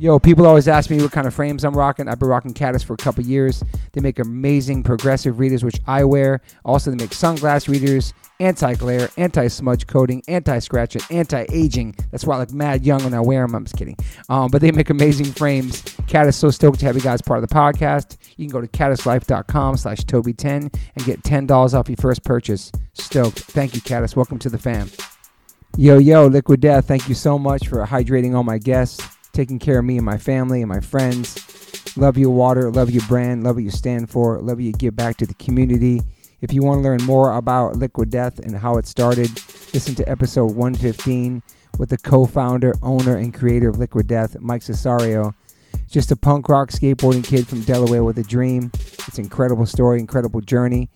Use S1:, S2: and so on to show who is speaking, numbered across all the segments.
S1: Yo, people always ask me what kind of frames I'm rocking. I've been rocking Caddis for a couple years. They make amazing progressive readers, which I wear. Also, they make sunglass readers, anti glare, anti smudge coating, anti scratch, and anti aging. That's why I look mad young when I wear them. I'm just kidding. Um, but they make amazing frames. Caddis, so stoked to have you guys part of the podcast. You can go to caddislife.com slash Toby10 and get $10 off your first purchase. Stoked. Thank you, Caddis. Welcome to the fam. Yo, yo, Liquid Death, thank you so much for hydrating all my guests, taking care of me and my family and my friends. Love your water, love your brand, love what you stand for, love what you give back to the community. If you want to learn more about Liquid Death and how it started, listen to episode 115 with the co founder, owner, and creator of Liquid Death, Mike Cesario. Just a punk rock skateboarding kid from Delaware with a dream. It's an incredible story, incredible journey.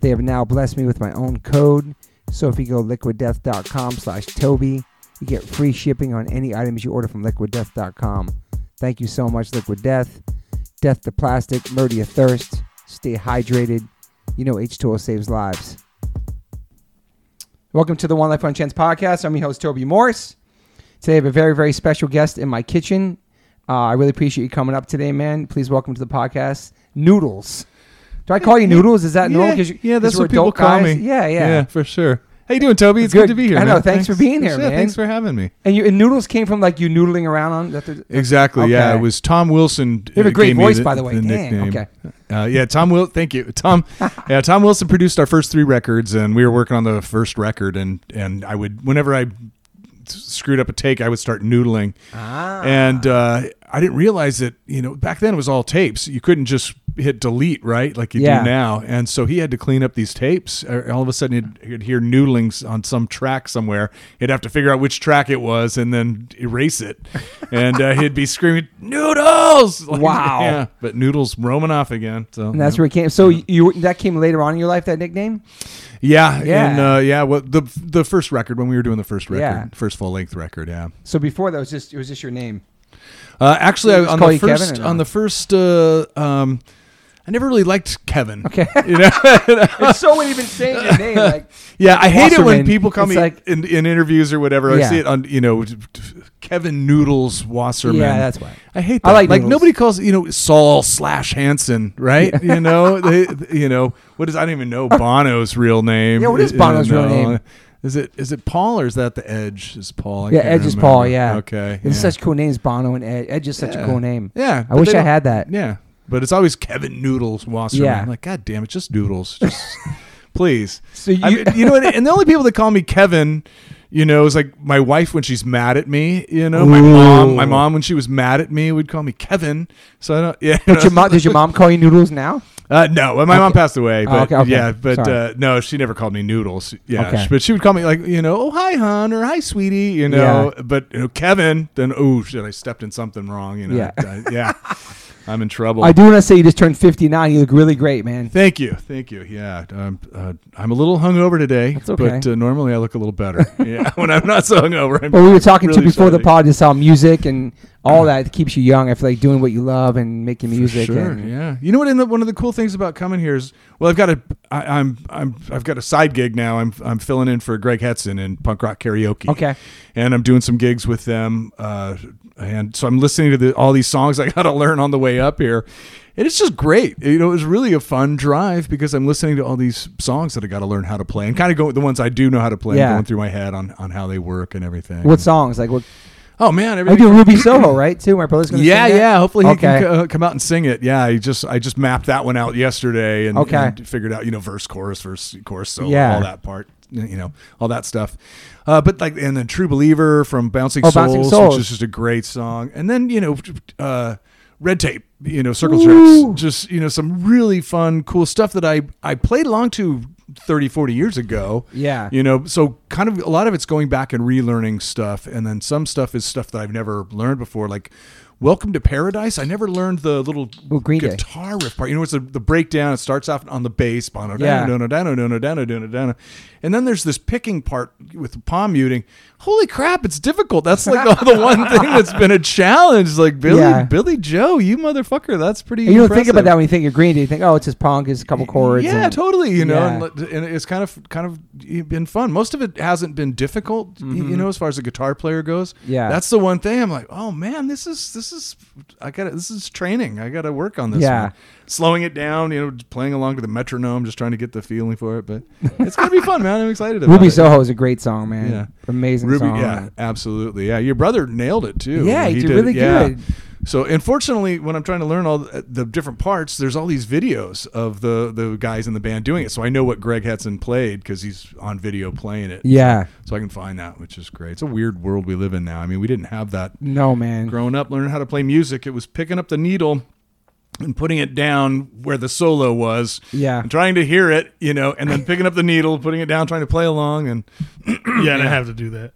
S1: They have now blessed me with my own code. So if you go liquiddeath.com slash Toby, you get free shipping on any items you order from liquiddeath.com. Thank you so much, Liquid Death. Death to plastic, murder your thirst, stay hydrated. You know H2O saves lives. Welcome to the One Life One Chance podcast. I'm your host, Toby Morse. Today I have a very, very special guest in my kitchen. Uh, I really appreciate you coming up today, man. Please welcome to the podcast, Noodles. Do I call you Noodles? Is that normal?
S2: Yeah,
S1: 'Cause you-
S2: yeah,
S1: 'cause
S2: that's
S1: we're
S2: what people
S1: adult
S2: call
S1: guys?
S2: me.
S1: Yeah, yeah.
S2: for sure. How you doing, Toby? It's good,
S1: Good.
S2: to be here.
S1: I know,
S2: man.
S1: thanks for being here,
S2: Yeah,
S1: man.
S2: Thanks for having me.
S1: And, you, and Noodles came from like you noodling around on. That the,
S2: Exactly. Yeah,
S1: Okay.
S2: it was Tom Wilson.
S1: You have a
S2: uh,
S1: great
S2: gave me
S1: voice, by the way. Dang,
S2: nickname.
S1: okay.
S2: Uh, yeah, Tom Will. Thank you, Tom. yeah, Tom Wilson produced our first three records, and we were working on the first record, and and I would whenever I screwed up a take, I would start noodling,
S1: ah.
S2: and uh, I didn't realize that you know back then it was all tapes. You couldn't just hit delete right like you
S1: Yeah.
S2: do now, and so he had to clean up these tapes. Uh, All of a sudden, he'd, he'd hear noodlings on some track somewhere. He'd have to figure out which track it was and then erase it, and uh, he'd be screaming noodles. Like,
S1: Wow.
S2: Yeah, but noodles roaming off again. So
S1: And that's
S2: yeah.
S1: where it came. So you that came later on in your life that nickname.
S2: yeah,
S1: Yeah.
S2: and uh, yeah. Well, the the first record when we were doing the first record,
S1: Yeah.
S2: first full length record, yeah.
S1: So before that was just it was just your name.
S2: Uh, actually,
S1: Did
S2: I,
S1: they just
S2: on,
S1: call
S2: the
S1: you Kevin or
S2: first,
S1: no?
S2: on the first, uh, um, I never really liked Kevin.
S1: Okay.
S2: You know?
S1: it's so weird even saying your name. Like
S2: yeah, I hate it
S1: Wasserman.
S2: when people call
S1: It's
S2: me
S1: like-
S2: in, in interviews or whatever.
S1: Yeah.
S2: I see it on you know t- t- Kevin Noodles Wasserman.
S1: yeah, that's why.
S2: I hate
S1: I
S2: that.
S1: like
S2: like
S1: noodles.
S2: nobody calls you know Saul slash Hansen, right? You know, they, you know what is I don't even know Bono's real name.
S1: Yeah, what is
S2: You
S1: Bono's real
S2: know?
S1: name?
S2: Is it is it Paul or is that the Edge? Is Paul? I
S1: yeah,
S2: can't
S1: Edge is
S2: remember.
S1: Paul. Yeah.
S2: Okay.
S1: It's
S2: yeah.
S1: such cool names, Bono and Edge. Edge is such a
S2: Yeah.
S1: cool name.
S2: Yeah,
S1: I
S2: but
S1: wish
S2: they
S1: I
S2: don't-
S1: had that.
S2: Yeah, but it's always Kevin Noodles Wasserman.
S1: Yeah.
S2: I'm like, God damn it, just noodles, just please.
S1: So you,
S2: I mean, you know, what? and the only people that call me Kevin, you know, is like my wife when she's mad at me. You know, my
S1: Ooh.
S2: mom, my mom when she was mad at me would call me Kevin. So I don't. Yeah,
S1: did your mom did your mom call you Noodles now?
S2: uh, no, my mom
S1: Okay.
S2: passed away,
S1: Oh,
S2: but
S1: okay, okay.
S2: yeah, but
S1: Sorry.
S2: uh, no, she never called me noodles. Yeah,
S1: Okay.
S2: but she would call me like you know, oh hi hon or hi sweetie, you know. But you know, Kevin, then oh shit, I stepped in something wrong. You know,
S1: Yeah.
S2: I- yeah, I'm in trouble.
S1: I do want to say you just turned fifty nine. You look really great, man.
S2: Thank you, thank you. Yeah, I'm uh, I'm a little hungover today,
S1: That's okay.
S2: but uh, normally I look a little better. yeah, when I'm not so hungover. I'm
S1: But we were talking to
S2: really
S1: before the
S2: sorry.
S1: pod just how music and all that keeps you young. I feel like doing what you love and making music.
S2: Sure,
S1: and,
S2: yeah. You know what? And the, one of the cool things about coming here is, well, I've got a, I, I'm, I'm, I've got a side gig now. I'm, I'm filling in for Greg Hetson in punk rock karaoke.
S1: Okay.
S2: And I'm doing some gigs with them, uh, and so I'm listening to the, all these songs I got to learn on the way up here. And it's just great. You know, it was really a fun drive because I'm listening to all these songs that I got to learn how to play and kind of go with the ones I do know how to play,
S1: Yeah.
S2: and going through my head on, on how they work and everything.
S1: What songs? Like what?
S2: Oh man,
S1: I
S2: everything.
S1: do Ruby Soho, right? Too. My brother's gonna.
S2: Yeah,
S1: sing that?
S2: yeah. Hopefully he
S1: Okay.
S2: can co- uh, come out and sing it. Yeah, I just I just mapped that one out yesterday and,
S1: Okay.
S2: and figured out you know verse, chorus, verse, chorus, solo,
S1: Yeah.
S2: all that part. You know, all that stuff. Uh, but like, and then True Believer from Bouncing,
S1: Oh,
S2: Souls,
S1: Bouncing Souls.
S2: which is just a great song. And then you know, uh, Red Tape. You know, Circle
S1: Ooh.
S2: Tricks. Just you know, some really fun, cool stuff that I I played along to 30, 40 years ago.
S1: Yeah.
S2: You know, so kind of a lot of it's going back and relearning stuff, and then some stuff is stuff that I've never learned before, like "Welcome to Paradise." I never learned the little
S1: Well, Green Day.
S2: guitar riff part. You know, it's the, the breakdown. It starts off on the bass, bono,
S1: Yeah.
S2: down, dono, dono, dono, dono, dono, dono, and then there's this picking part with the palm muting. Holy crap, it's difficult. That's like the, the one thing that's been a challenge. Like Billy,
S1: Yeah.
S2: Billy Joe, you motherfucker, that's pretty.
S1: And you don't think
S2: impressive.
S1: about that when you think of Green Day. You think, oh, it's just punk, it's a couple chords.
S2: Yeah,
S1: and-
S2: totally. You know,
S1: Yeah.
S2: and, let- and it's kind of kind of been fun. Most of it hasn't been difficult. y- You
S1: Mhm.
S2: know, as far as the guitar player goes.
S1: Yeah.
S2: that's the one thing I'm like, oh man, this is this is I got to this is training. I got to work on this.
S1: Yeah.
S2: one. slowing it down. You know, playing along to the metronome, just trying to get the feeling for it. But it's gonna be fun, man. I'm excited about
S1: Ruby
S2: it.
S1: Soho is a great song, man.
S2: Yeah.
S1: Amazing
S2: Ruby,
S1: song.
S2: yeah, absolutely. Yeah, your brother nailed it too.
S1: Yeah, he did really good.
S2: So, unfortunately, when I'm trying to learn all the the different parts, there's all these videos of the the guys in the band doing it. So I know what Greg Hetson played because he's on video playing it.
S1: Yeah.
S2: So I can find that, which is great. It's a weird world we live in now. I mean, we didn't have that
S1: No, man.
S2: growing up. Learning how to play music, it was picking up the needle and putting it down where the solo was.
S1: Yeah.
S2: And trying to hear it, you know, and then picking up the needle, putting it down, trying to play along, and
S3: Yeah, and I have to do that.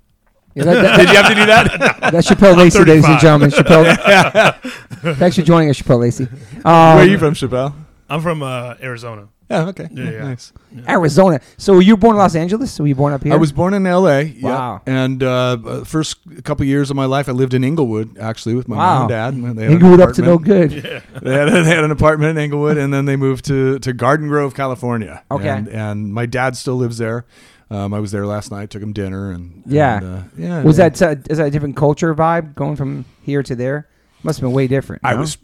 S1: Yeah, that, that,
S2: did you have to do that?
S1: that's Chappelle Lacey, ladies and
S3: 35.
S1: gentlemen. Chappelle. Thanks for joining us, Chappelle Lacey.
S2: Where are
S1: Um,
S2: you from, Chappelle?
S3: I'm from uh, Arizona.
S2: Yeah, okay.
S3: Yeah, yeah.
S2: Nice.
S1: Arizona. So were you born in Los Angeles? Were you born up here?
S2: I was born in L.A. yeah.
S1: Wow.
S2: And uh, uh, first couple years of my life, I lived in Inglewood, actually, with my
S1: Wow.
S2: mom and dad. They had an
S1: Inglewood up to no
S2: apartment.
S1: good.
S2: they, had, they had an apartment in Inglewood, and then they moved to, to Garden Grove, California.
S1: Okay.
S2: And, and my dad still lives there. Um, I was there last night, took him dinner, and
S1: Yeah.
S2: and, uh, yeah.
S1: Was
S2: yeah.
S1: that uh, is that a different culture vibe going from here to there? Must have been way different.
S2: I
S1: no?
S2: was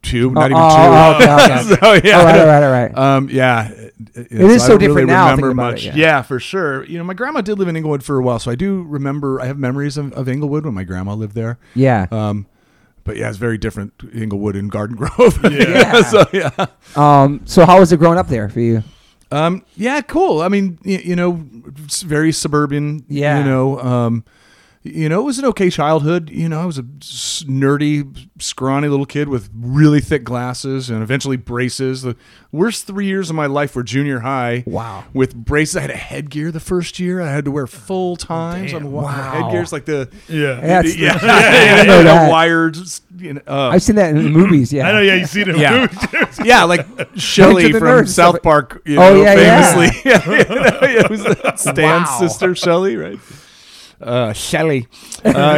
S2: two,
S1: Oh,
S2: not even two.
S1: oh, okay, okay.
S2: so yeah,
S1: all right, all right, all right.
S2: Um, yeah, it
S1: is so different now,
S2: Remember
S1: thinking about
S2: much?
S1: it, yeah.
S2: yeah. for sure. You know, my grandma did live in Inglewood for a while, so I do remember. I have memories of, of Inglewood when my grandma lived there.
S1: yeah.
S2: Um, but yeah, it's very different Inglewood and Garden Grove.
S3: Yeah.
S2: so yeah.
S1: Um. So how was it growing up there for you?
S2: Um, yeah, cool. I mean, you, you know, s- very suburban.
S1: Yeah.
S2: You know, um, you know, it was an okay childhood. You know, I was a s- nerdy, scrawny little kid with really thick glasses and eventually braces. The worst three years of my life were junior high.
S1: Wow.
S2: With braces, I had a headgear the first year. I had to wear full times.
S3: Damn.
S2: on
S1: Wow.
S2: wow. Headgears like the
S3: Yeah.
S1: That's
S2: yeah,
S1: the-
S2: yeah,
S1: I know
S2: yeah,
S1: that.
S2: wired. s- You know, uh,
S1: I've seen that in movies. Yeah.
S3: I know. Yeah, you see them.
S2: Yeah.
S3: dude.
S2: yeah, like Shelley
S1: the
S2: from
S1: Nerds.
S2: South Park. You
S1: Oh,
S2: know,
S1: yeah, yeah.
S2: famously. Yeah. you know, yeah, it was Stan's
S1: Wow.
S2: sister, Shelley, right? Uh, Shelley. Uh,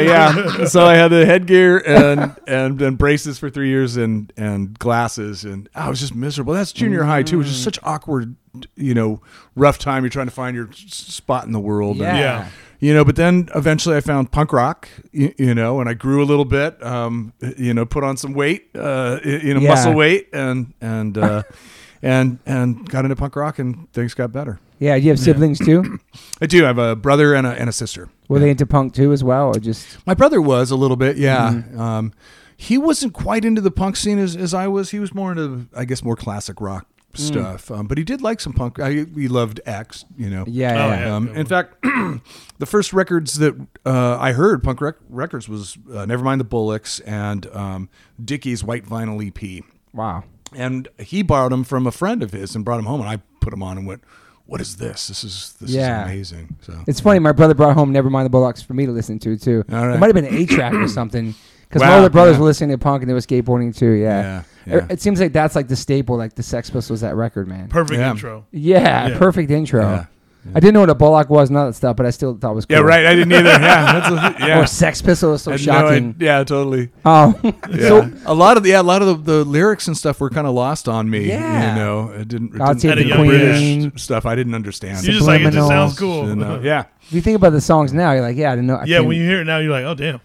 S2: yeah. so I had the headgear and, and and braces for three years and and glasses and I was just miserable. That's junior high too, which is such awkward, you know, rough time. You're trying to find your s- spot in the world.
S1: Yeah.
S2: And,
S3: Yeah.
S2: you know, but then eventually I found punk rock, you, you know, and I grew a little bit, um, you know, put on some weight, uh, you know,
S1: Yeah.
S2: muscle weight and, and, uh, and, and got into punk rock and things got better.
S1: Yeah. Do you have siblings too?
S2: I do have a brother and a, and a sister.
S1: Were they into punk too as well, or just?
S2: My brother was a little bit. Yeah.
S1: Mm-hmm.
S2: Um, he wasn't quite into the punk scene as, as I was. He was more into, I guess, more classic rock
S1: Mm.
S2: stuff. Um, but he did like some punk. I, he loved X, you know.
S1: Yeah.
S3: Oh,
S1: yeah.
S3: yeah.
S2: Um,
S3: good
S2: in
S3: one.
S2: fact, the first records that uh, I heard punk rec- records was uh, Nevermind the Bullocks and um, Dickie's White Vinyl EP,
S1: Wow.
S2: and he borrowed them from a friend of his and brought them home, and I put them on and went, "What is this? This is this
S1: Yeah.
S2: is amazing." So
S1: It's funny. My brother brought home Nevermind the Bullocks for me to listen to too.
S2: All right.
S1: It might have been an eight track or something. Because my
S2: Wow,
S1: older brothers
S2: yeah.
S1: were listening to punk and they were skateboarding too. Yeah. Er,
S2: Yeah, yeah.
S1: It- It seems like that's like the staple, like the Sex Pistols that record, man.
S3: Perfect
S2: Yeah.
S3: intro.
S1: yeah,
S3: Yeah.
S1: Perfect intro.
S2: Yeah,
S1: I didn't know what a Bullock was and all that stuff, but I still thought it was cool.
S2: yeah, right. I didn't either. Yeah, that's a, yeah.
S1: Or Sex Pistols. So
S2: I had no
S1: shocking.
S2: idea- yeah, totally.
S1: Oh,
S2: Yeah.
S1: so
S2: a lot of the yeah, a lot of the, the lyrics and stuff were kind of lost on me.
S1: Yeah.
S2: you know, it didn't. It
S1: God
S2: didn't
S1: Save
S3: the
S2: the British
S1: Queen.
S2: stuff I didn't understand.
S3: You just like it.
S1: Subliminals,
S3: Just sounds cool.
S2: You know, yeah.
S1: if you think about the songs now, you're like, yeah, I didn't know. I
S3: yeah.
S1: couldn't-
S3: When you hear it now, you're like, oh damn.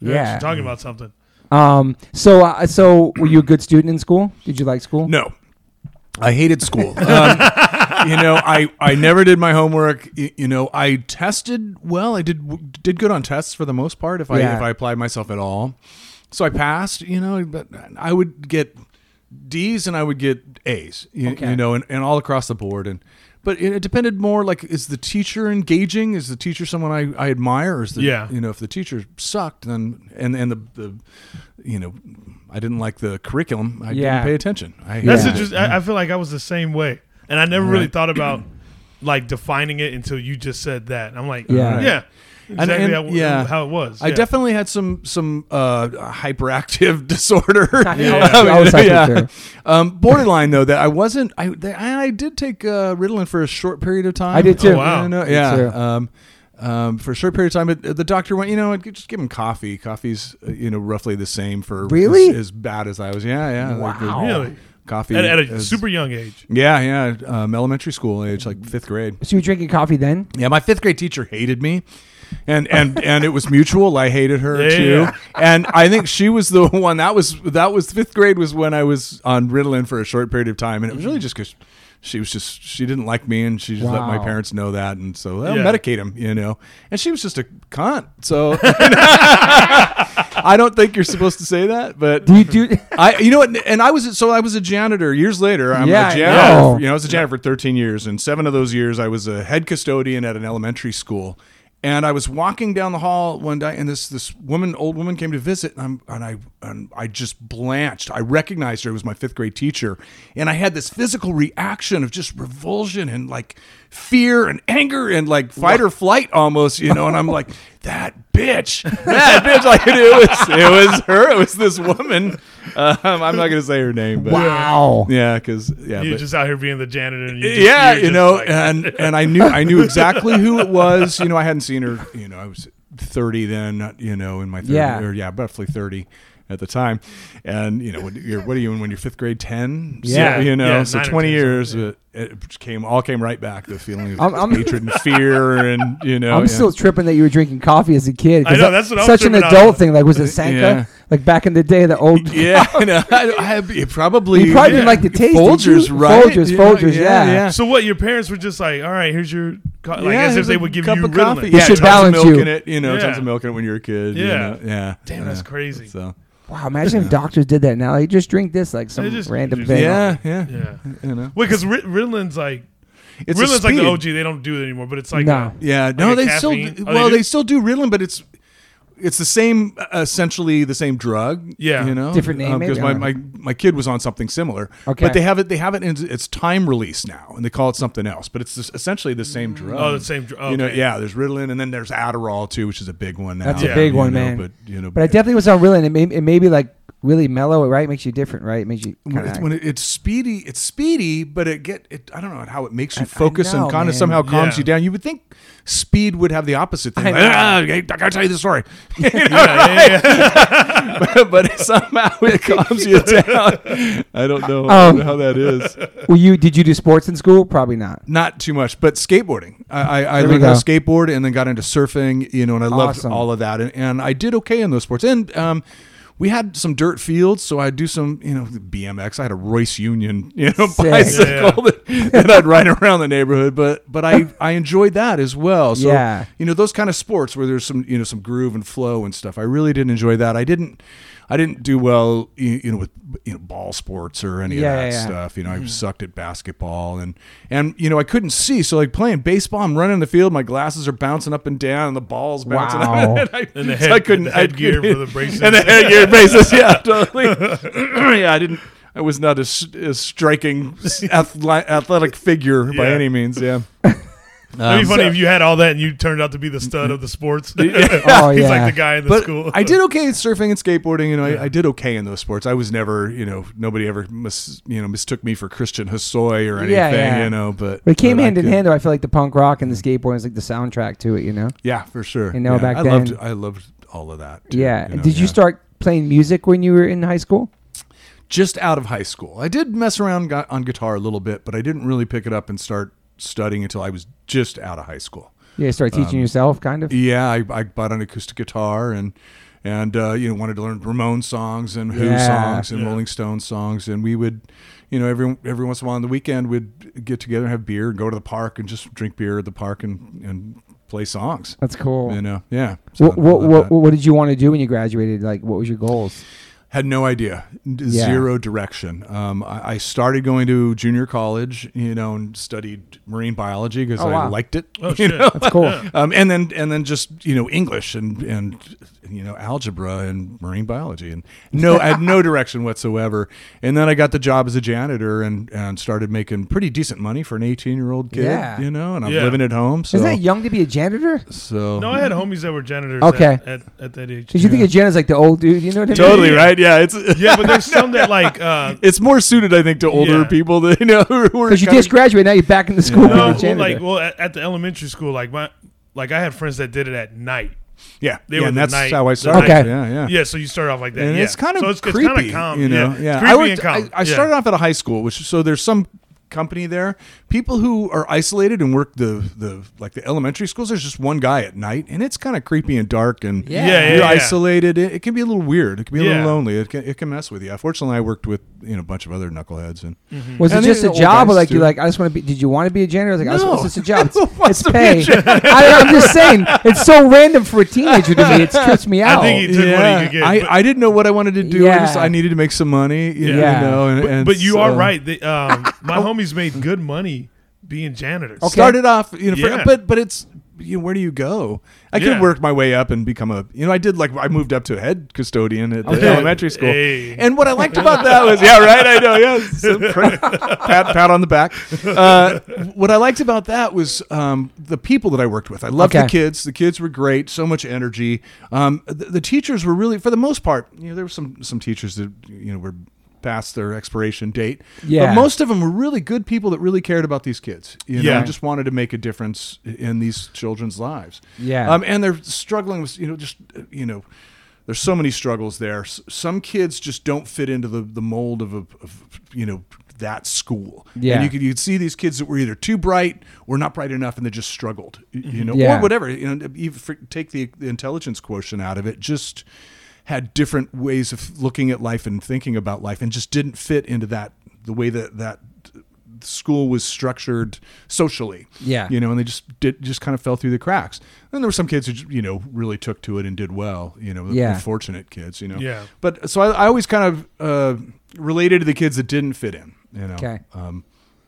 S3: They're
S1: Yeah.
S3: actually talking about something.
S1: um, so uh, so were you a good student in school? Did you like school?
S2: No, I hated school. um, you know, I, I never did my homework. Y- You, know, I tested well. I did w- did good on tests for the most part. If I
S1: Yeah.
S2: if I applied myself at all, so I passed. You know, but I would get D's and I would get A's. You,
S1: Okay.
S2: you know, and, and all across the board and. But it, it depended more like is the teacher engaging? Is the teacher someone I, I admire? Or is the
S3: Yeah.
S2: you know if the teacher sucked then and and the, the you know I didn't like the curriculum. I
S1: Yeah.
S2: didn't pay attention. I
S3: That's
S1: Yeah.
S2: hated it.
S3: interesting. I, I feel like I was the same way, and I never really
S2: Right.
S3: thought about like defining it until you just said that. I'm like,
S1: Yeah.
S3: yeah, yeah, exactly
S2: and-
S3: how,
S2: yeah.
S3: how it was.
S2: I
S3: yeah.
S2: definitely had some some uh, hyperactive disorder.
S1: Yeah.
S2: I mean,
S1: I was like that too.
S2: Um, borderline though that I wasn't. I th- I did take uh, Ritalin for a short period of time.
S1: I did too.
S3: wow.
S2: You know,
S1: Me
S2: yeah.
S1: too.
S2: Um, um, for a short period of time. But the doctor went, you know, I'd just give him coffee. Coffee's uh, you know roughly the same for
S1: Really?
S2: as, as bad as I was. Yeah, yeah. Like, uh,
S1: Wow.
S3: Really?
S2: Coffee
S3: At, at a
S2: is-
S3: super young age.
S2: Yeah, yeah. Um, elementary school age, like fifth grade.
S1: So you were drinking coffee then?
S2: Yeah, my fifth grade teacher hated me. And and and it was mutual. I hated her
S3: Yeah,
S2: too.
S3: yeah.
S2: And I think she was the one that was that was fifth grade was when I was on Ritalin for a short period of time, and it was really just because she was just she didn't like me, and she just let my
S1: Mm. Wow.
S2: parents know that, and so I'll
S3: Yeah.
S2: medicate him, you know. And she was just a cunt. So I don't think you're supposed to say that, but
S1: Do you do?
S2: I, you know what, and I was so I was a janitor years later. I'm
S1: Yeah,
S2: a
S1: I
S2: janitor.
S1: know.
S2: You know, I was a janitor for 13 years, and seven of those years I was a head custodian at an elementary school. And I was walking down the hall one day, and this this woman, old woman, came to visit, and, I'm, and I and I just blanched. I recognized her; it was my fifth grade teacher, and I had this physical reaction of just revulsion and like fear and anger and like fight or flight almost, you know. And I'm like, that bitch, that bitch. Like it was, it was her. It was this woman. Um, I'm not gonna say her name, but
S1: wow.
S2: yeah, because yeah,
S3: You're
S2: but-
S3: just out here being the janitor. And you just,
S2: yeah,
S3: you're
S2: you
S3: just
S2: know,
S3: like-
S2: and and I knew I knew exactly who it was. You know, I hadn't seen her. You know, I was thirty then. You know, in my 30,
S1: Yeah.
S2: or yeah, roughly thirty at the time. And you know, when you're, what are you in when you're fifth grade? Ten.
S1: Yeah.
S2: so, you know,
S3: Yeah,
S2: so
S3: nine or
S2: twenty
S3: 10,
S2: years. uh it came all came right back. The feeling of
S1: I'm- I'm-
S2: hatred and fear, and you know,
S1: I'm
S2: yeah.
S1: still tripping that you were drinking coffee as a kid. 'cause
S3: I know,
S1: that-
S3: that's what I'm
S1: Such an
S3: tripping on.
S1: adult thing. Like, was it Sanka?
S2: Yeah.
S1: Like back in the day, the old.
S2: Yeah, I know. I, I, it probably
S1: You probably
S2: yeah.
S1: didn't like the taste, did
S2: Folgers,
S1: you?
S2: right?
S1: Folgers, Folgers, yeah.
S3: So what? Your parents were just like, "All right, here's your." Co-, like,
S2: Yeah,
S3: as if
S2: here's
S3: they
S2: a
S3: would give you
S2: cup of coffee.
S3: Ritalin.
S1: It should
S2: tons of
S1: balance
S2: milk
S1: you.
S2: in it, you know,
S3: Yeah.
S2: tons of milk in it when you're a kid. you
S3: Yeah.
S2: know, yeah.
S3: Damn,
S2: yeah.
S3: that's crazy.
S2: So
S1: Wow, imagine if doctors did that now. They just drink this like some
S3: They just-
S1: random
S3: just-
S1: thing.
S2: yeah, yeah,
S3: Yeah.
S2: You know,
S3: Wait, because Ridlin's like
S2: it's a
S3: Ridlin's like
S2: speed.
S3: the OG. They don't do it anymore, but it's like
S1: No.
S3: uh,
S2: Yeah, no,
S3: a
S2: they
S3: caffeine?
S2: still
S3: Oh, they
S2: well,
S3: do?
S2: they, still do Ritalin, but it's it's the same, uh, essentially the same drug.
S3: Yeah.
S2: you know,
S1: Different name
S2: because
S1: maybe? I don't
S2: my, my my kid was on something similar.
S1: Okay.
S2: but they have it. They have it. In, it's time release now, and they call it something else. But it's just essentially the same drug.
S3: oh, the same. dr- Okay.
S2: You know, yeah. There's Ritalin, and then there's Adderall too, which is a big one now.
S1: That's
S3: a
S2: you
S1: big one,
S2: know,
S1: man.
S2: But you know,
S1: But I definitely was on Ritalin. It made, it made me like really mellow, right? It makes you different, right? It makes you
S2: when,
S1: kinda
S2: it's,
S1: act-
S2: when it, it's speedy, it's speedy, but it get it. I don't know how it makes
S1: I-
S2: you
S1: I
S2: focus
S1: know,
S2: and kind
S1: man.
S2: of somehow calms
S3: Yeah.
S2: you down. You would think speed would have the opposite thing.
S1: I
S2: Like,
S1: know.
S2: "Ah, I gotta tell you the story,
S3: Yeah, yeah, yeah.
S2: but, but somehow it calms you down. I don't know, I
S1: Um,
S2: don't know how that is.
S1: Well, you did you do sports in school? Probably not.
S2: Not too much, but skateboarding. I, I, I
S1: There we
S2: learned how to
S1: go.
S2: skateboard and then got into surfing, you know, and I loved
S1: Awesome.
S2: all of that. And, and I did okay in those sports. And um, we had some dirt fields, so I'd do some, you know, BMX. I had a Royce Union, you know,
S1: Sick.
S2: bicycle that, that I'd ride around the neighborhood. But but I, I enjoyed that as well. So,
S1: Yeah.
S2: you know, those kind of sports where there's some, you know, some groove and flow and stuff. I really did enjoy that. I didn't. I didn't do well, you, you know, with you know ball sports or any
S1: Yeah,
S2: of that
S1: yeah, yeah.
S2: stuff stuff. You know, I
S3: Mm.
S2: sucked at basketball and and you know I couldn't see. So like playing baseball, I'm running the field, my glasses are bouncing up and down, and the ball's bouncing
S1: Wow.
S2: up. And, I,
S3: And the
S2: so
S3: head-
S2: I couldn't
S3: the
S2: I
S3: headgear
S2: couldn't-
S3: for the braces.
S2: and the headgear braces. Yeah, totally. yeah, I didn't. I was not a, s- a striking athle- athletic figure by
S3: Yeah.
S2: any means. Yeah.
S3: It'd be
S2: Um,
S3: funny if you had all that and you turned out to be the stud of the sports.
S1: Oh
S3: He's
S1: yeah.
S3: like the guy in the
S2: but
S3: school.
S2: I did okay at surfing and skateboarding. You know, I, I did okay in those sports. I was never, you know, nobody ever mis, you know mistook me for Christian Hosoi or anything.
S1: Yeah, yeah.
S2: You know, but
S1: But it came
S2: but I
S1: hand in
S2: could-
S1: hand, though. I feel like the punk rock and the skateboarding is like the soundtrack to it, you know?
S2: Yeah, for sure.
S1: You know,
S2: Yeah,
S1: back
S2: I loved
S1: then-
S2: I loved all of that. too,
S1: Yeah.
S2: you know,
S1: did you
S2: yeah.
S1: start playing music when you were in high school?
S2: just out of high school? I did mess around gu- on guitar a little bit, but I didn't really pick it up and start studying until I was just out of high school.
S1: Yeah, start teaching yourself, kind of.
S2: Um, Yeah, I, I bought an acoustic guitar and and uh, you know wanted to learn Ramon songs and Who
S1: Yeah.
S2: songs and
S3: Yeah.
S2: Rolling Stones songs, and we would, you know, every every once in a while on the weekend we'd get together and have beer, go to the park and just drink beer at the park and and play songs.
S1: That's cool.
S2: You know, yeah. So
S1: What,
S2: I
S1: what,
S2: love
S1: what,
S2: that.
S1: what did you want to do when you graduated? Like, what was your goals?
S2: Had no idea, D-
S1: Yeah.
S2: zero direction. Um, I, I started going to junior college, you know, and studied marine biology because
S1: Oh,
S2: I
S1: wow.
S2: liked it.
S3: Oh,
S2: you
S3: shit.
S2: know?
S1: That's cool.
S2: um, and then and then just you know English and and you know algebra and marine biology and no I had no direction whatsoever. And then I got the job as a janitor and and started making pretty decent money for an eighteen year old kid,
S1: Yeah.
S2: you know. And I'm
S3: Yeah.
S2: living at home, so
S1: Isn't that young to be a janitor?
S2: so
S3: No, I had homies that were janitors.
S1: Okay.
S3: At, at, at that age.
S1: Did you think a janitor's like the old dude? You know what I mean?
S2: totally right. Yeah, it's
S3: Yeah, but there's some that like. Uh,
S2: it's more suited I think to older
S3: Yeah.
S2: people that you know who are
S1: Because you
S2: kinda-
S1: just graduated, now you're back in the school
S2: Yeah.
S1: being
S3: no,
S1: a janitor.
S3: like well, at, at the elementary school, like my Like I had friends that did it at night.
S2: Yeah,
S3: They
S2: yeah,
S3: were
S2: and
S3: the
S2: that's
S3: night-
S2: how I
S3: the
S2: started.
S1: night-
S2: Yeah, yeah.
S3: Yeah, so you start off like that.
S2: And
S3: yeah.
S2: it's kind of
S3: so it's,
S2: creepy,
S3: it's kind of calm.
S2: you know.
S3: yeah.
S2: Yeah,
S3: It's creepy
S2: I, worked-
S3: and calm.
S2: I, I
S3: Yeah.
S2: started off at a high school, which so there's some company there. People who are isolated and work the the like the elementary schools. There's just one guy at night, and it's kind of creepy and dark, and
S1: Yeah.
S3: Yeah, yeah,
S2: you're
S3: yeah.
S2: isolated. It, it can be a little weird. It can be a
S3: Yeah.
S2: little lonely. It can, it can mess with you. Fortunately, I worked with you know a bunch of other knuckleheads, and
S1: Was it
S2: And
S1: just
S2: these
S1: a
S2: are old
S1: job, or
S2: guys,
S1: like you
S2: too.
S1: like? I just want to be. Did you want to be a janitor? I was like, I just,
S2: No.
S1: it's just a job.
S2: Who
S1: It's,
S2: wants
S1: it's
S2: to be a
S1: pay.
S2: janitor?
S1: I, I'm just saying, it's so random for a teenager to me. It trips me out.
S3: think he- took what he could get,
S2: I,
S3: but-
S2: I didn't know what I wanted to do. I
S1: Yeah.
S2: just I needed to make some money. You
S1: Yeah.
S2: know, and,
S3: But,
S2: and
S3: but you
S2: so- Oh.
S3: are right. They, um, my homies made good money being janitors.
S1: Okay.
S2: started off you know
S3: Yeah.
S2: for, but but it's you know, where do you go i could
S3: Yeah.
S2: work my way up and become a you know i did like i moved up to a head custodian at the
S1: Okay.
S2: elementary school
S3: Hey.
S2: and what i liked about that was yeah right i know yeah So, pat, pat on the back uh, what i liked about that was um, the people that i worked with i loved
S1: Okay.
S2: the kids the kids were great so much energy um, the, the teachers were really for the most part you know there were some some teachers that you know were past their expiration date
S1: Yeah.
S2: but most of them were really good people that really cared about these kids you you know,
S3: Yeah.
S2: and just wanted to make a difference in these children's lives.
S1: Yeah.
S2: Um, and they're struggling with, you know, just, uh, you know, there's so many struggles there. S- some kids just don't fit into the, the mold of, a, of, you know, that school.
S1: Yeah.
S2: And you could, you'd see these kids that were either too bright or not bright enough and they just struggled, y- you know,
S1: Yeah.
S2: or whatever. You know, even for, take the, the intelligence quotient out of it, just had different ways of looking at life and thinking about life and just didn't fit into that, the way that, that school was structured socially.
S1: Yeah.
S2: You know, and they just did just kind of fell through the cracks. And there were some kids who you know really took to it and did well. You know, the-
S1: Yeah.
S2: the fortunate kids. You know.
S3: Yeah.
S2: But so I, I always kind of uh, related to the kids that didn't fit in. You know.
S1: Okay.
S2: Um,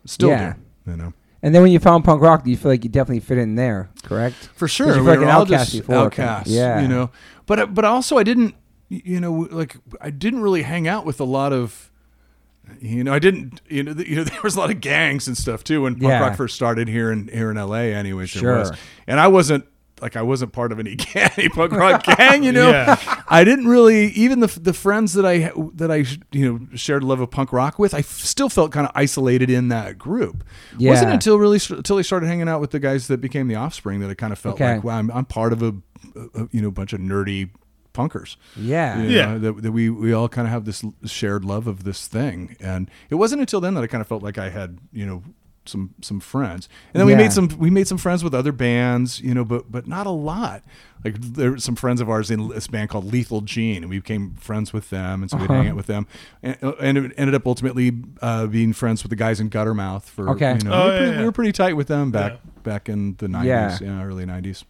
S2: still
S1: Yeah.
S2: do. You know.
S1: And then when you found punk rock, do you feel like you definitely fit in there? Correct.
S2: For sure,
S1: you feel like
S2: were
S1: an
S2: all
S1: outcast
S2: just
S1: before, okay.
S2: outcasts,
S1: Yeah.
S2: you know. But but also, I didn't, you know, like I didn't really hang out with a lot of, you know, I didn't, you know, th- you know, there was a lot of gangs and stuff too when punk
S1: Yeah.
S2: rock first started here in here in L.A. Anyways, there
S1: Sure.
S2: was, and I wasn't like I wasn't part of any, gang, any punk rock gang, you know.
S3: Yeah.
S2: I didn't really even the the friends that I that I you know shared a love of punk rock with. I f- still felt kind of isolated in that group.
S1: Yeah.
S2: Wasn't until really s- until I started hanging out with the guys that became the Offspring that I kind of felt
S1: Okay.
S2: like wow, I'm, I'm part of a, a a, you know bunch of nerdy punkers.
S1: Yeah.
S2: You
S3: Yeah.
S2: know, that, that we we all kind of have this l- shared love of this thing, and it wasn't until then that I kind of felt like I had you know some some friends, and then
S1: Yeah.
S2: we made some we made some friends with other bands, you know, but but not a lot. Like there were some friends of ours in this band called Lethal Gene, and we became friends with them, and so we'd hang
S1: Uh-huh.
S2: out with them, and, uh, and it ended up ultimately uh, being friends with the guys in Guttermouth for
S1: Okay.
S2: You know, we,
S3: Oh,
S2: were
S3: yeah,
S2: pretty,
S3: yeah.
S2: we were pretty tight with them back back in the nineties, yeah. early nineties.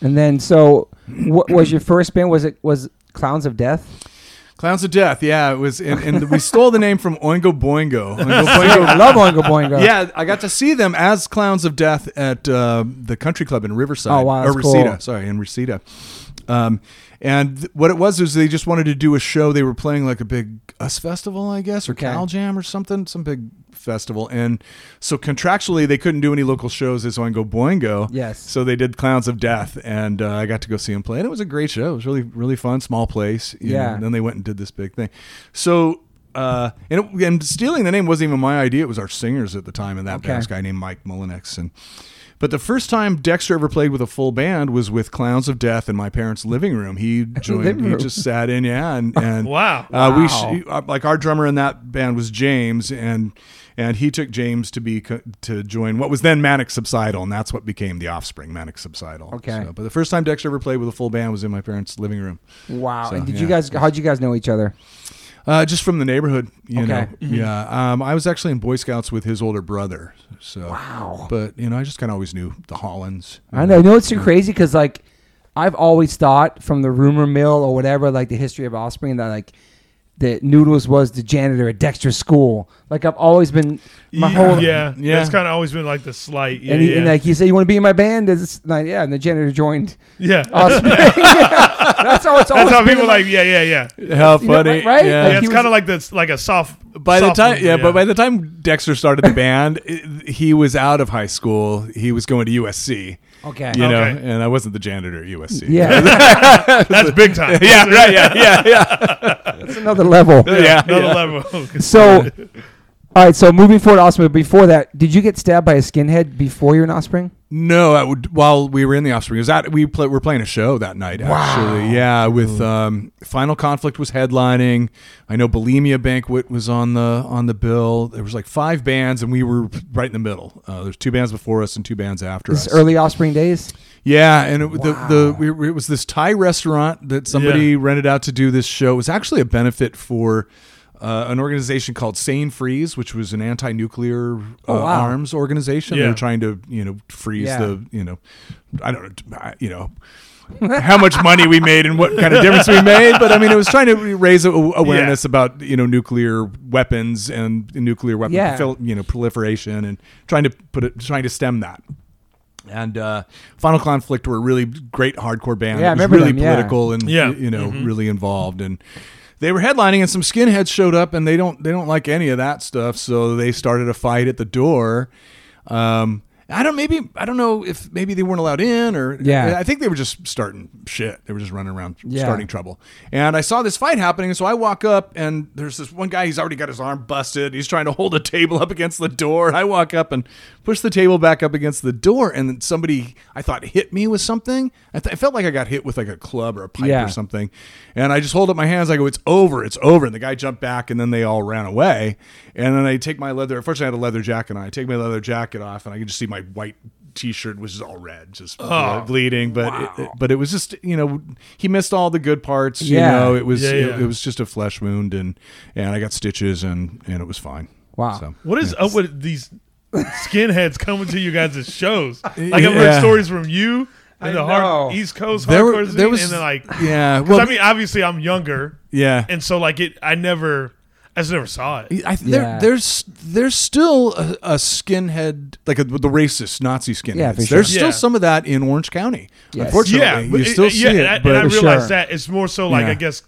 S1: And then so, what was your first band? Was it was Clowns of Death?
S2: Clowns of Death, yeah, it was, and, and we stole the name from Oingo Boingo. Oingo Boingo
S1: I love Oingo Boingo.
S2: Yeah, I got to see them as Clowns of Death at uh, the country club in Riverside.
S1: Oh, wow,
S2: Or
S1: that's cool.
S2: Reseda, sorry, in Reseda. Um, and th- what it was is they just wanted to do a show. They were playing like a big US festival, I guess, or
S1: Okay.
S2: Cal Jam or something, some big festival. And so contractually, they couldn't do any local shows as Oingo Boingo.
S1: Yes.
S2: So they did Clowns of Death, and uh, I got to go see them play. And it was a great show. It was really, really fun, small place. you
S1: Yeah.
S2: know, and then they went and did this big thing. So, uh, and, it, and stealing the name wasn't even my idea. It was our singers at the time, and that
S1: Okay.
S2: band, this guy named Mike Mullinex. And but the first time Dexter ever played with a full band was with Clowns of Death in my parents' living room. He
S1: Living
S2: joined. he
S1: room.
S2: just sat in, yeah, and and
S3: Wow.
S2: uh, we
S1: Wow.
S2: sh- uh, like our drummer in that band was James, and and he took James to be co- to join what was then Manic Subsidal, and that's what became the Offspring, Manic Subsidal.
S1: Okay.
S2: So, but the first time Dexter ever played with a full band was in my parents' living room,
S1: Wow.
S2: So,
S1: and did
S2: yeah.
S1: you guys? How'd you guys know each other?
S2: uh, just from the neighborhood. You
S1: Okay. Mm-hmm.
S2: know, yeah. Um, I was actually in Boy Scouts with his older brother. So wow. But you know, I just kind of always knew the Hollands.
S1: I know. You know it's so crazy because like I've always thought from the rumor mill or whatever, like the history of Offspring, that like that Noodles was the janitor at Dexter School. Like I've always been my whole
S3: yeah,
S2: Yeah.
S3: That's kind of always been like the slight. Yeah,
S1: And, he,
S3: yeah.
S1: and like he said, you want to be in my band? It's like, yeah, and the janitor joined
S3: yeah.
S1: Offspring. That's how it's always
S3: that's how
S1: been
S3: people like, yeah, yeah, yeah. yeah
S2: How
S1: You know,
S2: funny,
S1: right?
S2: Yeah.
S1: Like, he
S3: it's
S1: was-
S3: kind of like that's like a soft.
S2: by the
S3: soft
S2: time
S3: move,
S2: yeah, but by the time Dexter started the band, i he was out of high school. He was going to USC.
S1: okay.
S2: You know,
S3: Okay.
S2: and I wasn't the janitor at USC.
S1: Yeah,
S3: that's big time.
S2: yeah, right, yeah, yeah, yeah,
S1: that's another level.
S2: yeah.
S3: another level.
S1: So All right, so moving forward, Offspring. But before that, did you get stabbed by a skinhead before you were in Offspring?
S2: No, I would, while we were in the Offspring, it was that we play, were playing a show that night. Actually, yeah,
S1: Hmm.
S2: with um, Final Conflict was headlining. I know Bulimia Banquet was on the on the bill. There was like five bands, and we were right in the middle. Uh, There's two bands before us and two bands after
S1: This
S2: us.
S1: is early Offspring days.
S2: Yeah, and it,
S1: Wow.
S2: the the we, were- it was this Thai restaurant that somebody
S3: Yeah.
S2: rented out to do this show. It was actually a benefit for uh, an organization called Sane Freeze, which was an anti-nuclear uh,
S1: Oh, wow.
S2: arms organization. They
S3: Yeah.
S2: were trying to you know freeze
S1: Yeah.
S2: the you know I don't know I- you know. how much money we made and what kind of difference we made, but I mean, it was trying to raise a- awareness about you know nuclear weapons and nuclear weapon
S1: Yeah.
S2: prol- you know proliferation and trying to put it trying to stem that and uh, Final Conflict were a really great hardcore band.
S1: Yeah, I
S2: it was
S1: remember
S2: really
S1: them, yeah.
S2: political and
S3: Yeah.
S2: y- you know really involved and they were headlining and some skinheads showed up and they don't they don't like any of that stuff so they started a fight at the door. Um, I don't maybe I don't know if maybe they weren't allowed in or
S1: Yeah.
S2: I think they were just starting shit. They were just running around
S1: Yeah.
S2: starting trouble. And I saw this fight happening so I walk up and there's this one guy he's already got his arm busted. He's trying to hold a table up against the door. I walk up and push the table back up against the door and then somebody I thought hit me with something. I, th- I felt like I got hit with like a club or a pipe
S1: Yeah.
S2: or something. And I just hold up my hands. I go, it's over. It's over. And the guy jumped back and then they all ran away. And then I take my leather. Fortunately, I had a leather jacket on. I take my leather jacket off and I can just see my white t-shirt, which is all red, just
S3: Oh,
S2: ble- bleeding. But, it, but it was just, you know, he missed all the good parts.
S1: Yeah.
S2: You know, it was,
S3: Yeah, yeah.
S2: It, it was just a flesh wound and, and I got stitches and, and it was fine.
S1: Wow.
S3: What is up with these skinheads coming to you guys' shows? Like I've
S2: Yeah.
S3: heard stories from you
S1: I
S3: and the hard
S1: know.
S3: East Coast
S2: There were-
S3: hardcore
S2: there
S3: scene,
S2: was-
S3: and then like,
S2: yeah.
S3: because
S2: Well,
S3: I mean, obviously I'm younger,
S2: yeah.
S3: and so like it, I never, I just never saw it.
S2: I, th
S1: Yeah.
S2: there, there's there's still a, a skinhead like a, the racist Nazi skinheads.
S1: Yeah, for sure.
S2: There's still
S3: Yeah.
S2: some of that in Orange County.
S1: Yes.
S2: Unfortunately,
S3: Yeah,
S2: you
S3: but it-
S2: still see
S3: yeah,
S2: it.
S3: and I, and
S2: but
S3: I
S1: For
S3: realize
S1: sure.
S3: that it's more so like
S2: Yeah.
S3: I guess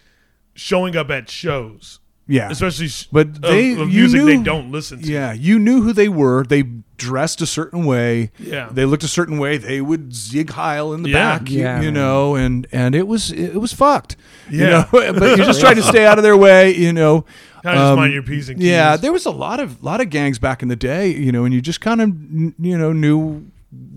S3: showing up at shows,
S2: yeah,
S3: especially sh-
S2: But
S3: of-
S2: they-
S3: of,
S2: you
S3: music they
S2: knew-
S3: don't listen to.
S2: yeah, you knew who they were. They dressed a certain way.
S3: Yeah.
S2: they looked a certain way. They would zig heil in the
S3: Yeah.
S2: back. you-
S1: Yeah.
S2: You, know, and and it was it was fucked.
S3: Yeah.
S2: you know? but you just tried to stay out of their way. You know,
S3: Kinda just
S2: Um,
S3: mind your p's and
S2: Yeah,
S3: Qs.
S2: there was a lot of lot of gangs back in the day, you know, and you just kind of you know knew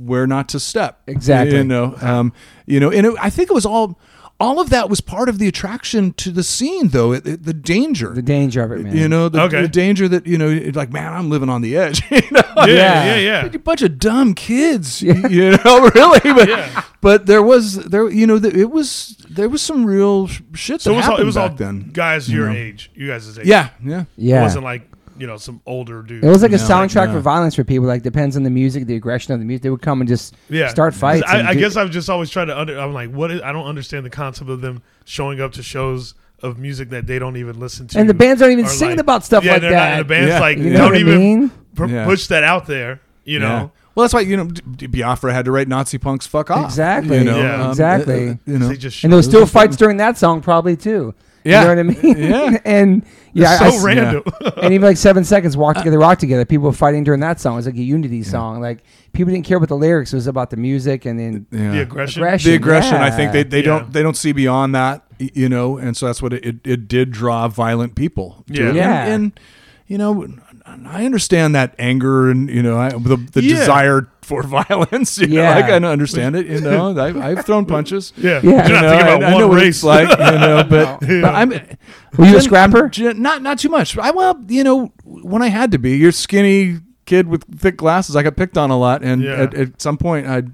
S2: where not to step.
S1: Exactly.
S2: You know, um, you know, and it, I think it was all all of that was part of the attraction to the scene, though it, it- the danger.
S1: The danger of it, man.
S2: you know the,
S3: Okay.
S2: the danger that you know it- like man i'm living on the edge you know
S3: yeah,
S1: Yeah.
S3: yeah, yeah.
S2: a bunch of dumb kids y- you know really but
S3: Yeah.
S2: but there was there you know the, it was there was some real sh- shit
S3: So
S2: that
S3: it was all,
S2: happened
S3: it was all
S2: back then
S3: guys your
S2: know.
S3: age, you guys' age.
S2: yeah yeah
S1: Yeah.
S3: It wasn't like you know some older dude.
S1: It was like a
S2: No,
S1: soundtrack
S2: no.
S1: for violence for people. Like depends on the music, the aggression of the music. They would come and just
S3: yeah.
S1: start
S3: 'Cause
S1: fights. and
S3: I, I
S1: do-
S3: guess I've just always tried to under. I'm like, what? Is, I don't understand the concept of them showing up to shows of music that they don't even listen to,
S1: And the bands aren't even
S3: or,
S1: singing
S3: like-
S1: about stuff
S3: yeah,
S1: like
S3: they're
S1: that.
S3: Not, and the bands
S2: Yeah.
S3: like
S1: you know
S2: don't
S1: what I
S3: even
S1: mean?
S3: pr-
S2: Yeah.
S3: push that out there. You know,
S2: Yeah. Well, that's why you know D- Biafra had to write Nazi punks fuck off.
S1: Exactly.
S2: You know,
S3: Yeah.
S1: Exactly.
S2: uh, you know.
S3: they just
S1: And there was
S3: show-
S1: still fights during that song, probably too.
S2: Yeah.
S1: You know what I mean?
S2: Yeah.
S1: and yeah, I-
S3: so
S1: I s-
S3: random. Uh.
S1: and even like seven seconds, walk together, rock together. People were fighting during that song. It was like a unity song. Like people didn't care about the lyrics. It was about the music and then
S2: Yeah.
S3: the aggression.
S1: aggression.
S2: The aggression. I think they,
S1: yeah.
S2: they
S3: Yeah.
S2: don't they don't see beyond that. y- You know, and so that's what it it, it did draw violent people. to
S3: Yeah.
S2: it. And-
S1: Yeah.
S2: And, you know, I understand that anger and you know I, the the
S3: Yeah.
S2: desire for violence. You
S1: Yeah.
S2: know, I kind of understand it. You know, I, I've thrown punches.
S3: Yeah,
S1: Yeah.
S3: you're not
S1: You
S2: You know,
S3: thinking about
S2: I- I know
S3: one
S2: what
S3: race.
S2: it's like you know, but,
S3: No.
S2: but I'm.
S1: Were you a
S2: Gen-
S1: scrapper?
S2: gen- not not too much. I well, you know, when I had to be, you're skinny kid with thick glasses. I got picked on a lot, and
S3: Yeah.
S2: at, at some point, I'd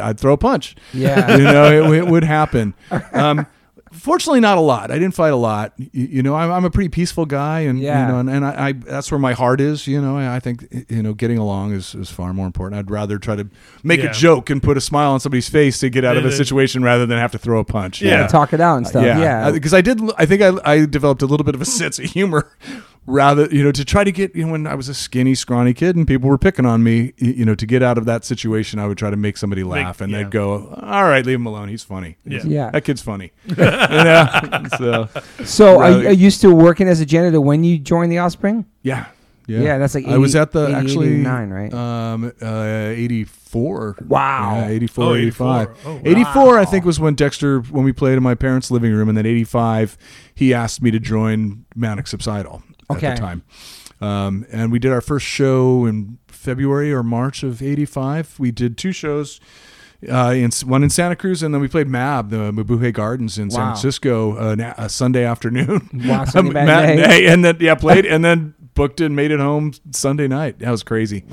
S2: I'd throw a punch.
S1: Yeah.
S2: you know, it, it would happen. Um, fortunately, not a lot. I didn't fight a lot. You, you know, I'm, I'm a pretty peaceful guy, and
S1: Yeah.
S2: you know, and, and I, I that's where my heart is. You know, I, I think you know, getting along is, is far more important. I'd rather try to make
S3: Yeah.
S2: a joke and put a smile on somebody's face to get out of
S3: Yeah,
S2: a
S3: they-
S2: situation rather than have to throw a punch.
S3: Yeah.
S1: And talk it out and stuff. Yeah.
S2: Because Uh, I did, I think I, I developed a little bit of a sense of humor rather, you know, to try to get, you know, when I was a skinny, scrawny kid and people were picking on me, y- you know, to get out of that situation, I would try to make somebody laugh and
S3: yeah.
S2: they'd go, all right, leave him alone. He's funny.
S3: Yeah.
S1: Yeah.
S2: That kid's funny. you know? So,
S1: So are,
S2: Rather-
S1: you- are you still working as a janitor when you joined the Offspring?
S2: yeah.
S1: Yeah, that's like
S2: I was
S1: 80
S2: at the
S1: 80,
S2: actually
S1: 89, right?
S2: Um, uh, 84.
S1: Wow.
S2: Yeah, 84,
S3: Oh,
S2: 85.
S3: 84. Oh, wow.
S2: 84, I think, was when Dexter, when we played in my parents' living room, and then 85, he asked me to join Manic Subsidal
S1: Okay.
S2: at the time. Um, and we did our first show in February or March of '85. We did two shows, uh, in, one in Santa Cruz, and then we played Mab, the Mabuhay Gardens in San
S1: Wow.
S2: Francisco, uh, na- a Sunday afternoon.
S1: Wow, Sunday
S2: Um,
S1: matinee.
S2: and then yeah, played and then booked and made it home Sunday night. That was crazy.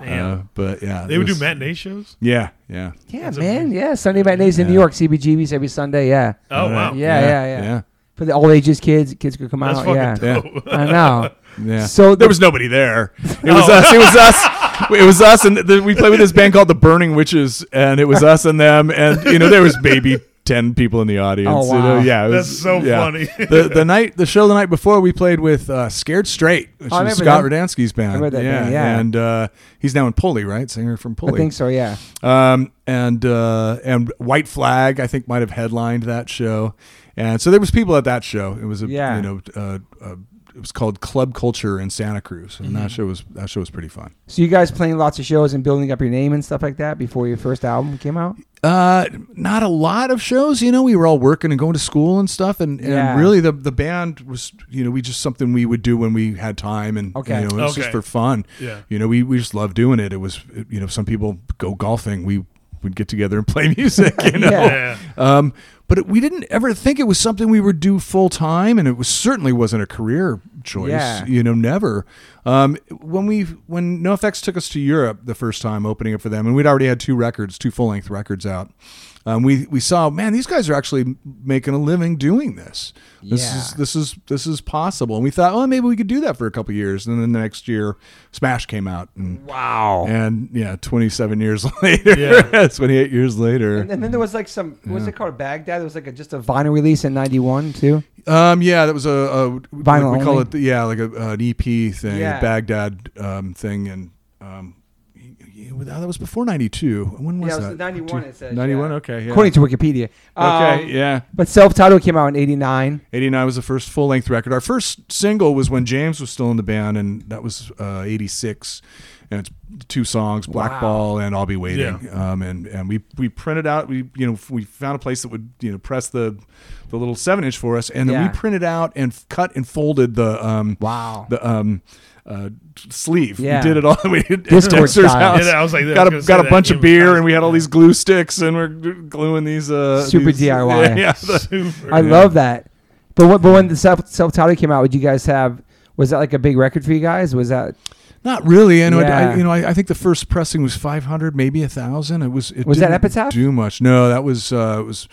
S3: Damn.
S2: Uh, but yeah,
S3: they
S2: it
S3: would do
S2: was-
S3: matinee shows.
S2: Yeah, yeah.
S1: Yeah,
S3: That's
S1: man.
S3: amazing.
S1: Yeah, Sunday matinees in New
S2: Yeah.
S1: York, CBGBs every Sunday. Yeah,
S3: Oh wow,
S2: Alright.
S1: Yeah, yeah, yeah. for the old ages kids, kids could come
S3: that's
S1: out.
S3: fucking
S1: Yeah,
S3: dope.
S1: I know.
S2: Yeah.
S1: So
S2: there was nobody there. Oh. It was us. It was us. It was us, and th- we played with this band called the Burning Witches, and it was us and them, and you know there was maybe ten people in the audience.
S1: Oh,
S2: you know,
S1: wow.
S2: yeah, it
S3: That's
S2: was-
S3: so
S2: yeah.
S3: funny.
S2: The the night the show the night before we played with uh, Scared Straight, which
S1: Oh, I
S2: was
S1: remember
S2: Scott
S1: them.
S2: Radansky's band.
S1: I remember that band, yeah.
S2: and uh, he's now in Pulley, right? Singer from
S1: I
S2: Pulley.
S1: think so. Yeah.
S2: Um, and uh, and White Flag, I think, might have headlined that show, and so there was people at that show. It was a
S1: Yeah.
S2: you know uh, uh, it was called Club Culture in Santa Cruz, and
S1: Mm-hmm.
S2: that show was that show was pretty fun.
S1: So you guys playing lots of shows and building up your name and stuff like that before your first album came out.
S2: Uh, not a lot of shows. You know, we were all working and going to school and stuff, and, and
S1: Yeah.
S2: really the the band was you know we just something we would do when we had time and
S1: Okay.
S2: you know it was
S3: Okay.
S2: just for fun.
S3: Yeah.
S2: you know we we just loved doing it. It was you know some people go golfing. We would get together and play music. You know.
S1: Yeah.
S3: yeah.
S2: Um, but it, we didn't ever think it was something we would do full time, and it was certainly wasn't a career choice.
S1: Yeah.
S2: You know, never. Um, when we when NoFX took us to Europe the first time, opening up for them, and we'd already had two records, two full length records out. Um, we we saw, man, these guys are actually making a living doing this. This
S1: Yeah.
S2: is this is this is possible, and we thought, oh, maybe we could do that for a couple years. And then the next year, Smash came out, and
S1: Wow.
S2: and yeah, twenty seven years later,
S3: Yeah.
S2: twenty eight years later,
S1: And, then there was like some what was it called Baghdad? There was like a, just a vinyl release in '91 too.
S2: Um, yeah, that was a, a
S1: Vinyl
S2: We call
S1: only?
S2: it, the, yeah, like a, an EP thing,
S1: Yeah.
S2: a Baghdad um, thing, and um, y- y- that was before '92. When was
S1: Yeah, it was
S2: that?
S1: '91. It says
S2: '91.
S1: yeah.
S2: Okay. Yeah.
S1: According to Wikipedia.
S2: okay.
S1: Um,
S2: yeah.
S1: But self-titled came out in '89.
S2: '89 was the first full-length record. Our first single was when James was still in the band, and that was '86. and it's two songs, Black
S1: Wow.
S2: Ball and I'll Be Waiting. Um, and and we we printed out. We you know we found a place that would you know press the the little seven inch for us, and then
S1: Yeah.
S2: we printed out and f- cut and folded the um
S1: Wow.
S2: the um uh, sleeve.
S1: Yeah.
S2: We did it all. We did at
S1: Discord
S2: Dexter's
S1: style.
S2: house.
S3: Yeah, I was like, I was
S2: got
S3: gonna
S2: a
S3: say
S2: got a
S3: that.
S2: bunch
S3: Even
S2: of beer,
S3: faster.
S2: and we had all these glue sticks, and we're gluing these uh
S1: Super
S2: these-
S1: DIY.
S2: Yeah, yeah, the-
S3: Super.
S1: I love that. But what, but when the self self-titled came out, would you guys have? Was that like a big record for you guys? Was that
S2: Not really. I know. I,
S1: Yeah.
S2: I, you know. I, I think the first pressing was five hundred, maybe a thousand. It was. It
S1: Was that
S2: didn't
S1: Epitaph?
S2: Do much? No, that was. Uh, it was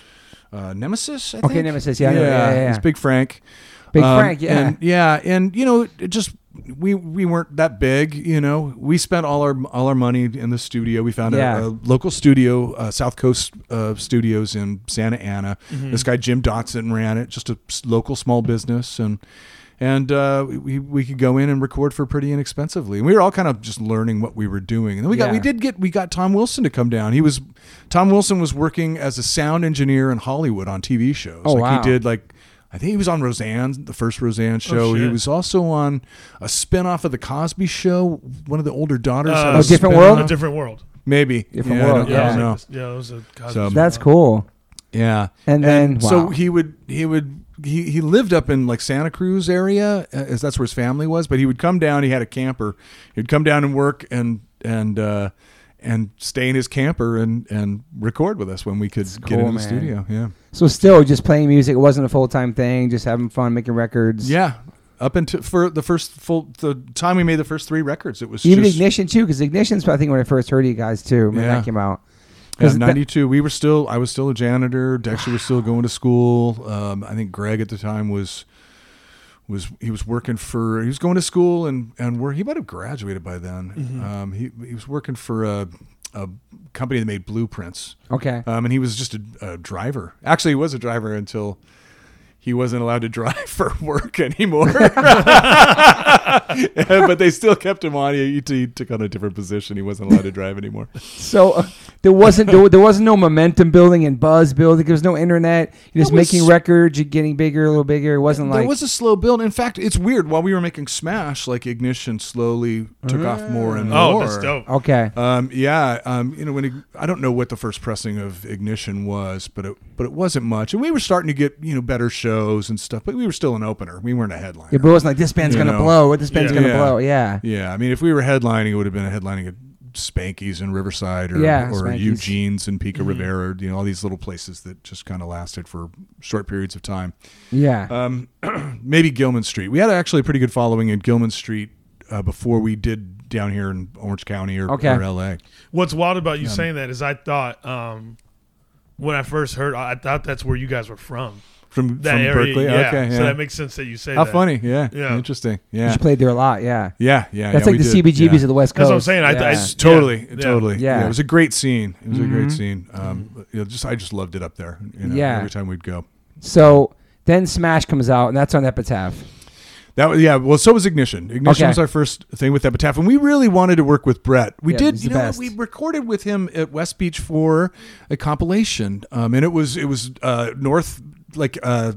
S2: uh, Nemesis. I
S1: Okay,
S2: think?
S1: Nemesis, yeah, I know, yeah, yeah, yeah.
S2: It's Big Frank.
S1: Big
S2: Um,
S1: Frank? Yeah.
S2: And, yeah, and you know, it just we we weren't that big. You know, we spent all our all our money in the studio. We found a-
S1: Yeah.
S2: a, local studio, uh, South Coast uh, Studios in Santa Ana.
S1: Mm-hmm.
S2: This guy Jim Dotson ran it, just a s- local small business, and and uh, we we could go in and record for pretty inexpensively. And we were all kind of just learning what we were doing. And then we got
S1: Yeah.
S2: we did get we got Tom Wilson to come down. He was Tom Wilson was working as a sound engineer in Hollywood on TV shows.
S1: Oh,
S2: like
S1: wow. Oh,
S2: he did like I think he was on Roseanne, the first Roseanne show. he
S3: shit.
S2: was also on a spin-off of the Cosby show. One of the older daughters.
S3: Uh,
S2: had
S3: Oh,
S2: a
S1: Different
S2: spin-off.
S1: World?
S3: a different world.
S2: Maybe.
S1: Different
S2: yeah, I
S1: World,
S2: don't- I
S3: Yeah,
S2: don't
S3: it
S2: know.
S3: was like this- yeah, it was a Cosby
S2: So-
S1: That's
S3: show.
S1: cool.
S2: Yeah.
S1: And then
S2: so
S1: wow.
S2: he would he would he, he lived up in like Santa Cruz area uh, as that's where his family was. But he would come down. He had a camper. He'd come down and work and and uh, and stay in his camper and and record with us when we could
S1: cool,
S2: get in the
S1: man.
S2: studio. Yeah.
S1: So still just playing music. It wasn't a full time thing. Just having fun, making records.
S2: Yeah. Up until for the first full the time we made the first three records, it was
S1: Even
S2: just,
S1: ignition too, because ignition's I think when I first heard you guys too. When
S2: Yeah.
S1: that came out.
S2: Yeah,
S1: 'Cause that-
S2: ninety two. We were still. I was still a janitor. Dexter was still going to school. Um, I think Greg at the time was was he was working for. He was going to school and and where he might have graduated by then.
S1: Mm-hmm.
S2: Um, he he was working for a a company that made blueprints.
S1: Okay.
S2: Um, and he was just a, a driver. Actually, he was a driver until he wasn't allowed to drive for work anymore. but they still kept him on. He, he took on a different position. He wasn't allowed to drive anymore.
S1: So uh, there wasn't there, there wasn't no momentum building and buzz building. There was no internet. You're just
S2: There was-
S1: making records. You're getting bigger, a little bigger. It wasn't
S2: There
S1: like
S2: was a slow build. In fact, it's weird. While we were making Smash, like Ignition slowly took off more and
S3: Oh,
S2: more.
S3: that's dope.
S1: okay.
S2: Um, yeah, um, you know, when Ig- I don't know what the first pressing of Ignition was, but it but it wasn't much, and we were starting to get you know better shows and stuff, but we were still an opener. We weren't a headliner.
S1: Your bro was like, this band's
S2: You
S1: gonna
S2: know,
S1: blow. this band's
S3: Yeah.
S1: gonna
S2: Yeah.
S1: blow. Yeah.
S2: Yeah, I mean, if we were headlining, it would have been a headlining at Spanky's in Riverside or,
S1: Yeah,
S2: or
S1: Spanky's. Mm-hmm.
S2: Eugene's in Pico Rivera, you know, all these little places that just kind of lasted for short periods of time.
S1: Yeah.
S2: Um, maybe Gilman Street. We had actually a pretty good following in Gilman Street uh, before we did down here in Orange County or,
S1: Okay.
S2: or LA.
S3: What's wild about you saying that is I thought um, when I first heard, I I thought that's where you guys were from.
S2: From,
S3: That
S2: from
S3: area,
S2: Berkeley.
S3: yeah.
S2: Okay. Yeah.
S3: So that makes sense that you say
S2: How
S3: that.
S2: funny. Yeah.
S3: Yeah.
S2: Interesting.
S1: She
S2: Yeah.
S1: played there a lot. Yeah.
S2: Yeah. Yeah.
S1: That's
S2: yeah,
S1: like
S2: we
S1: the
S2: did.
S1: CBGBs
S2: Yeah.
S1: of the West Coast.
S3: That's what I'm saying. I-
S1: Yeah.
S3: I s-
S2: Totally,
S3: Yeah.
S2: totally.
S1: Yeah.
S2: Yeah. it was a great scene. It was a great
S1: Mhm.
S2: scene. Um, you know, just I just loved it up there. You know,
S1: Yeah.
S2: every time we'd go.
S1: so then Smash comes out, and that's on Epitaph.
S2: That was yeah. Well, so was Ignition. Ignition
S1: Okay.
S2: was our first thing with Epitaph, and we really wanted to work with Brett. We
S1: Yeah,
S2: did.
S1: he's
S2: You
S1: the
S2: know,
S1: best.
S2: we recorded with him at West Beach for a compilation, um, and it was it was uh, North like uh,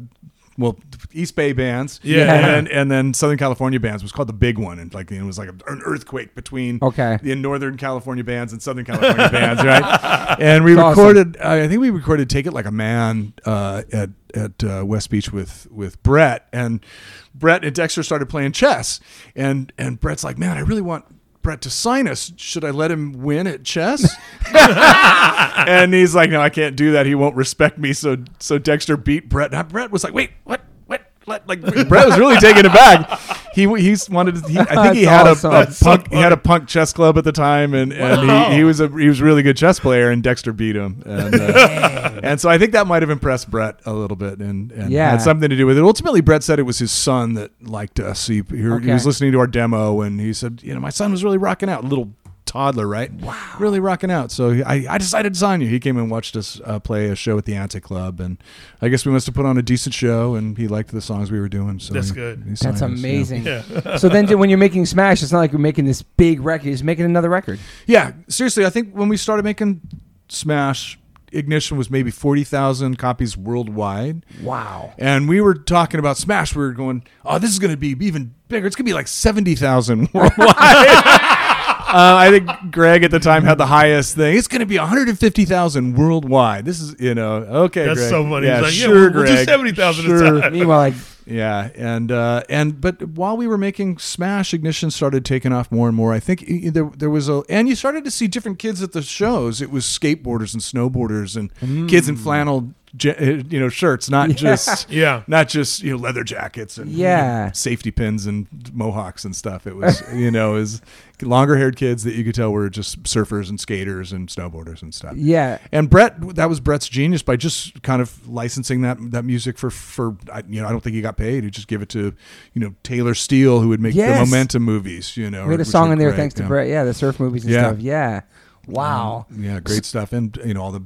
S2: well East Bay bands,
S3: Yeah. Yeah.
S2: and then, and then Southern California bands. It was called the Big One, and like it was like an earthquake between
S1: Okay.
S2: the Northern California bands and Southern California bands, right? And we
S1: It's awesome.
S2: recorded. I think we recorded "Take It Like a Man" uh, at at uh, West Beach with with Brett, and Brett and Dexter started playing chess, and and Brett's like, "Man, I really want." Brett to sign us. Should I let him win at chess? and he's like, "No, I can't do that. He won't respect me." So, so Dexter beat Brett. And Brett was like, "Wait, what? What?" Like Brett was really taken aback. He he wanted. To, he, I think he
S1: That's
S2: had a-
S1: awesome.
S2: a,
S1: That's
S3: so
S2: punk. he had
S3: funny.
S2: a punk chess club at the time, and, and
S3: Wow.
S2: he, he was a he was a really good chess player, and Dexter beat him, and, uh, and so I think that might have impressed Brett a little bit, and, and
S1: Yeah.
S2: had something to do with it. Ultimately, Brett said it was his son that liked us. He he, he
S1: Okay.
S2: was listening to our demo, and he said, you know, my son was really rocking out, little toddler, right? Wow, really rocking out. So he- I I decided to sign you. He came and watched us uh, play a show at the Antic Club, and I guess we must have put on a decent show, and he liked the songs we were doing. So
S3: That's
S2: he-
S3: good.
S2: he signed
S1: That's
S2: us, yeah.
S1: amazing. so then, when you're making Smash, it's not like you're making this big record. You're just making another record.
S2: Yeah, seriously, I think when we started making Smash, Ignition was maybe 40,000 copies worldwide.
S1: Wow.
S2: And we were talking about Smash. We were going, oh, this is going to be even bigger. It's going to be like 70,000 worldwide. uh, I think Greg at the time had the highest thing. It's going to be 150,000 worldwide. This is, you know, okay.
S3: That's
S2: Greg.
S3: so funny.
S2: Yeah,
S3: He's like, yeah,
S2: sure,
S3: we'll- we'll do
S2: Greg.
S3: 70,000 a
S2: Sure.
S3: time.
S1: Meanwhile, like
S2: Yeah, and uh, and but while we were making Smash, Ignition started taking off more and more. I think e- there there was a and you started to see different kids at the shows. It was skateboarders and snowboarders and kids in flannel, ja- uh, you know, shirts, not
S1: Mm. Yeah.
S2: just
S3: Yeah.
S2: not just you know leather jackets and
S1: Yeah.
S2: safety pins and mohawks and stuff. It was you know is longer haired kids that you could tell were just surfers and skaters and snowboarders and stuff.
S1: yeah,
S2: And Brett, that was Brett's genius by just kind of licensing that that music for for I- you know I don't think he got paid. He just give it to you know Taylor Steele who would make
S1: Yes.
S2: the Momentum movies. You know,
S1: we had a
S2: which
S1: song
S2: were
S1: in there
S2: great,
S1: thanks
S2: yeah.
S1: to Brett. Yeah, the surf movies and
S2: Yeah.
S1: stuff. Yeah. Wow.
S2: Yeah, great stuff, and you know all the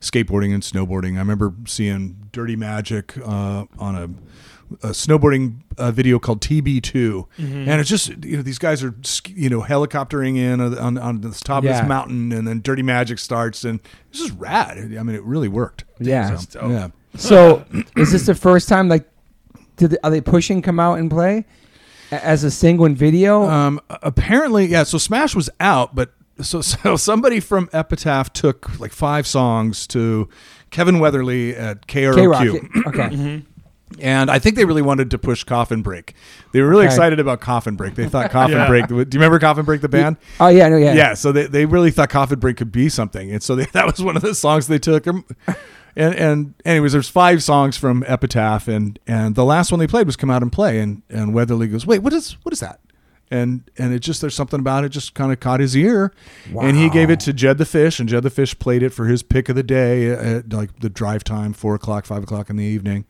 S2: skateboarding and snowboarding. I remember seeing Dirty Magic uh, on a, a snowboarding uh, video called TB2,
S1: Mm-hmm.
S2: and it's just you know these guys are sk- you know helicoptering in on, on the top of
S1: Yeah.
S2: this mountain, and then Dirty Magic starts, and it's just rad. I mean, it really worked.
S1: Yeah.
S3: That's dope.
S2: Yeah.
S1: So is this the first time? Like, did the, are they pushing come out and play A- as a single and video?
S2: Um, apparently, yeah. So Smash was out, but so so somebody from Epitaph took like five songs to Kevin Weatherly at
S1: K
S2: KROQ,
S1: Rock.
S2: Mm-hmm.
S1: Okay.
S2: and I think they really wanted to push Coffin Break. They were really
S1: Okay.
S2: excited about Coffin Break. They thought Coffin
S3: Yeah.
S2: Break. Do you remember Coffin Break the band?
S1: Oh yeah. No. Yeah.
S2: yeah. So they, they really thought Coffin Break could be something, and so they, that was one of the songs they took. Um, And and anyways, there's five songs from Epitaph, and and the last one they played was "Come Out and Play," and and Weatherly goes, "Wait, what is what is that?" And and it just there's something about it just kind of caught his ear, and he gave it to Jed the Fish, and Jed the Fish played it for his pick of the day at like the drive time, four o'clock, five o'clock in the evening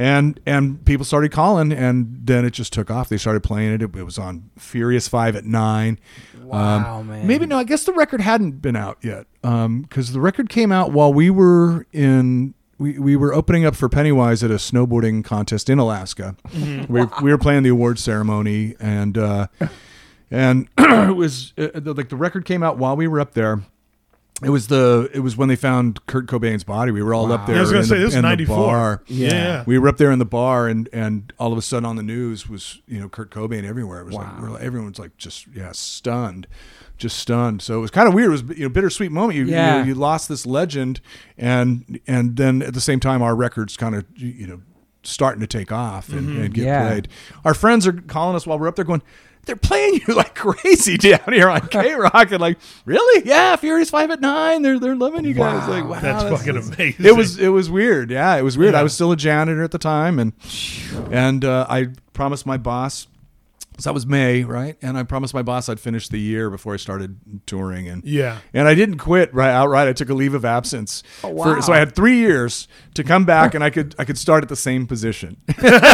S2: and and people started calling and then it just took off they started playing it it, it was on furious five at nine Um,
S1: Wow, man.
S2: maybe no i guess the record hadn't been out yet because the record came out while we were in we, we were opening up for Pennywise at a snowboarding contest in Alaska.
S3: Mm-hmm.
S2: We, we were playing the award ceremony, and uh, and it was uh, the, like the record came out while we were up there. It was the it was when they found Kurt Cobain's body. We were all up there.
S3: I was gonna
S2: in
S3: say
S2: the-
S3: this
S2: in the
S3: is ninety
S2: bar
S3: four. Yeah.
S2: we were up there in the bar and and all of a sudden on the news was you know kurt cobain everywhere it was like, we're like everyone was like just yeah stunned just stunned so it was kind of weird it was you know bittersweet moment you, you know,
S1: Yeah.
S2: you, lost this legend and and then at the same time our records kind of you know starting to take off and, and get
S1: Yeah.
S2: played. Our friends are calling us while we're up there going, they're playing you like crazy down here on K Rock. And like, really? Yeah, Furious Five at nine. They're they're loving you guys.
S1: Wow.
S2: Like, wow,
S3: That's fucking amazing.
S2: It was it was weird. Yeah, it was weird.
S3: Yeah.
S2: I was still a janitor at the time, and and uh, I promised my boss. So that was May, right? And I promised my boss I'd finish the year before I started touring, and
S3: Yeah.
S2: and I didn't quit right outright. I took a leave of absence.
S1: Oh,
S2: for-
S1: wow.
S2: so I had three years to come back, and I could I could start at the same position.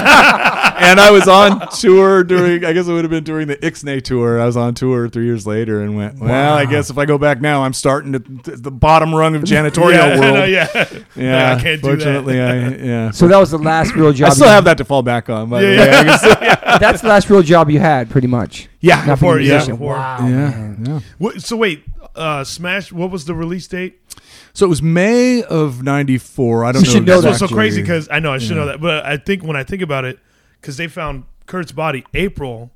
S2: and I was on tour during I guess it would have been during the Ixnay tour. I was on tour three years later and went. Well, I
S1: Wow.
S2: guess if I go back now, I'm starting at th- the bottom rung of janitorial
S3: yeah,
S2: world.
S3: no, yeah.
S2: Yeah,
S3: I can't do that.
S2: fortunately, I yeah.
S1: So that was the last real
S2: I
S1: job.
S2: still
S1: you-
S2: have that to fall back on. By
S3: Yeah,
S2: the way.
S3: yeah.
S2: I can still-
S1: That's the last real job you had, pretty much.
S2: yeah,
S1: Not being a
S3: Before- yeah,
S1: musician.
S3: before-
S1: Wow,
S2: yeah,
S1: man.
S2: yeah.
S3: What, so wait, uh, Smash. What was the release date?
S2: So it was May of '94. I don't
S1: You should
S2: know.
S1: know
S3: That's
S1: that.
S2: exactly.
S3: what's so crazy because I know I should know that, but I think when I think about it, because they found Kurt's body April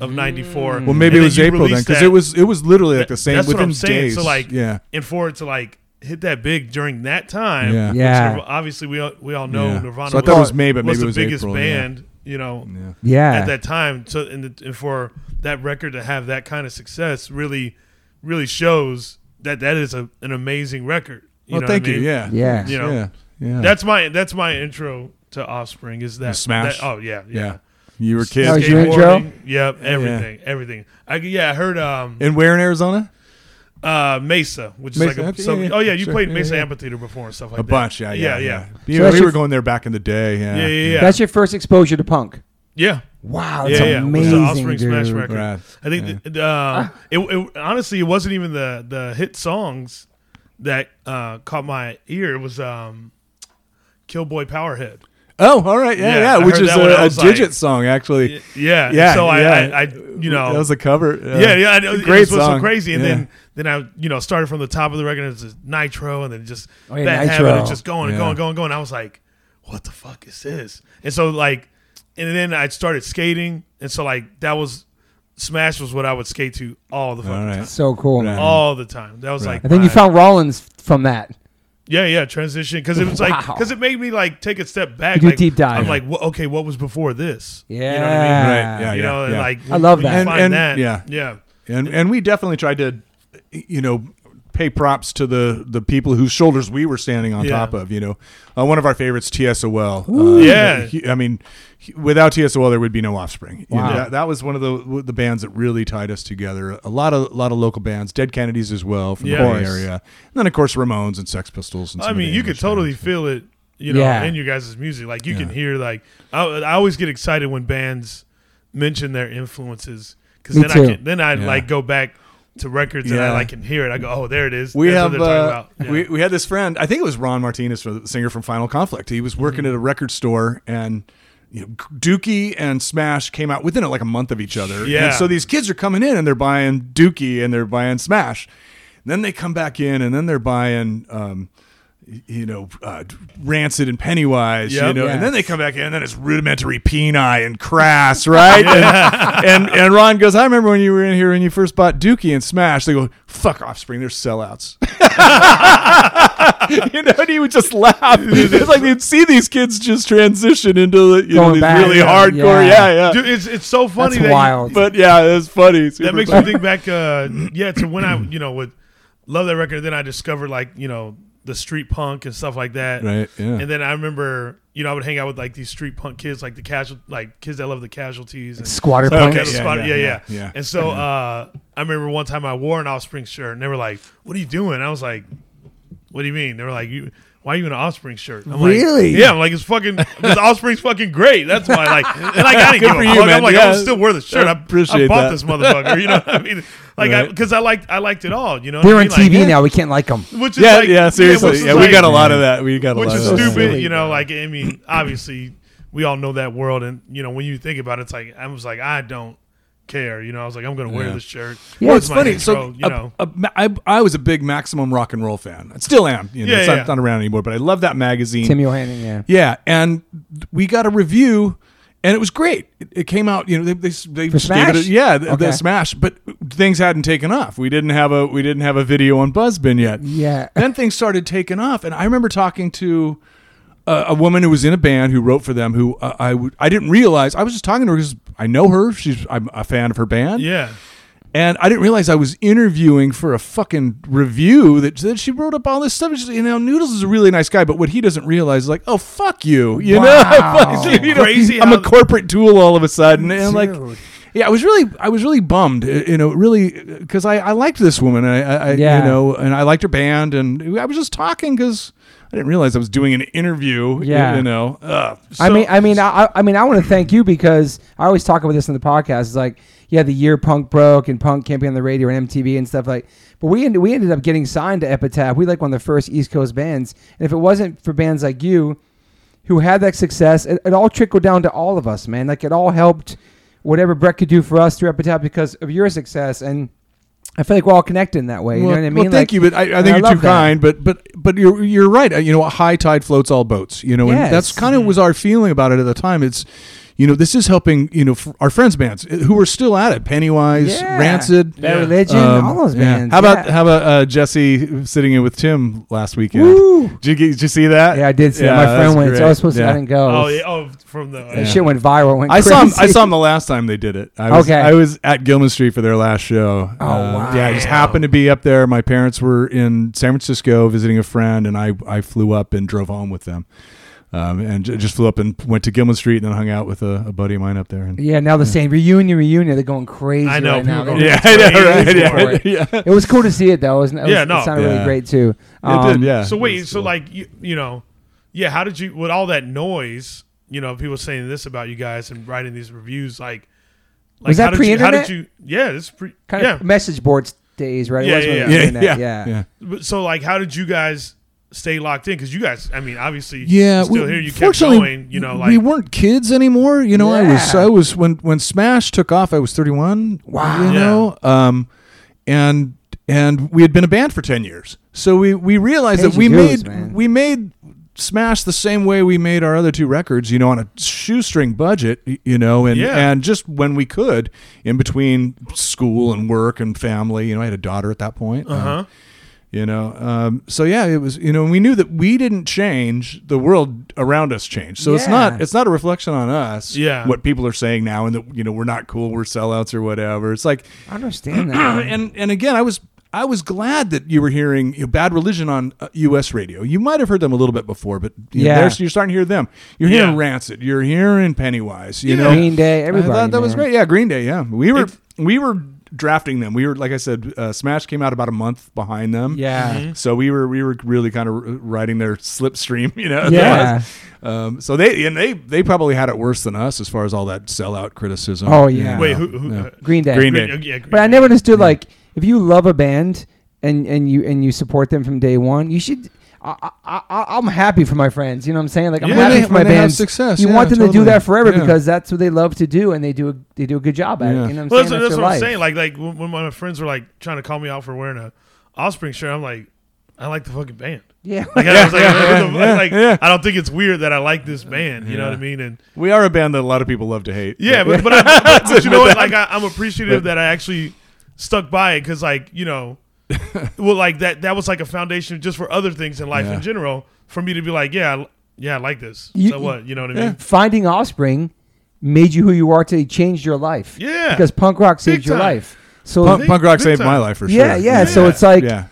S3: of
S1: Mm.
S3: '94.
S2: Well, maybe it was April then, because it was it was literally like the same
S3: That's what
S2: within
S3: I'm saying.
S2: days.
S3: So like,
S2: yeah,
S3: and for it to like hit that big during that time.
S2: Yeah.
S3: which
S1: Yeah.
S3: Nirv- obviously, we all, we all know
S2: Yeah.
S3: Nirvana.
S2: So I thought it was May, but maybe
S3: the
S2: it was
S3: biggest
S2: April, yeah.
S3: band. You know,
S2: yeah.
S1: Yeah.
S3: at that time. So and, the, and for that record to have that kind of success really, really shows that that is a, an amazing record. You
S2: Well,
S3: know what I
S2: thank you.
S3: mean?
S2: Yeah,
S1: Yeah.
S3: You know?
S2: yeah, yeah.
S3: That's my that's my intro to Offspring. Is that
S2: Smash?
S3: that- oh yeah,
S2: yeah.
S3: yeah.
S2: You were
S1: That was
S2: kids
S1: your intro?
S3: Skateboarding, Yep, everything, everything. I yeah, I heard um
S2: and where in Arizona?
S3: uh Mesa, which is
S2: Mesa,
S3: like a
S2: okay,
S3: so,
S2: yeah, yeah,
S3: oh yeah, you
S2: sure,
S3: played
S2: yeah,
S3: Mesa
S2: yeah.
S3: Amphitheater before and stuff like
S2: A
S3: that.
S2: bunch. Yeah, yeah,
S3: yeah,
S1: So
S2: You know,
S1: that's
S2: we were
S1: your-
S2: going there back in the day.
S3: yeah, yeah,
S2: Yeah,
S3: yeah.
S1: That's your first exposure to punk.
S3: yeah.
S1: Wow, that's
S3: Yeah, yeah, it was
S1: amazing,
S3: the Offspring
S1: dude.
S3: Smash record.
S2: Right.
S3: I think
S2: Yeah.
S3: the, uh, it, it honestly it wasn't even the the hit songs that uh, caught my ear. It was um, Killboy Powerhead.
S2: Oh, all right. Yeah,
S3: Yeah,
S2: yeah.
S3: I
S2: which
S3: heard
S2: is
S3: that one. I
S2: a, a
S3: was like-
S2: Digit song, actually.
S3: Yeah,
S2: Yeah.
S3: So I,
S2: yeah.
S3: I, I you know,
S2: that was a cover.
S3: yeah, yeah. I know. Great
S2: Uh, Great
S3: it was so
S2: song.
S3: crazy, and
S2: Yeah.
S3: then then I you know started from the top of the record. and It was Nitro, and then just
S1: Oh, yeah,
S3: that
S1: Nitro.
S3: habit of just going and
S2: Yeah.
S3: going, going, going. I was like, what the fuck is this? And so like, and then I started skating, and so like that was Smash was what I would skate to all the fucking
S2: All right.
S3: time.
S1: So cool, man.
S2: Right.
S3: all the time. That was
S2: Right.
S3: like
S1: I think you
S3: my-
S1: found Rollins from that.
S3: yeah yeah transition because it was like
S1: Wow.
S3: because it made me like take a step back.
S1: do
S3: like,
S1: deep dive.
S3: I'm like, well, okay, what was before this?
S1: Yeah.
S3: you know what I mean.
S2: Right, yeah.
S3: you know, and, like
S1: I love
S3: when you
S1: that.
S2: And-
S3: find
S2: and-
S3: that.
S2: yeah.
S3: yeah.
S2: and and we definitely tried to you know pay props to the the people whose shoulders we were standing on
S3: Yeah.
S2: top of you know uh, one of our favorites tsol uh,
S3: Yeah.
S2: he- i mean he- without tsol there would be no offspring You know,
S1: Wow.
S2: that, that was one of the the bands that really tied us together a lot of a lot of local bands dead kennedys as well from
S3: Yeah.
S2: the Bay
S1: Course.
S2: area and then of course ramones and sex pistols and
S3: I
S2: some of
S3: mean,
S2: the
S3: you could
S2: English
S3: totally
S2: bands.
S3: feel it, you know,
S1: Yeah.
S3: in your guys' music. Like you can
S2: Yeah.
S3: hear, like I, I always get excited when bands mention their influences because
S1: Me
S3: then
S1: too.
S3: I can, then I
S2: Yeah.
S3: like go back to records and I
S2: Yeah.
S3: like can hear it. I go, oh, there it is.
S2: we
S3: That's
S2: have
S3: what they're talking
S2: uh,
S3: about. Yeah.
S2: we, we had this friend i think it was ron martinez from the singer from final conflict he was
S3: Mm-hmm.
S2: working at a record store and you know, Dookie and Smash came out within like a month of each other.
S3: Yeah.
S2: And so these kids are coming in and they're buying Dookie and they're buying Smash. And then they come back in and then they're buying, um, y- you know, uh, Rancid and Pennywise. You
S3: Yep.
S2: know, and then
S1: Yes.
S2: they come back in and then it's rudimentary Peni and Crass, right? and, and and Ron goes, I remember when you were in here and you first bought Dookie and Smash. They go, fuck Offspring, they're sellouts you know, and he would just laugh. It's like you'd see these kids just transition into the, you know,
S1: Going
S2: these
S1: back.
S2: really hardcore.
S1: Yeah.
S2: Yeah, yeah.
S3: Dude, it's it's so funny
S1: That's
S3: that you-
S1: wild.
S2: But yeah, it's funny. Super
S3: that makes me
S2: funny.
S3: think back, uh, yeah, to when I you know would love that record. Then I discovered like you know the street punk and stuff like that.
S2: Right. Yeah.
S3: And then I remember, you know, I would hang out with like these street punk kids, like the casual, like kids that love the casualties. And,
S1: Squatter
S2: Okay,
S1: punk.
S3: Okay, the
S2: yeah,
S3: spot- yeah,
S2: yeah,
S3: yeah,
S2: yeah, yeah.
S3: And so uh, I remember one time I wore an Offspring shirt, and they were like, "What are you doing?" I was like, "What do you mean?" They were like, "You." Why are you in an Offspring shirt? I'm like,
S1: Really?
S3: yeah, I'm like it's fucking because Offspring's fucking great. That's why, like, and like, I didn't
S2: Good
S3: give
S2: for
S3: a
S2: you,
S3: fuck.
S2: man.
S3: I'm like, I'm
S2: Yeah.
S3: still wear the shirt. I, I
S2: appreciate
S3: bought
S2: that.
S3: this motherfucker. You know what I mean? Like,
S2: Right.
S3: because I, liked, I liked it all. You know, what
S1: They're
S3: I
S1: on
S3: mean? Like, Mm.
S1: TV now. We can't like them.
S3: Which is
S2: yeah,
S3: like,
S2: yeah,
S3: which
S2: seriously.
S3: is
S2: Yeah,
S3: like-
S2: we got a lot of that. We got a
S3: which
S2: lot
S3: is
S2: of that.
S3: stupid,
S1: Silly.
S3: you know. Like, I mean, obviously, we all know that world, and you know, when you think about it, it's like I was like, I don't care, you know. I was like, I'm gonna wear
S2: Yeah.
S3: this shirt.
S2: Well,
S3: It's
S2: it's
S3: my
S2: funny.
S3: intro,
S2: so,
S3: you know,
S2: a- a ma- I, I was a big Maximum rock and roll fan. I still am. You know,
S3: Yeah,
S2: it's
S3: yeah.
S2: Not, not around anymore, but I love that magazine.
S1: Tim Yohannan, yeah.
S2: Yeah, and we got a review, and it was great. It, it came out, you know, they they, they just
S1: Smash?
S2: gave it, a, yeah, the,
S1: Okay.
S2: the Smash, but things hadn't taken off. We didn't have a we didn't have a video on Buzzbin yet.
S1: Yeah.
S2: then things started taking off, and I remember talking to. a, a woman who was in a band who wrote for them who uh, I would I didn't realize I was just talking to her because I know her she's I'm a fan of her band
S3: Yeah.
S2: and I didn't realize I was interviewing for a fucking review that, that she wrote up all this stuff. And she's, you know, Noodles is a really nice guy, but what he doesn't realize is like, oh fuck you, you
S1: Wow.
S2: know, Fuck you, you know,
S3: Crazy
S2: I'm
S3: how-
S2: a corporate tool all of a sudden, and I'm
S1: Dude.
S2: like. Yeah, I was really, I was really bummed, uh, you know, really, because I, I liked this woman, and I, I- I,
S1: Yeah.
S2: you know, and I liked her band, and I was just talking because I didn't realize I was doing an interview, y-
S1: Yeah.
S2: you know. Ugh.
S1: I
S3: So-
S1: mean, I mean, I, I- I mean, I want to thank you because I always talk about this in the podcast. It's like, yeah, the year punk broke and punk can't be on the radio and MTV and stuff like. But we ended, we ended up getting signed to Epitaph. We like one of the first East Coast bands, and if it wasn't for bands like you, who had that success, it, it all trickled down to all of us, man. Like it all helped whatever Brett could do for us through Epitaph because of your success and. I feel like we're all connected in that way. You know what I mean?
S2: Well, thank
S1: Like-
S2: you, but I, I
S1: and
S2: think you're
S1: love
S2: too
S1: that.
S2: kind. But but but you're you're right. Uh, You know, a high tide floats all boats. You know,
S1: Yes. Mm-hmm.
S2: and that's kind of was our feeling about it at the time. It's, you know, this is helping. You know, f- our friends' bands uh, who are still at it. Pennywise,
S1: Yeah.
S2: Rancid,
S1: Bad
S3: Yeah.
S1: Religion,
S2: um,
S1: all those
S2: yeah.
S1: bands.
S2: How about
S1: yeah.
S2: how about uh, Jesse sitting in with Tim last weekend?
S1: Woo!
S2: Did you, get- did you see that?
S1: Yeah, I did see
S2: Yeah,
S1: it. My friend
S2: that's
S1: went, so I
S2: great.
S1: was supposed to. I
S2: Yeah.
S1: didn't go.
S3: Oh, yeah. oh from the.
S1: That
S2: Yeah.
S1: shit went viral. Went
S2: I
S1: crazy.
S2: saw him. I saw him the last time they did it. I was,
S1: Okay.
S2: I was at Gilman Street for their last show. Uh,
S1: Oh, wow.
S2: Yeah, I just happened to be up there. My parents were in San Francisco visiting a friend, and I I flew up and drove home with them, um, and j- just flew up and went to Gilman Street and then hung out with a, a buddy of mine up there. And,
S1: Yeah, now the same reunion, reunion. They're going crazy.
S3: I know,
S1: Right now.
S3: people
S1: It was-
S3: go
S2: yeah, I know, right?
S1: Yeah.
S2: Yeah, yeah.
S1: It was cool to see it though. It, was, it, was,
S3: Yeah, no.
S1: it sounded really
S2: Yeah.
S1: great too.
S2: it
S1: Um,
S2: did. Yeah.
S3: So
S2: It
S3: wait,
S2: was
S3: so
S2: cool.
S3: like you, you know, yeah. How did you with all that noise? You know, people saying this about you guys and writing these reviews. Like, like
S1: Was that
S3: how did you-
S1: pre-internet?
S3: How did you? Yeah, it's pre.
S1: Kind
S3: yeah.
S1: of message boards days, right? it
S3: Yeah,
S1: was when
S3: yeah,
S1: it was
S2: yeah,
S1: internet.
S2: yeah,
S1: yeah.
S2: yeah.
S3: But- so like, how did you guys stay locked in? Because you guys, I mean, obviously,
S2: yeah,
S3: still
S2: we-
S3: here. You kept
S2: fortunately,
S3: going. You know, like
S2: we weren't kids anymore. You know, I was
S1: Yeah.
S2: I was when when Smash took off, I was 31.
S1: Wow.
S2: you know, um, and and we had been a band for 10 years, so we we realized
S1: Page
S2: that we
S1: and goes,
S2: made
S1: man.
S2: we made Smash the same way we made our other two records. You know, on a shoestring budget. y- You know, and
S3: Yeah.
S2: and just when we could, in between school and work and family. You know, I had a daughter at that point. um,
S3: uh huh.
S2: You know, um, so yeah, it was. You know, and we knew that we didn't change; the world around us changed. So it's
S1: Yeah.
S2: not it's not a reflection on us.
S3: Yeah.
S2: what people are saying now, and that you know we're not cool, we're sellouts or whatever. It's like, uh,
S1: I understand that.
S2: and and again, I was I was glad that you were hearing you know, Bad Religion on uh, U.S. radio. You might have heard them a little bit before, but you
S1: Yeah.
S2: yeah, you're starting to hear them. You're hearing
S3: Yeah.
S2: Rancid. You're hearing Pennywise. You
S3: Yeah.
S2: know,
S1: Green Day, everybody.
S2: I thought that was
S1: man.
S2: great. Yeah, Green Day. Yeah, we were
S3: It's-
S2: we were drafting them. We were like I said, uh, Smash came out about a month behind them.
S1: Yeah.
S3: Mm-hmm.
S2: So we were we were really kind of riding their slipstream, you know.
S1: Yeah.
S2: Um, so they and they they probably had it worse than us as far as all that sellout criticism.
S1: Oh, yeah.
S3: Wait, who? who
S2: Yeah.
S3: uh,
S1: Green Day.
S2: Green Day.
S3: Green- yeah, Green
S1: But I
S3: Day.
S1: never understood like if you love a band and and you and you support them from day one, you should. I, I, I, I'm happy for my friends. You know what I'm saying? Like I'm
S3: Yeah.
S1: happy
S2: When they-
S1: for my
S2: when they have
S1: bands.
S2: success,
S1: you
S2: yeah,
S1: want them to do
S2: totally.
S1: that forever
S2: Yeah.
S1: because that's what they love to do, and they do a, they do a good job at
S2: Yeah.
S1: it. You know what
S3: Well,
S1: I'm
S3: that's,
S1: saying?
S3: that's
S1: their
S3: what I'm
S1: life.
S3: saying. Like, like when when my friends were like trying to call me out for wearing a Offspring shirt, I'm like, I like the fucking band.
S1: Yeah.
S3: Like, I was like, what the fuck?
S2: yeah,
S3: Like,
S2: yeah.
S3: I don't think it's weird that I like this band. You know what I mean? And
S2: We are a band that a lot of people love to hate.
S3: yeah, but, but, I, but- but you know what? Like, I, I'm appreciative that I actually stuck by it because, like, you know, well, like that that was like a foundation just for other things in life
S2: Yeah.
S3: in general for me to be like, yeah, I, yeah, I like this.
S1: You-
S3: so what? You know what I mean?
S1: Finding Offspring made you who you are today. Changed your life.
S3: Yeah.
S1: Because punk rock saved
S3: Big
S1: your
S3: time.
S1: life. So
S2: punk,
S3: Big-
S2: punk rock
S3: big
S2: saved
S3: time.
S2: my life for sure.
S1: yeah, yeah, So it's like
S2: yeah.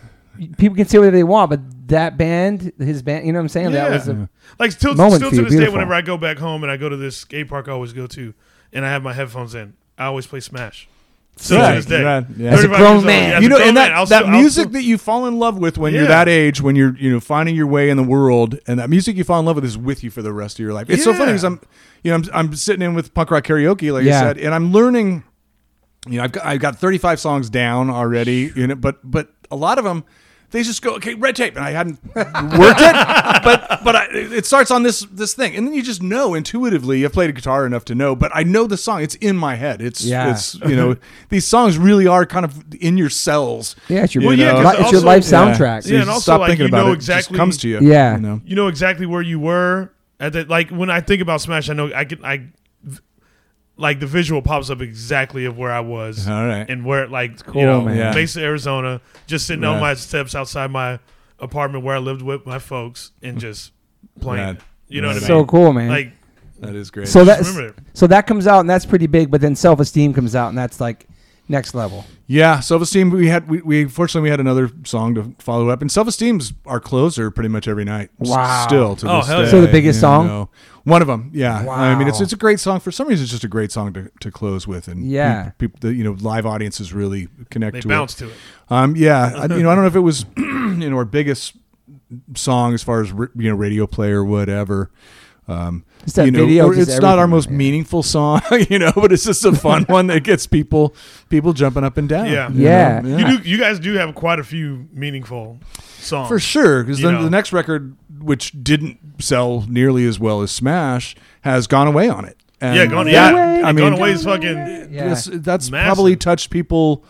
S1: people can say whatever they want, but that band, his band, you know what I'm saying? That was a,
S3: like still
S1: Moment
S3: still
S1: for
S3: to
S1: you,
S3: this day
S1: beautiful.
S3: whenever I go back home and I go to this skate park I always go to and I have my headphones in, I always play Smash. Still
S2: Right,
S3: to this day.
S2: right, yeah.
S3: 35
S2: As a
S1: grown
S3: years old,
S1: man.
S3: yeah, as
S2: you
S3: a
S2: know,
S3: grown
S2: and that,
S3: man, I'll
S2: that
S3: still- I'll
S2: music
S3: still-
S2: that you fall in love with when you're
S3: Yeah.
S2: that age, when you're you know finding your way in the world, and that music you fall in love with is with you for the rest of your life. It's so funny
S3: Yeah.
S2: because I'm, you know, I'm, I'm sitting in with punk rock karaoke, like
S1: Yeah.
S2: I said, and I'm learning. You know, I've got, I've got 35 songs down already, you know, but but a lot of them. They just go okay, red tape, and I hadn't worked it, but but I, it starts on this this thing, and then you just know intuitively. I've played a guitar enough to know, but I know the song; it's in my head. It's
S1: Yeah.
S2: it's you know these songs really are kind of in your cells.
S1: yeah, it's your,
S2: Well, yeah,
S1: li-
S2: 'cause
S1: it's your
S3: also-
S1: life
S3: Yeah.
S1: soundtrack.
S2: So you
S3: Yeah, and
S2: just
S3: also,
S2: stop
S3: like,
S2: thinking
S3: you
S2: about
S3: know
S2: it. It just
S3: exactly-
S2: comes to you.
S1: Yeah.
S2: You know?
S3: you know exactly where you were at that like when i think about smash i know i can i like the visual pops up exactly of where i was
S2: All right.
S3: and where like
S1: Uh-huh. cool,
S3: you know
S1: man.
S2: Yeah.
S3: mesa arizona just sitting on
S2: Rad.
S3: my steps outside my apartment where i lived with my folks and just playing
S2: Rad.
S3: it. You know what I mean?
S1: so cool, man.
S3: Like
S2: That is great.
S1: so that's
S3: remember that.
S1: so that comes out and that's pretty big, but then self esteem comes out and that's like next level.
S2: yeah, self esteem. We had we, we fortunately we had another song to follow up, and self esteem's our closer pretty much every night. s-
S1: Wow.
S2: Still to
S3: Oh,
S2: this
S3: hell yeah.
S2: day,
S1: So the biggest
S2: you
S1: song?
S2: know. One of them. Yeah. I mean, it's
S1: Wow.
S2: it's a great song. For some reason, it's just a great song to, to close with, and
S1: Yeah.
S2: peop- people, the, you know, live audiences really connect
S3: they
S2: to it.
S3: bounce to it.
S2: Um, yeah, I, you know, I don't know if it was you know our biggest song as far as r- you know radio play or whatever. Um,
S1: It's that
S2: you know,
S1: video,
S2: or
S1: just
S2: it's not our
S1: everything,
S2: most
S1: yeah.
S2: meaningful song, you know, but it's just a fun one that gets people people jumping up and down.
S3: Yeah.
S2: you know?
S1: Yeah.
S3: You do. You guys do have quite a few meaningful songs.
S2: for sure. Because
S3: You
S2: then
S3: know.
S2: the next record, which didn't sell nearly as well as Smash, has gone away on it. And
S3: Yeah, gone.
S2: that-
S3: Yeah,
S1: Away,
S2: I mean,
S3: gone away is fucking.
S1: Yeah.
S2: That's, that's
S3: Massive.
S2: probably touched people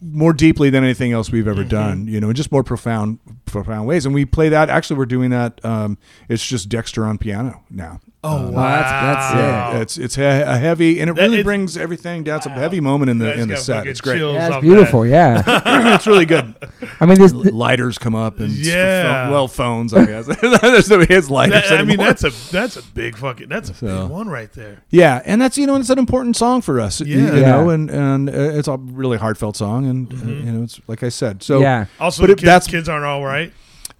S2: more deeply than anything else we've
S3: Mm-hmm.
S2: ever done, you know, in just more profound, profound ways. And we play that. Actually, we're doing that. Um, it's just Dexter on piano now. Um,
S1: Oh, that's,
S3: wow.
S1: that's it.
S2: It's it's he- a heavy, and it
S3: That-
S2: really
S3: it's-
S2: brings everything down. It's a heavy moment in
S3: I
S2: the
S3: just
S2: in the
S3: got
S2: set.
S3: fucking
S2: It's great.
S3: chills
S1: Yeah,
S3: off
S1: it's beautiful.
S3: that.
S1: Yeah.
S2: it's really good.
S1: I mean, this
S2: Lighters come up and s-
S3: Yeah.
S2: pho- well, phones. I guess there's no his lighters.
S3: That- I mean,
S2: anymore.
S3: that's a that's a big fucking that's a
S2: So.
S3: big one right there.
S2: Yeah, and that's you know, and it's an important song for us. y- You,
S3: Yeah. Mm-hmm.
S2: know,
S1: Yeah.
S2: and and uh, it's a really heartfelt song, and uh, you know, it's like I said. So
S1: yeah.
S3: Also,
S2: But
S3: the
S2: if
S3: kids,
S2: that's-
S3: kids aren't all right.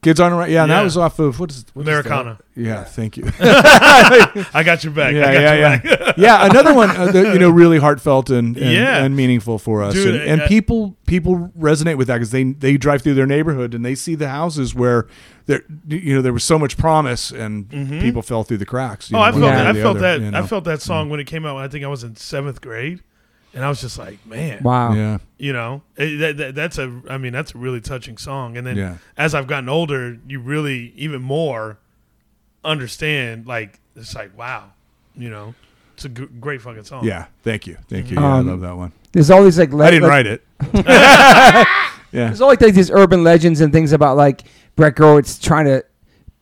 S2: kids on right. Yeah, and that
S3: Yeah.
S2: was off of what is what is that?
S3: Americana.
S2: yeah, thank you.
S3: I got your back. I got
S2: yeah,
S3: your
S2: yeah,
S3: back.
S2: yeah. yeah, another one uh, that, you know really heartfelt and and,
S3: Yeah.
S2: and meaningful for us,
S3: Dude,
S2: and, and
S3: I- I-
S2: people people resonate with that because they they drive through their neighborhood and they see the houses where there you know there was so much promise and people fell through the cracks. you
S3: Mm-hmm. Oh, I
S2: know, one
S3: felt
S1: Yeah.
S2: way or the
S3: that. I felt
S2: other,
S3: that.
S2: you
S3: I
S2: know.
S3: felt that song when it came out. When I think I was in seventh grade, and I was just like, man,
S1: Wow.
S2: Yeah,
S3: you know, it, that, that, that's a. I mean, that's a really touching song. And then
S2: Yeah.
S3: as I've gotten older, you really even more understand. Like it's like wow, you know, it's a g- great fucking song.
S2: yeah. Thank you, thank you. Yeah, I
S1: Um,
S2: love that one.
S1: There's all these like, le-
S2: I didn't
S1: like-
S2: write it. yeah.
S1: There's all like these urban legends and things about like Brett Gerwitz trying to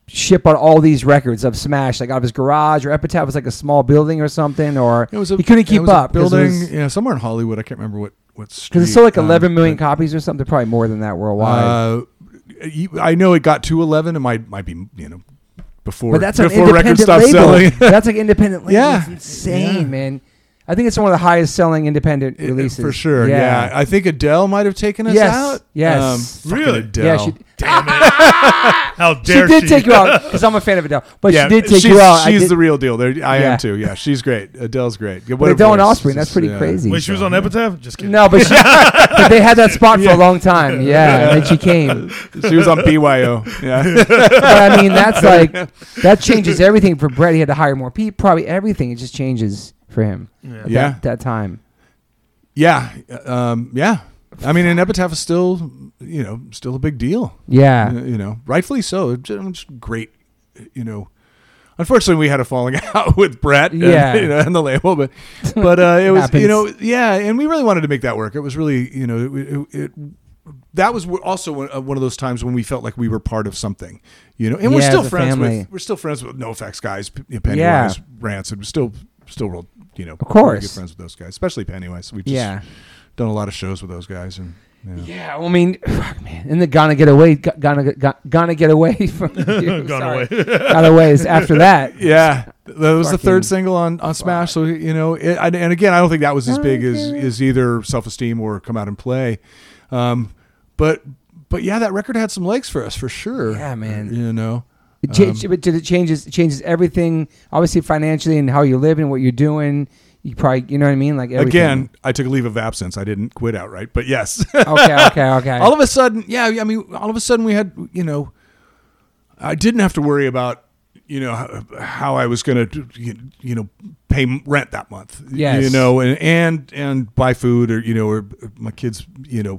S1: ship out all these records of Smash, like out of his garage or Epitaph was like a small building or something, or
S2: It was a,
S1: he couldn't
S2: it
S1: keep
S2: was a
S1: up 'cause it
S2: building,
S1: was-
S2: yeah, somewhere in Hollywood. I can't remember what what street.
S1: Because it's still like
S2: um,
S1: 11 million
S2: but,
S1: copies or something, probably more than that worldwide.
S2: Uh, you- I know it got to eleven. It might might be you know before
S1: but that's an
S2: before records
S1: independent
S2: stopped
S1: label.
S2: selling.
S1: that's like independent label.
S2: Yeah.
S1: It's insane,
S2: Yeah.
S1: man. I think it's one of the highest selling independent
S2: It-
S1: releases
S2: for sure. Yeah. I think Adele might have taken us
S1: Yes,
S2: out. Um,
S1: yes.
S2: fucking
S3: Really?
S2: Adele.
S1: Yeah, she,
S3: Damn it! How
S1: she
S3: dare she?
S1: did take you out because I'm a fan of Adele, but
S2: Yeah,
S1: she did take
S2: she's,
S1: you out. I
S2: She's
S1: did-
S2: the real deal. There, I
S1: Yeah.
S2: am too. Yeah, she's great. Adele's great. Yeah,
S1: but
S2: What a
S1: Adele and
S2: voice.
S1: Osbourne, that's
S2: Just-
S1: pretty
S2: yeah.
S1: crazy.
S3: Wait, she was on Epitaph. Just kidding.
S1: No, but, she, but they had that spot for a long time. Yeah, and then she came.
S2: She was on BYO. Yeah,
S1: But I mean, that's like that changes everything for Brett. He had to hire more people. Probably everything. It just changes for him. At
S2: Yeah.
S1: That, that time.
S2: yeah, um, yeah. I mean, an epitaph is still, you know, still a big deal.
S1: Yeah.
S2: Uh, you know, rightfully so. It's just- it's great, you know. Unfortunately, we had a falling out with Brett, and,
S1: Yeah.
S2: you know, and the label, but but uh, it was,
S1: Happens.
S2: you know, yeah, and we really wanted to make that work. It was really, you know, it, it, that was also one uh, one of those times when we felt like we were part of something, you know, and we're
S1: Yeah,
S2: still
S1: as a
S2: friends
S1: family.
S2: with we're still friends with NoFX guys, P- you know, Pennywise, Rancid, we're still still real, you know, of
S1: course.
S2: good friends with those guys, especially Pennywise. We've just
S1: Yeah.
S2: done a lot of shows with those guys, and you know.
S1: Yeah. Well, I mean, fuck, man. And the Gonna Get Away, Go- Gonna Get- Gonna Get Away from you.
S3: Gone
S1: Sorry.
S3: away.
S1: Gone Away is after that.
S2: Yeah, that was the
S1: fucking-
S2: third single on, on Smash. So you know, it, and, and again, I don't think that was as big as is either Self Esteem or Come Out and Play, um, but but yeah, that record had some legs for us for sure.
S1: Yeah, man.
S2: You know,
S1: It,
S2: Um,
S1: cha- but it changes it changes everything. Obviously, financially and how you live and what you're doing. You probably, you know what I mean? Like everything.
S2: again, I took a leave of absence. I didn't quit outright, but yes,
S1: Okay. Okay. Okay.
S2: all of a sudden, yeah, I mean, all of a sudden we had, you know, I didn't have to worry about, you know, how, how I was going to, you know, pay rent that month.
S1: Yes.
S2: You know, and and and buy food or you know, or my kids, you know,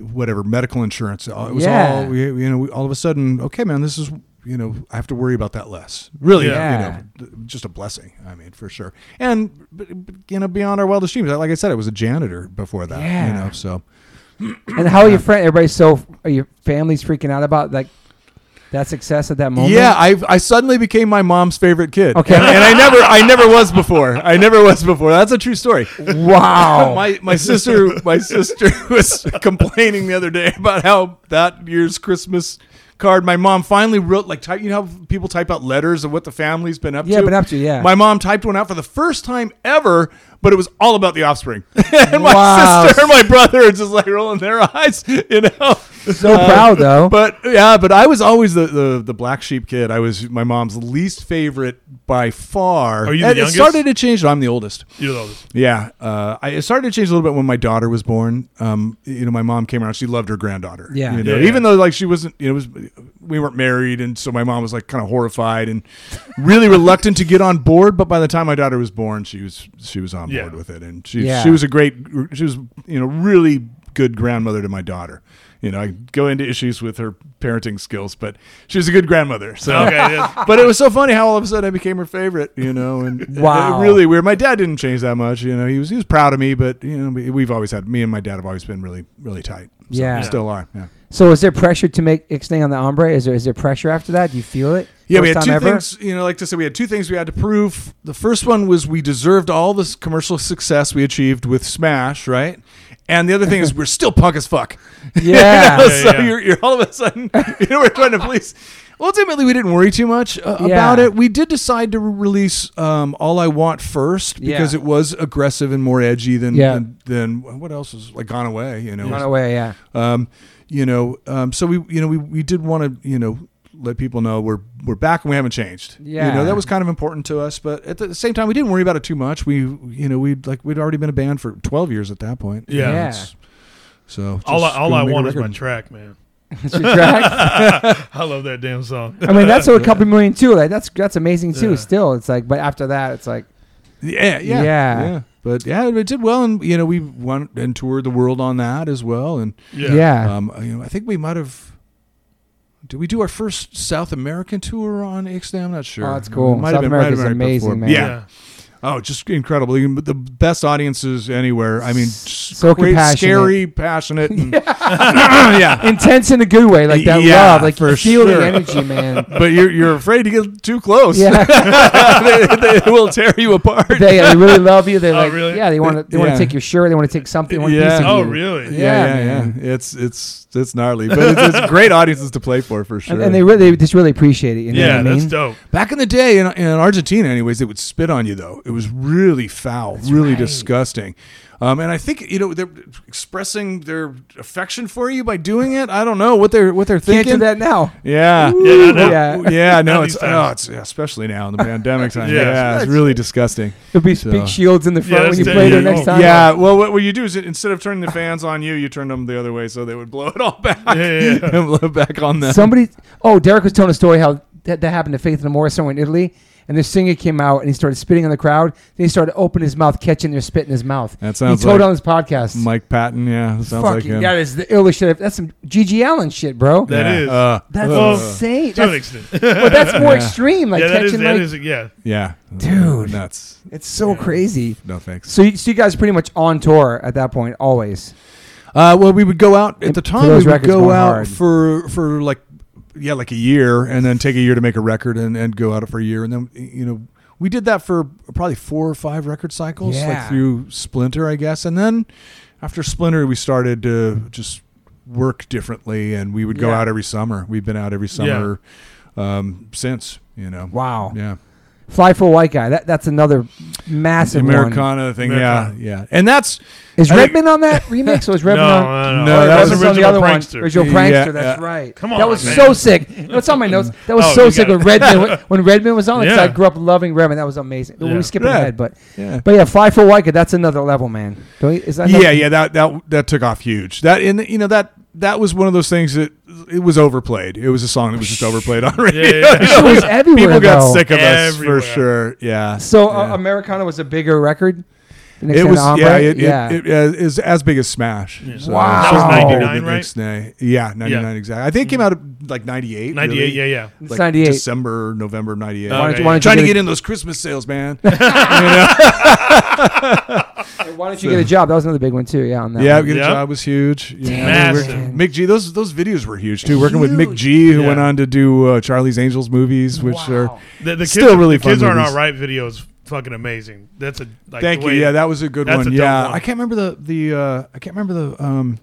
S2: whatever medical insurance. uh, It was
S1: Yeah.
S2: all we, you know. We, all of a sudden, okay, man, this is. You know, I have to worry about that less. Really,
S1: Yeah.
S2: you know, just a blessing. I mean, for sure. And b- b- you know, beyond our wildest dreams. Like I said, I was a janitor before that.
S1: Yeah.
S2: You know, so
S1: And how are your friend? Everybody's so. Are your families freaking out about like that success at that moment?
S2: Yeah, I I suddenly became my mom's favorite kid.
S1: Okay.
S2: and, and I never I never was before. I never was before. That's a true story.
S1: Wow.
S2: My my sister my sister was complaining the other day about how that year's Christmas card. My mom finally wrote like type. You know how people type out letters of what the family's been up
S1: Yeah,
S2: to.
S1: been up to, yeah.
S2: My mom typed one out for the first time ever, but it was all about the offspring. and my
S1: Wow.
S2: sister and my brother are just like rolling their eyes. You know. Uh,
S1: So proud though.
S2: But yeah, but I was always the, the the black sheep kid. I was my mom's least favorite by far.
S3: Are you the
S2: And
S3: youngest?
S2: It started to change. I'm the oldest.
S3: You know this.
S2: Yeah, uh, I it started to change a little bit when my daughter was born. Um, you know, my mom came around; she loved her granddaughter.
S1: Yeah.
S2: you know,
S3: Yeah.
S2: even though like she wasn't, you know, it was we weren't married, and so my mom was like kind of horrified and really reluctant to get on board. But by the time my daughter was born, she was she was on
S3: Yeah.
S2: board with it, and she
S1: Yeah.
S2: she was a great, she was you know really good grandmother to my daughter. You know, I go into issues with her parenting skills, but she was a good grandmother. So
S3: Okay. yeah.
S2: but it was so funny how all of a sudden I became her favorite, you know, and
S1: Wow.
S2: it- really weird. My dad didn't change that much, you know. He was he was proud of me, but you know, we- we've always had me and my dad have always been really really tight. So we
S1: Yeah.
S2: still are. Yeah,
S1: so is there pressure to make Ixnay on the ombre? Is there is there pressure after that? Do you feel it?
S2: yeah. we
S1: First
S2: had two
S1: time ever?
S2: things, you know, like to say, we had two things we had to prove. The first one was we deserved all this commercial success we achieved with Smash, right? And the other thing is we're still punk as fuck.
S1: Yeah.
S2: You know,
S3: Yeah,
S2: so
S3: yeah.
S2: You're, you're all of a sudden, you know, we're trying to police. Ultimately, we didn't worry too much uh,
S1: Yeah.
S2: about it. We did decide to re- release um, "All I Want" first because
S1: Yeah.
S2: it was aggressive and more edgy than
S1: Yeah.
S2: than, than what else is like "Gone Away." You know,
S1: Run away, yeah.
S2: um, you know, um, so we you know we, we did want to you know let people know we're we're back and we haven't changed. you
S1: Yeah.
S2: know that was kind of important to us, but at the same time, we didn't worry about it too much. We you know we would like we'd already been a band for twelve years at that point.
S3: Yeah.
S1: Yeah.
S2: It's- So
S3: All I,
S2: just
S3: all
S2: go
S3: I
S2: make a
S3: want is my
S2: record.
S3: track, man.
S1: It's your track.
S3: I love that damn song.
S1: I mean, that's a couple million too. Like that's that's amazing too.
S3: Yeah.
S1: Still, it's like, but after that, it's like,
S2: Yeah, yeah,
S1: Yeah.
S2: But yeah, it did well, and you know we went and toured the world on that as well. And
S1: yeah,
S3: Yeah.
S2: um, you know, I think we might have. Did we do our first South American tour on Ixnay? I'm not sure.
S1: Oh, that's cool.
S2: It might
S1: South
S2: have been- might
S1: America's
S2: have been right
S1: amazing, man.
S2: Yeah. Oh, just incredible. You- The best audiences anywhere. I mean,
S1: So
S2: great,
S1: compassionate.
S2: scary, passionate. and- yeah.
S3: Uh,
S1: intense in a good way, like that
S2: Yeah,
S1: love, like
S2: for
S1: you feel
S2: sure.
S1: the energy, man.
S2: But you're, you're afraid to get too close.
S1: yeah,
S2: they, they will tear you apart.
S1: they, they really love you. They're
S3: Oh,
S1: like,
S3: really?
S1: yeah, they want to they want
S2: Yeah.
S1: to take your shirt, they want to take something, they want a
S2: Yeah.
S1: piece of
S3: Oh,
S1: you.
S3: really?
S2: yeah,
S1: Yeah,
S2: yeah,
S1: man.
S2: yeah. It's it's it's gnarly, but it's, it's great audiences to play for for sure.
S1: And, and they really they just really appreciate it. You know
S3: Yeah,
S1: what I
S3: that's
S1: mean?
S3: dope.
S2: Back in the day in, in Argentina, anyways, they would spit on you though. It was really foul, really disgusting. Um, and I think you know they're expressing their affection for you by doing it. I don't know what they're what they're
S1: Can't
S2: thinking.
S1: do that now.
S2: Yeah.
S3: Yeah, no,
S1: Yeah.
S2: Yeah, no,
S3: Not these
S2: it's, oh, it's yeah, especially now in the pandemic time.
S3: Yeah.
S2: yeah, it's really disgusting.
S1: There'll be
S2: So-
S1: big shields in the front
S3: Yeah,
S1: when you
S3: that's
S1: play there
S3: dead.
S1: next
S3: Oh,
S1: time.
S2: Yeah, well, what, what you do is instead of turning the fans on you, you turn them the other way so they would blow it all back
S3: Yeah, yeah, yeah.
S2: and blow it back on them.
S1: Somebody, oh, Derek was telling a story how that, that happened to Faith No More somewhere in Italy, and this singer came out and he started spitting on the crowd. Then he started opening his mouth, catching their spit in his mouth.
S2: That sounds
S1: He told
S2: like
S1: on his podcast.
S2: Mike Patton, yeah, sounds like
S1: Fucking,
S2: him.
S1: that is the illest shit. I've- That's some Gigi Allen shit, bro.
S3: That
S2: yeah.
S3: is.
S2: uh,
S1: that's
S2: uh,
S1: insane.
S3: To an
S1: That's,
S3: extent.
S1: but that's more
S2: Yeah.
S1: extreme. Like
S3: yeah, that
S1: catching,
S3: is. That
S1: like
S3: is. Yeah.
S2: yeah,
S1: Dude.
S2: nuts.
S1: it's so crazy.
S2: No thanks.
S1: So, you, so you guys are pretty much on tour at that point, always.
S2: Uh, well, we would go out
S1: And
S2: at the
S1: for
S2: time.
S1: those
S2: We would
S1: records
S2: go
S1: went
S2: out
S1: hard.
S2: for for like yeah, like a year, and then take a year to make a record, and, and go out for a year, and then you know we did that for probably four or five record cycles,
S1: Yeah.
S2: like through Splinter, I guess, and then after Splinter, we started to just work differently, and we would go
S1: Yeah.
S2: out every summer. We've been out every summer um, since, you know.
S1: Wow.
S2: Yeah,
S1: Fly for a white guy. That that's another
S2: the
S1: massive one.
S2: Americana thing.
S3: Americana.
S2: Yeah, yeah, and that's
S1: Is
S2: I think-
S1: Redman on that remix or is
S3: No,
S1: Redman on?
S3: no, no.
S2: No,
S1: Oh,
S2: that was
S1: Redman's on
S3: original
S1: the other
S3: prankster.
S1: one. Original
S2: Yeah,
S1: prankster. that's
S2: yeah.
S1: right.
S3: Come
S1: that
S3: on,
S1: was
S3: man.
S1: so sick. That's on my notes. That was
S3: Oh,
S1: so
S3: you
S1: sick
S3: got
S1: when Redman when- when Redman was on. Because
S3: Yeah.
S1: I grew up loving Redman. That was amazing. We
S3: Yeah.
S1: skipping
S2: Yeah.
S1: ahead, but
S2: yeah.
S1: but yeah, Fly for a white guy. That's another level, man. Don't you, is that
S2: yeah,
S1: another-
S2: yeah, that that that took off huge. That in you know that that was one of those things that it was overplayed. It was a song that was just overplayed on radio.
S3: yeah, yeah.
S1: It was everywhere.
S2: People got
S1: though.
S2: sick of
S3: Everywhere.
S2: us for sure. Yeah.
S1: So uh,
S2: Yeah.
S1: Americana was a bigger record. The next
S2: it
S1: thing
S2: was
S1: to Ombre?
S2: yeah, it, It, it, uh, is as big as Smash.
S3: Yeah.
S2: So-
S1: Wow.
S2: so
S1: That was
S2: it bigger
S3: 99,
S2: than
S3: right?
S2: Ixnay. Yeah, ninety nine exactly. I think it came out at, like ninety eight.
S3: 98. Yeah, yeah.
S1: It's
S2: Like
S1: 98.
S2: December, November of ninety eight.
S1: Why don't you-
S3: Okay.
S1: why don't you
S2: Trying to
S1: get a-
S2: get in those Christmas sales, man.
S1: Why don't you get a job? That was another big one too. Yeah, on that.
S2: Yeah,
S1: one.
S2: Get a
S3: Yep.
S2: Job was huge. Yeah,
S3: Massive.
S2: Mick G, those those videos were huge too. Working with Mick G, who
S3: Yeah.
S2: went on to do uh, Charlie's Angels movies, which uh,
S1: Wow.
S2: are
S3: The, the kids,
S2: Still really fun
S3: Kids aren't
S2: movies.
S3: all right. Videos, fucking amazing. That's a like,
S2: thank
S3: the
S2: you.
S3: way-
S2: Yeah, that was a good
S3: that's
S2: one.
S3: a dope
S2: yeah,
S3: one.
S2: I can't remember the the uh, I can't remember the um,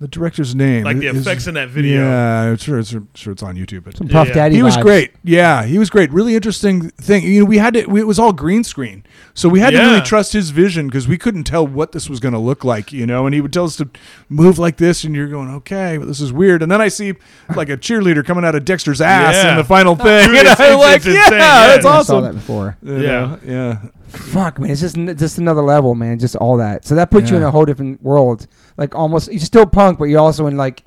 S2: the director's name,
S3: Like the
S2: His-
S3: effects in that video.
S2: Yeah, I'm sure, it's, sure it's on YouTube. But
S1: Some Puff
S3: Yeah.
S1: Daddy.
S2: he was
S1: vibes.
S2: great. Yeah, he was great. Really interesting thing. You know, we had to. We, it was all green screen, so we had to
S3: Yeah.
S2: really trust his vision because we couldn't tell what this was going to look like. You know, and he would tell us to move like this, and you're going, okay, but this is weird. And then I see like a cheerleader coming out of Dexter's ass
S3: Yeah.
S2: in the final thing,
S3: Dude,
S2: and
S3: it's-
S2: I'm
S3: it's-
S2: like,
S3: it's
S2: yeah,
S3: insane. Yeah,
S2: that's
S3: I
S1: I saw
S2: awesome.
S1: that before.
S2: You know, yeah.
S1: Fuck, man, it's just n- just another level, man. Just all that. So that puts you in
S2: Yeah.
S1: a whole different world. Like almost, you're still punk, but you're also in like.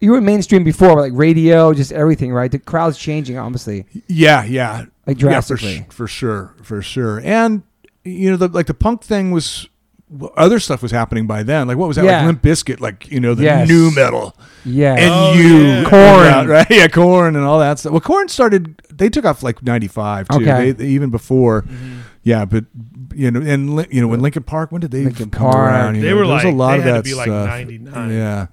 S1: You were mainstream before, but like radio, just everything, right? The crowd's changing, obviously,
S2: Yeah, yeah,
S1: like
S2: yeah, for,
S1: drastically.
S2: sh- for sure, for sure. And you know, the, like the punk thing was, other stuff was happening by then. Like what was that?
S1: Yeah.
S2: Like Limp Bizkit, like you know, the
S1: Yes.
S2: new metal,
S1: yeah,
S2: and
S3: Oh,
S2: you
S3: yeah.
S1: Korn.
S2: Yeah, right? Yeah, corn and all that stuff. Well, corn started. They took off like '95 too.
S1: Okay.
S2: They, they- even before. Yeah, but you know, and Li- you know, when Lincoln Park, when did they
S1: Linkin
S2: come
S1: Park.
S2: around? You
S3: They
S2: know,
S3: were
S2: there was
S3: like-
S2: a lot
S3: they
S2: of
S3: had to
S2: that
S3: be, like,
S2: stuff.
S3: 99.
S2: Yeah,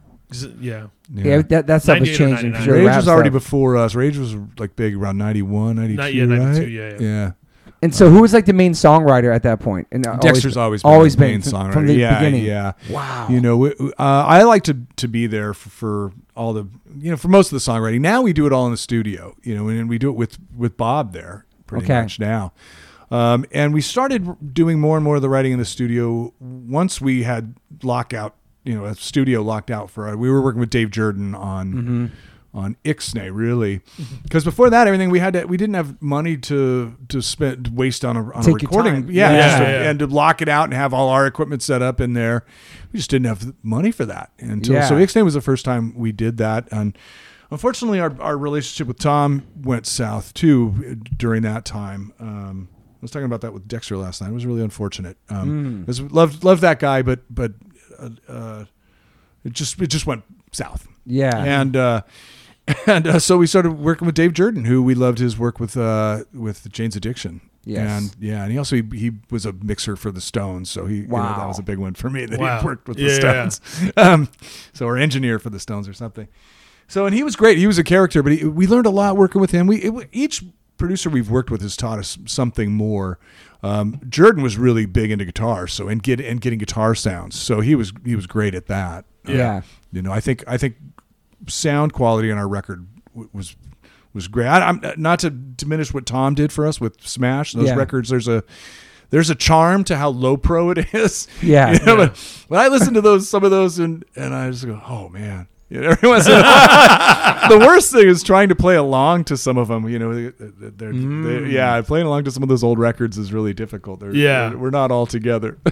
S3: Yeah.
S1: yeah. That, that stuff was
S3: 98 or
S1: changing for
S3: 99.
S1: sure.
S2: Rage
S1: rap
S2: was already
S1: stuff.
S2: before us. Rage was like big around 91, 92,
S3: Not yet, 92,
S2: right?
S3: yeah, yeah.
S2: yeah.
S1: and so, who was like the main songwriter at that point? And uh,
S2: Dexter's always been
S1: always
S2: the main
S1: been from-
S2: songwriter.
S1: from the
S2: yeah,
S1: beginning.
S2: yeah.
S1: Wow.
S2: You know, we, uh, I like to to be there for, for all the you know for most of the songwriting. Now we do it all in the studio. You know, and we do it with with Bob there pretty
S1: Okay.
S2: much now. Um, and we started doing more and more of the writing in the studio once we had lockout. You know, a studio locked out for. Uh, we were working with Dave Jordan on
S1: Mm-hmm.
S2: on Ixnay really, because before that everything we had to we didn't have money to to spend waste on a on
S1: Take your
S2: a recording.
S1: time.
S2: Yeah,
S1: Yeah.
S2: just to-
S3: Yeah.
S2: and to lock it out and have all our equipment set up in there. We just didn't have the money for that until
S1: Yeah.
S2: so Ixnay was the first time we did that and. Unfortunately, our, our relationship with Tom went south too during that time. Um, I was talking about that with Dexter last night. It was really unfortunate. Um, I was- loved loved that guy, but but uh, uh, it just it just went south
S1: yeah.
S2: and uh, and uh, so we started working with Dave Jordan, who we loved his work with uh, with Jane's Addiction.
S1: Yes.
S2: And yeah, and he also he, he was a mixer for the Stones, so he you know,
S1: Wow.
S2: that was a big one for me that
S3: Wow.
S2: he worked with
S3: Yeah, yeah, yeah.
S2: the Stones. Um, so or engineer for the Stones or something. So and he was great. He was a character, but he, we learned a lot working with him. We it, each producer we've worked with has taught us something more. Um, Jordan was really big into guitar, so and get and getting guitar sounds. So he was he was great at that.
S1: yeah.
S3: Yeah.
S2: You know, I think I think sound quality on our record w- was was great. I, I'm not to diminish what Tom did for us with Smash. Those
S1: Yeah.
S2: records, there's a there's a charm to how low pro it is.
S1: Yeah.
S2: You know, but when I listen to those, some of those, and and I just go, oh man. You know, every once in a while- the worst thing is trying to play along to some of them. You know, they- they're,
S1: Mm.
S2: they're, yeah, playing along to some of those old records is really difficult. They're,
S3: Yeah.
S2: we're, we're not all together.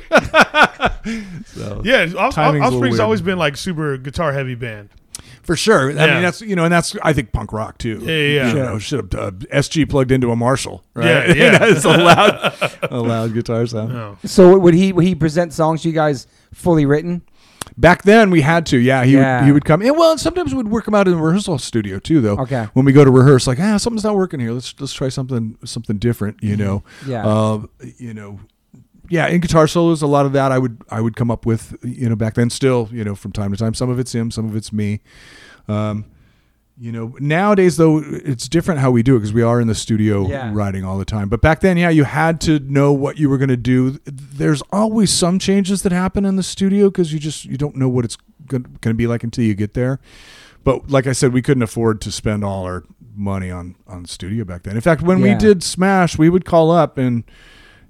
S2: so.
S3: Yeah,
S2: Timing's a
S3: Off- Off-
S2: little
S3: Offspring's
S2: weird.
S3: always been like super guitar heavy band.
S2: For sure. I
S3: Yeah.
S2: mean, that's you know, and that's I think punk rock too.
S3: Yeah, yeah, yeah.
S2: You know, should have uh, SG plugged into a Marshall. Right?
S3: Yeah,
S2: You
S3: yeah.
S2: know, it's a loud, a loud guitar sound.
S3: No.
S1: So would he would he present songs to you guys fully written?
S2: Back then, we had to. Yeah, he
S1: Yeah.
S2: would he would come. And well, sometimes we'd work him out in the rehearsal studio too, though.
S1: Okay.
S2: When we go to rehearse, like ah, something's not working here. Let's let's try something something different. You know.
S1: Mm-hmm. Yeah.
S2: Uh, you know. Yeah, in guitar solos, a lot of that I would I would come up with, you know, back then. Still, you know, from time to time, some of it's him, some of it's me. Um, you know, nowadays though, it's different how we do it because we are in the studio
S1: Yeah.
S2: writing all the time. But back then, yeah, you had to know what you were going to do. There's always some changes that happen in the studio because you just you don't know what it's going to be like until you get there. But like I said, we couldn't afford to spend all our money on on studio back then. In fact, when
S1: Yeah.
S2: we did Smash, we would call up and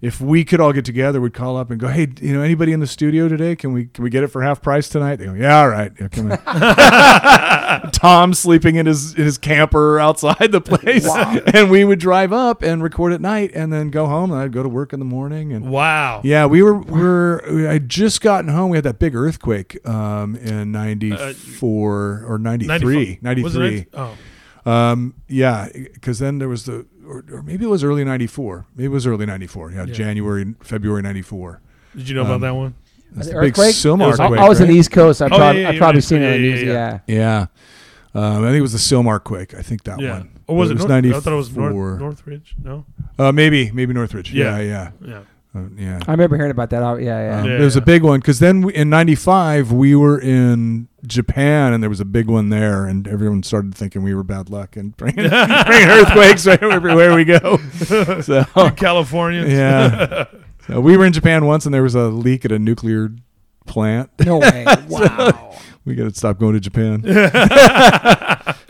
S2: if we could all get together, we'd call up and go, "Hey, you know, anybody in the studio today? Can we can we get it for half price tonight?" They go, "Yeah, all right." Yeah, come in. Tom sleeping in his in his camper outside the place, and we would drive up and record at night, and then go home. And I'd go to work in the morning, and
S3: Wow.
S2: yeah, we were we were I just gotten home. We had that big earthquake um, in '94 or '93,
S3: 94 Uh, was it
S2: '93.
S3: 90? Oh.
S2: Um, yeah, because then there was the, or, or maybe it was early '94. Maybe it was early '94. Yeah, January, February '94.
S3: Did you know
S2: Um,
S3: about that one?
S2: That's
S1: The
S2: the big
S1: earthquake?
S2: Silmar
S3: It was-
S1: I,
S2: quake.
S1: I was in
S2: right?
S1: the East Coast. I
S3: Oh, yeah,
S1: probably
S3: yeah,
S1: I've
S3: yeah,
S1: probably
S3: yeah,
S1: seen it on the
S3: yeah,
S1: news.
S3: yeah,
S1: Yeah.
S3: yeah.
S2: Yeah, um, I think it was the Silmar quake. I think that
S3: Yeah.
S2: one.
S3: Or was it, North? I thought it was
S2: 94.
S3: North, Northridge. No.
S2: Uh, maybe maybe Northridge. Yeah, yeah,
S3: Yeah.
S2: yeah. Uh, yeah.
S1: I remember hearing about that. I, yeah,
S2: Um,
S1: yeah.
S3: Yeah,
S2: it was
S3: yeah.
S2: a big one because then we, in '95 we were in Japan and there was a big one there, and everyone started thinking we were bad luck and bringing, bringing earthquakes everywhere we go. So
S3: California.
S2: yeah, So we were in Japan once and there was a leak at a nuclear plant.
S1: No way. Wow.
S2: We got to stop going to Japan.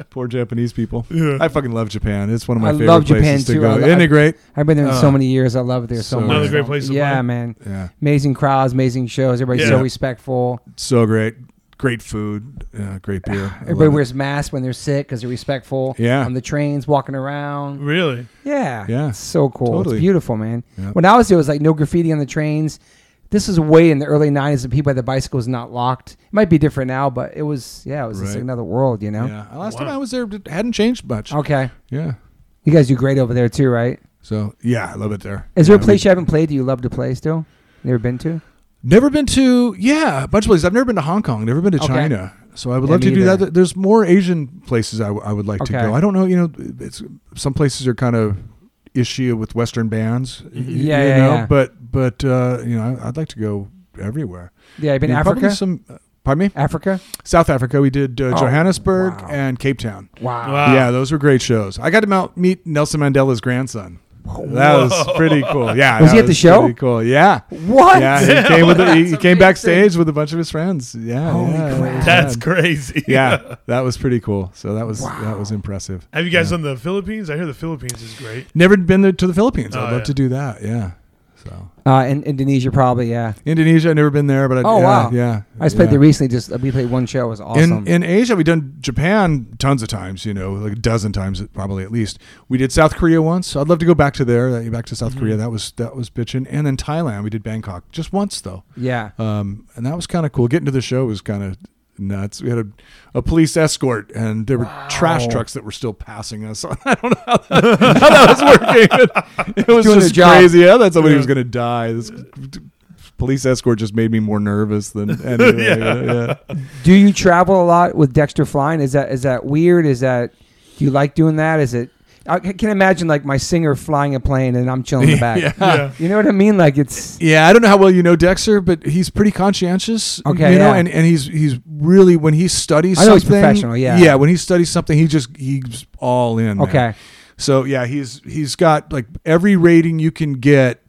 S2: Poor Japanese people. I fucking love Japan. It's one of my
S1: I
S2: favorite
S1: love Japan
S2: places to
S1: too. I
S2: go.
S1: lo-
S2: Isn't it great?
S1: I've been there in
S2: Uh,
S1: so many years. I love it there so,
S2: so
S1: much.
S2: Another
S3: great place to
S1: Yeah,
S3: play.
S1: man.
S2: Yeah,
S1: Amazing crowds, amazing shows. Everybody's
S3: Yeah.
S1: so respectful.
S2: so great. Great food. Yeah, great beer. I
S1: Everybody
S2: love it.
S1: wears masks when they're sick because they're respectful.
S2: Yeah.
S1: On the trains, walking around.
S3: Really?
S1: Yeah.
S2: Yeah.
S1: It's so cool.
S2: Totally.
S1: It's beautiful, man.
S2: Yeah.
S1: When I was there, it was like no graffiti on the trains. This was way in the early 90s. The people had the bicycles not locked. It might be different now, but it was, yeah, it was just
S2: Right.
S1: another world, you know? Oh.
S2: Yeah, last
S3: Wow.
S2: time I was there, it hadn't changed much.
S1: Okay.
S2: Yeah.
S1: You guys do great over there too, right?
S2: So yeah, I love it there.
S1: Is there
S2: Yeah,
S1: a
S2: we-
S1: place you haven't played that you love to play still? Never been to?
S2: Never been to yeah, a bunch of places. I've never been to Hong Kong. Never been to
S1: Okay.
S2: China. So I would
S1: Yeah,
S2: love
S1: me
S2: to do
S1: either.
S2: that. There's more Asian places I, w- I would like
S1: Okay.
S2: to go. I don't know. You know, it's some places are kind of issue with Western bands. y-
S1: Yeah,
S2: you
S1: yeah,
S2: know,
S1: yeah.
S2: But but uh, you know, I- I'd like to go everywhere.
S1: Yeah, you've been
S2: I
S1: to
S2: mean, probably
S1: Africa?
S2: Some. uh, Pardon me.
S1: Africa?
S2: South Africa. We did uh,
S1: Oh,
S2: Johannesburg
S1: wow.
S2: and Cape Town.
S1: Wow.
S3: Wow. Ah.
S2: Yeah, those were great shows. I got to mount, meet Nelson Mandela's grandson. That was pretty cool. Yeah,
S1: Was
S2: that
S1: he at the show?
S2: Pretty cool. Yeah,
S1: What?
S2: yeah. He came with the, he
S1: That's
S2: came
S1: amazing.
S2: backstage with a bunch of his friends. Yeah,
S1: Holy
S2: yeah,
S1: crap.
S2: it was
S3: That's
S2: fun.
S3: crazy.
S2: yeah. That was pretty cool. So that was
S1: Wow.
S2: that was impressive.
S3: Have you guys
S2: Yeah.
S3: done the Philippines? I hear the Philippines is great.
S2: Never been there to the Philippines.
S3: Oh,
S2: I'd love
S3: yeah.
S2: to do that. Yeah. So
S1: Uh, in Indonesia, probably, yeah.
S2: Indonesia, I've never been there, but I,
S1: Oh,
S2: yeah,
S1: wow.
S2: yeah.
S1: I just played
S2: yeah.
S1: there recently. Just we played one show. It was awesome.
S2: In in Asia, we've done Japan tons of times, you know, like a dozen times probably at least. We did South Korea once. I'd love to go back to there, that- back to
S3: Mm-hmm.
S2: South Korea. That was that was bitching. And then Thailand, we did Bangkok just once though,
S1: yeah.
S2: um, and that was kind of cool. Getting to the show was kind of nuts. We had a, a police escort, and there were trash
S1: Wow.
S2: trucks that were still passing us. I don't know how that, how that was working. It was
S1: Doing their
S2: just
S1: job.
S2: crazy. I thought somebody
S3: Yeah.
S2: was going to die. This police escort just made me more nervous than anything. yeah.
S1: Do you travel a lot with Dexter Flying? Is that is that weird? Is that do you like doing that? Is it? I c- can imagine like my singer flying a plane and I'm chilling in the back.
S3: Yeah.
S1: You know what I mean? Like it's
S2: Yeah, I don't know how well you know Dexter, but he's pretty conscientious.
S1: Okay,
S2: you know,
S1: yeah.
S2: and, and he's he's really when he studies.
S1: I know he's
S2: something,
S1: professional, yeah.
S2: yeah. When he studies something, he just he's all in. man.
S1: okay.
S2: so yeah, he's he's got like every rating you can get,